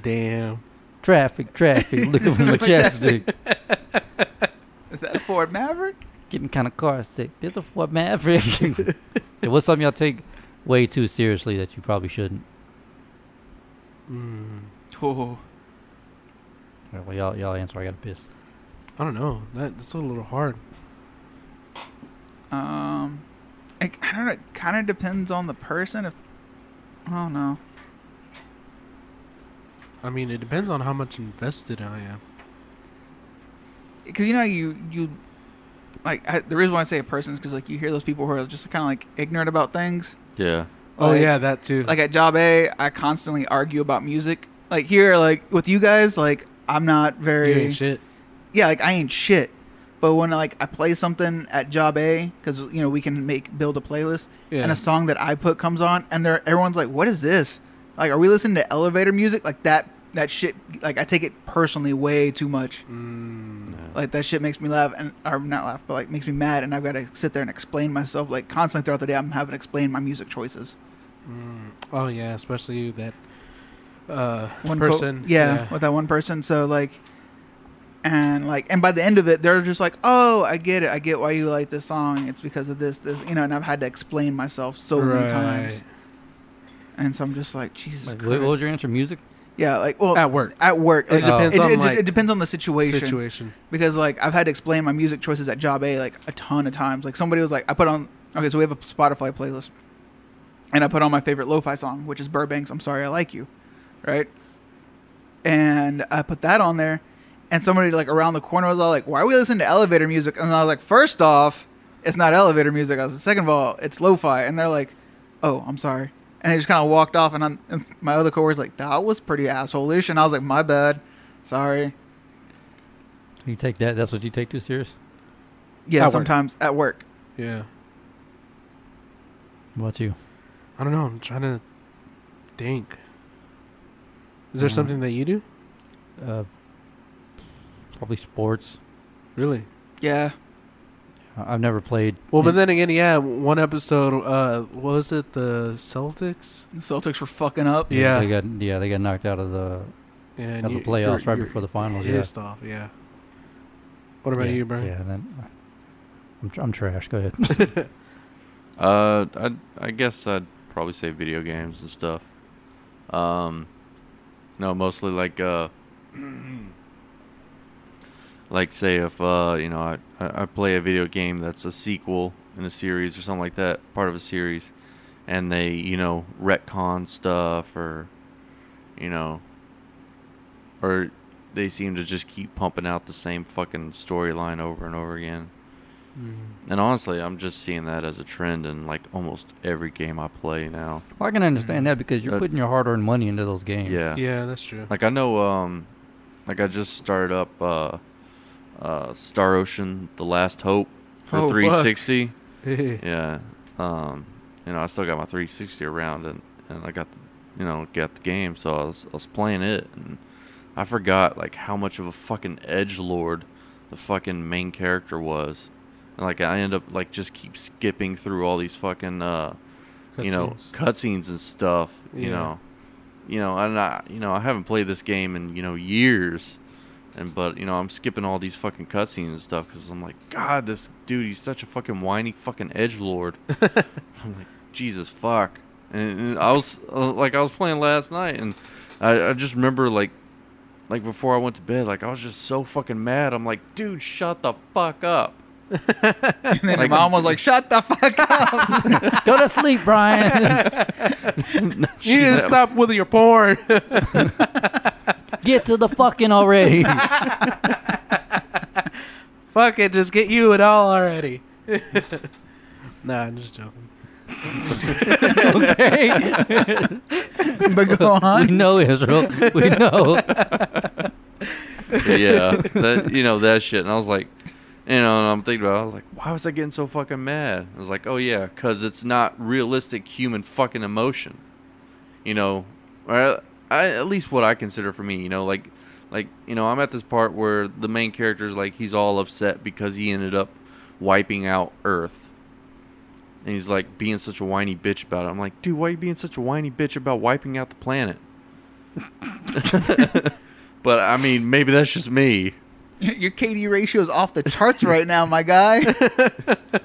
B: Damn.
A: Traffic, traffic, looking for my chapstick.
D: Is that a Ford Maverick?
A: Getting kind of car sick. There's a Ford Maverick. yeah, what's something y'all take way too seriously that you probably shouldn't?
B: Mm,
D: Oh,
A: All right, well, y'all, y'all answer. I got to piss.
B: I don't know. That, that's a little hard.
D: um, I, I don't know. It kind of depends on the person. If I don't know.
B: I mean, it depends on how much invested I am.
D: because you know you you like I, the reason why I say a person is because like you hear those people who are just kind of like ignorant about things.
C: Yeah.
B: Oh
D: Like-
B: yeah, that too.
D: Like at job A, I constantly argue about music. Like here, like with you guys, like I'm not
B: You
D: very
B: ain't shit.
D: yeah, like I ain't shit. But when like I play something at job A, because you know we can make build a playlist,
B: Yeah.
D: and a song that I put comes on, and they're everyone's like, "What is this? Like, are we listening to elevator music? Like that that shit? Like I take it personally way too much.
B: Mm,
D: Like that shit makes me laugh, and or not laugh, but like makes me mad, and I've got to sit there and explain myself like constantly throughout the day. I'm having to explain my music choices.
B: Oh yeah, mm. especially that uh,
D: one quote-
B: person.
D: yeah, with that one person. So like, and like, and by the end of it, they're just like, "Oh, I get it. I get why you like this song. It's because of this, this, you know." And I've had to explain myself so many
B: Right.
D: times, and so I'm just like, Jesus
A: Like, what
D: Christ.
A: what was your answer? Music?
D: yeah, like well,
B: At work.
D: at work.
B: It
D: Like,
B: depends
D: it,
B: on,
D: it- it-
B: like,
D: it depends on the situation.
B: Situation.
D: Because like I've had to explain my music choices at job A like a ton of times. Like somebody was like, I put on okay, so we have a Spotify playlist, and I put on my favorite lo-fi song, which is Burbank's "I'm Sorry I Like You," right? And I put that on there, and somebody like around the corner was all like, "Why are we listening to elevator music?" And I was like, first off, it's not elevator music." I was like, second of all, it's lo-fi," and they're like, "Oh, I'm sorry." And they just kind of walked off, and, I'm, and my other coworker's like, "That was pretty asshole-ish," and I was like, "My bad, sorry."
A: You take that. That's what you take too serious.
D: Yeah,
B: At work.
D: sometimes at work.
B: Yeah.
A: What about you?
B: I don't know. I'm trying to think. Is there
A: Uh,
B: something that you do?
A: Uh, probably sports.
B: Really?
D: Yeah.
A: I- I've never played.
B: Well, but
A: in-
B: then again, yeah. One episode. Uh, what was it the Celtics?
D: The Celtics were fucking up.
B: yeah.
A: they got yeah they got knocked out of the
B: And
A: Of the playoffs right before the finals, yeah.
B: Pissed off. Yeah. What about
A: yeah,
B: you, Brian?
A: Yeah, and then I'm tr- I'm trash. Go ahead.
C: Uh, I I guess I'd probably say video games and stuff. Um, no, mostly like uh, like say if uh you know I I I play a video game that's a sequel in a series or something like that, part of a series, and they you know retcon stuff or, you know. Or they seem to just keep pumping out the same fucking storyline over and over again.
B: Mm.
C: And honestly, I'm just seeing that as a trend in like almost every game I play now.
A: Well, I can understand that because you're
C: Uh,
A: putting your hard-earned money into those games.
C: Yeah.
B: Yeah, that's true.
C: Like I know um like I just started up uh uh Star Ocean The Last Hope for
B: Oh, fuck.
C: 360.
B: yeah.
C: Yeah. Um you know, I still got my 360 around and and I got the, you know, got the game so I was I was playing it and I forgot like how much of a fucking edge lord the fucking main character was. And like I end up like just keep skipping through all these fucking uh you know
B: Cutscenes.
C: cutscenes and stuff you
B: Yeah.
C: know you know and i you know i haven't played this game in you know years and but you know i'm skipping all these fucking cutscenes and stuff because i'm like god this dude he's such a fucking whiny fucking edge lord i'm like jesus fuck and, and i was uh, like i was playing last night and I, I just remember like like before i went to bed like i was just so fucking mad i'm like dude shut the fuck up
D: And then
C: Like-
D: my mom was like, "Shut the fuck up."
A: Go to sleep, Brian.
B: You
C: She's
B: didn't
C: at-
B: stop with your porn.
A: Get to the fucking already.
B: Fuck it, just get you it all already. nah, I'm just joking.
A: okay.
D: But go
A: we
D: on.
A: know Israel. We know.
C: yeah, that you know that shit. And I was like, you know, and I'm thinking about, it, I was like, why was I getting so fucking mad? I was like, oh yeah, because it's not realistic human fucking emotion. You know, or I, at least what I consider for me, you know, like, like you know, I'm at this part where the main character's like he's all upset because he ended up wiping out Earth. And he's like being such a whiny bitch about it. I'm like, dude, why are you being such a whiny bitch about wiping out the planet? But I mean, maybe that's just me.
D: Your KD ratio is off the charts right now, my guy.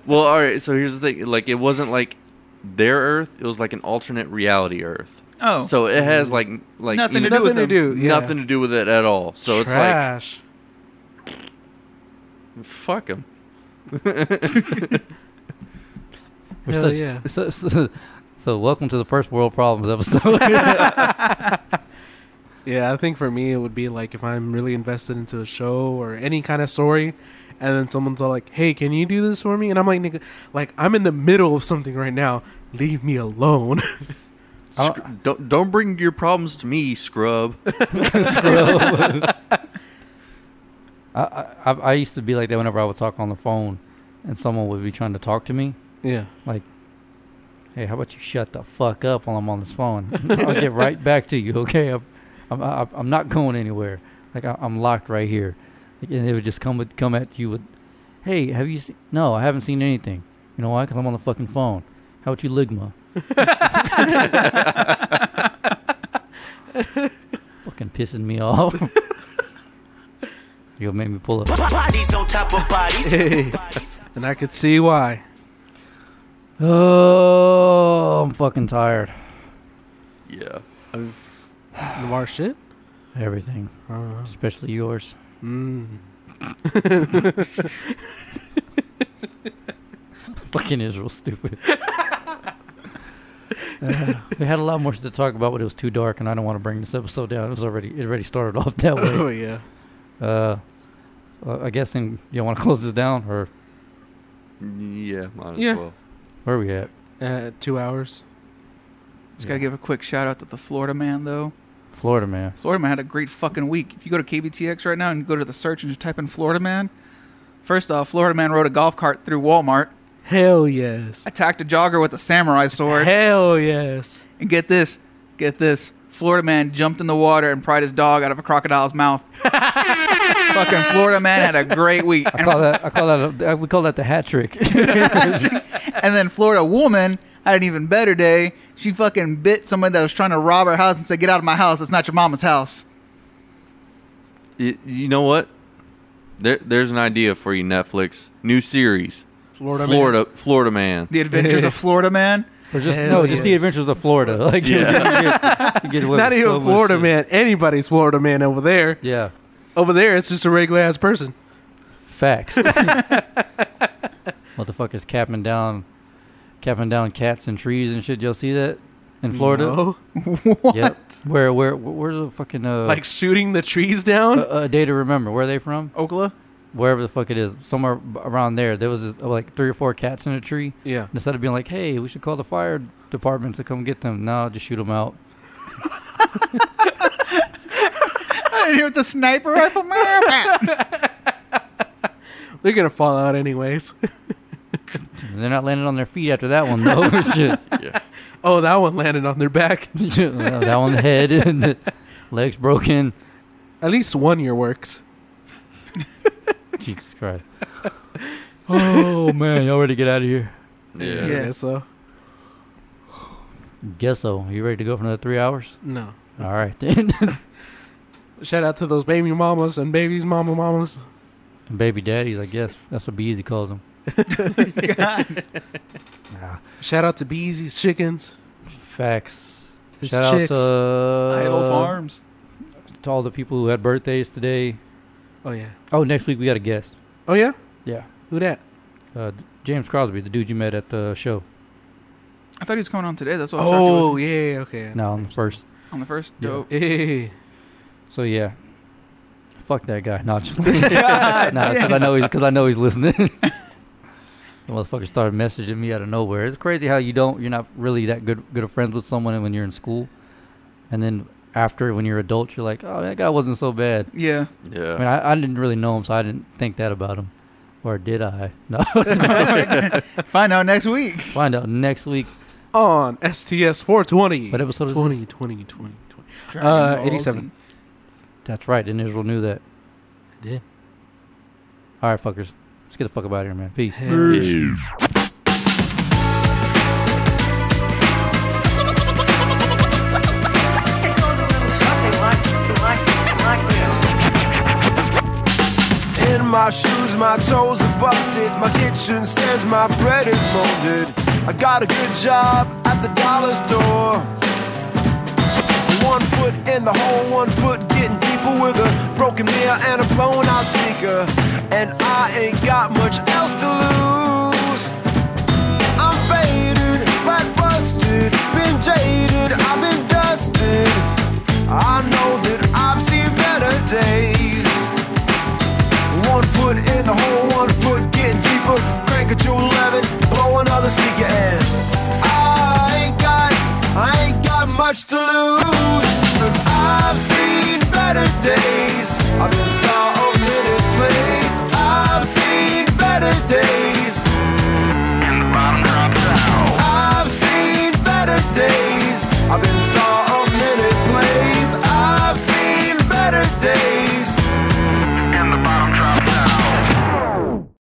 C: Well, all right. So here's the thing: like, it wasn't like their Earth; it was like an alternate reality Earth.
D: Oh,
C: so it has like like
D: Nothing
C: you
D: to
C: know,
D: do with
B: Nothing to
D: them.
B: do. Yeah.
C: nothing to do with it at all. So
B: Trash.
C: it's like fuck them.
A: We're
B: Hell
A: such-
B: yeah.
A: So, so, so welcome to the first world problems episode.
B: Yeah, I think for me it would be like if I'm really invested into a show or any kind of story, and then someone's all like, "Hey, can you do this for me?" And I'm like, "Nigga, like I'm in the middle of something right now. Leave me alone."
C: Scr- don't don't bring your problems to me, scrub.
A: I, I, I- I used to be like that whenever I would talk on the phone, and someone would be trying to talk to me.
B: yeah.
A: Like, hey, how about you shut the fuck up while I'm on this phone? I'll get right back to you. Okay, I'm, I'm, I'm- I'm not going anywhere. Like I, I'm locked right here. Like, and they would just come with, come at you with, hey, have you seen? No, I haven't seen anything. You know why? Because I'm on the fucking phone. How about you, Ligma? Fucking pissing me off. You'll make me pull up.
F: Bodies on top of bodies.
B: and I could see why.
A: Oh, I'm fucking tired.
C: Yeah.
B: Of of our shit.
A: Everything,
B: Uh,
A: especially yours.
B: mm.
A: Fucking Israel, stupid. Uh, we had a lot more shit to talk about, but it was too dark, and I don't want to bring this episode down. It was already it already started off that way.
B: Oh yeah.
A: Uh, so I guess in, you want to close this down, or
C: Yeah, might as
B: Yeah.
C: well.
A: where are we at?
B: Uh, two hours.
D: Just gotta give a quick shout out to the Florida man though.
A: Florida man.
D: Florida man had a great fucking week. If you go to KBTX right now and go to the search and just type in Florida man, first off, Florida man rode a golf cart through Walmart,
B: Hell yes.
D: attacked a jogger with a samurai sword,
B: Hell yes.
D: and get this, get this. Florida man jumped in the water and pried his dog out of a crocodile's mouth. fucking Florida man had a great week.
A: I call that I call that a, uh, we call that the hat trick.
D: And then Florida woman had an even better day. She fucking bit someone that was trying to rob her house and said, "Get out of my house. It's not your mama's house."
C: Y- you know what? There, there's an idea for you, Netflix. New series.
B: Florida. man.
C: Florida, Florida Man.
D: The Adventures of Florida Man.
A: Or just
B: Hell
A: no, just the
B: yes.
A: adventures of Florida. Like you get- you get away
B: Not
A: with so
B: even
A: much
B: Florida
A: shit.
B: man. Anybody's Florida man over there.
A: Yeah,
B: Over there, it's just a regular ass person.
A: facts. Motherfuckers capping down, capping down cats and trees and shit. Y'all see that in Florida?
B: No.
A: Yep. Where where where's the fucking uh,
B: Like shooting the trees
A: a,
B: down.
A: a day to remember? Where are they from?
D: Okla.
A: Wherever the fuck it is, somewhere b- around there, there was this, like three or four cats in a tree.
B: yeah.
A: And instead of being like, "Hey, we should call the fire department to come get them," no, just shoot them out.
D: I didn't hear what the sniper rifle.
B: They're gonna fall out anyways.
A: They're not landing on their feet after that one though. Shit.
C: Yeah.
B: oh, that one landed on their back.
A: that one head and legs broken.
B: At least one year works.
A: Jesus Christ. Oh man, y'all ready to get out of here?
C: Yeah.
D: Yeah.
B: Yeah, so
A: Guess so. You ready to go for another three hours?
B: no.
A: All right then.
B: Shout out to those baby mamas and babies, mama mamas.
A: Baby daddies, I guess. That's what Beezy calls them.
B: Shout out to Beezy's chickens.
A: Facts.
B: His
A: Shout
B: chicks.
A: out to
D: Idle Farms.
A: to all the people who had birthdays today.
B: oh yeah.
A: Oh, next week we got a guest.
B: Oh yeah.
A: Yeah.
B: Who that?
A: Uh, James Crosby, the dude you met at the show.
D: I thought he was coming on today. That's what. I was
B: Oh
D: oh,
B: yeah. yeah, Okay.
A: No, on the first.
D: on the first.
A: Yeah.
D: Dope.
B: Eh.
A: So yeah, fuck that guy. No, just nah, because I know he's because I know he's listening. the motherfucker started messaging me out of nowhere. It's crazy how you don't you're not really that good good of friends with someone when you're in school, and then after when you're adult you're like, oh that guy wasn't so bad.
D: Yeah.
C: Yeah.
A: I mean I, I didn't really know him, so I didn't think that about him, or did I? No.
D: Find out next week.
A: Find out next week.
B: On STS 420.
A: What episode is this?
B: 20, 20, 20, 20. Uh, 87.
A: That's right. And Israel knew that.
B: did.
A: All right, fuckers. Let's get the fuck up out of here, man. Peace.
F: In my shoes, my toes are busted. My kitchen says my bread is molded. I got a good job at the dollar store. One foot in the hole, one foot getting deeper with a broken mirror and a blown out speaker. And I ain't got much else to lose. I'm faded, flat busted, been jaded, I've been dusted. I know that I've seen better days. One foot in the hole, one foot getting deeper. Crank it to 11, blow another speaker and I ain't got, I ain't got much to lose. Cause I've seen better days.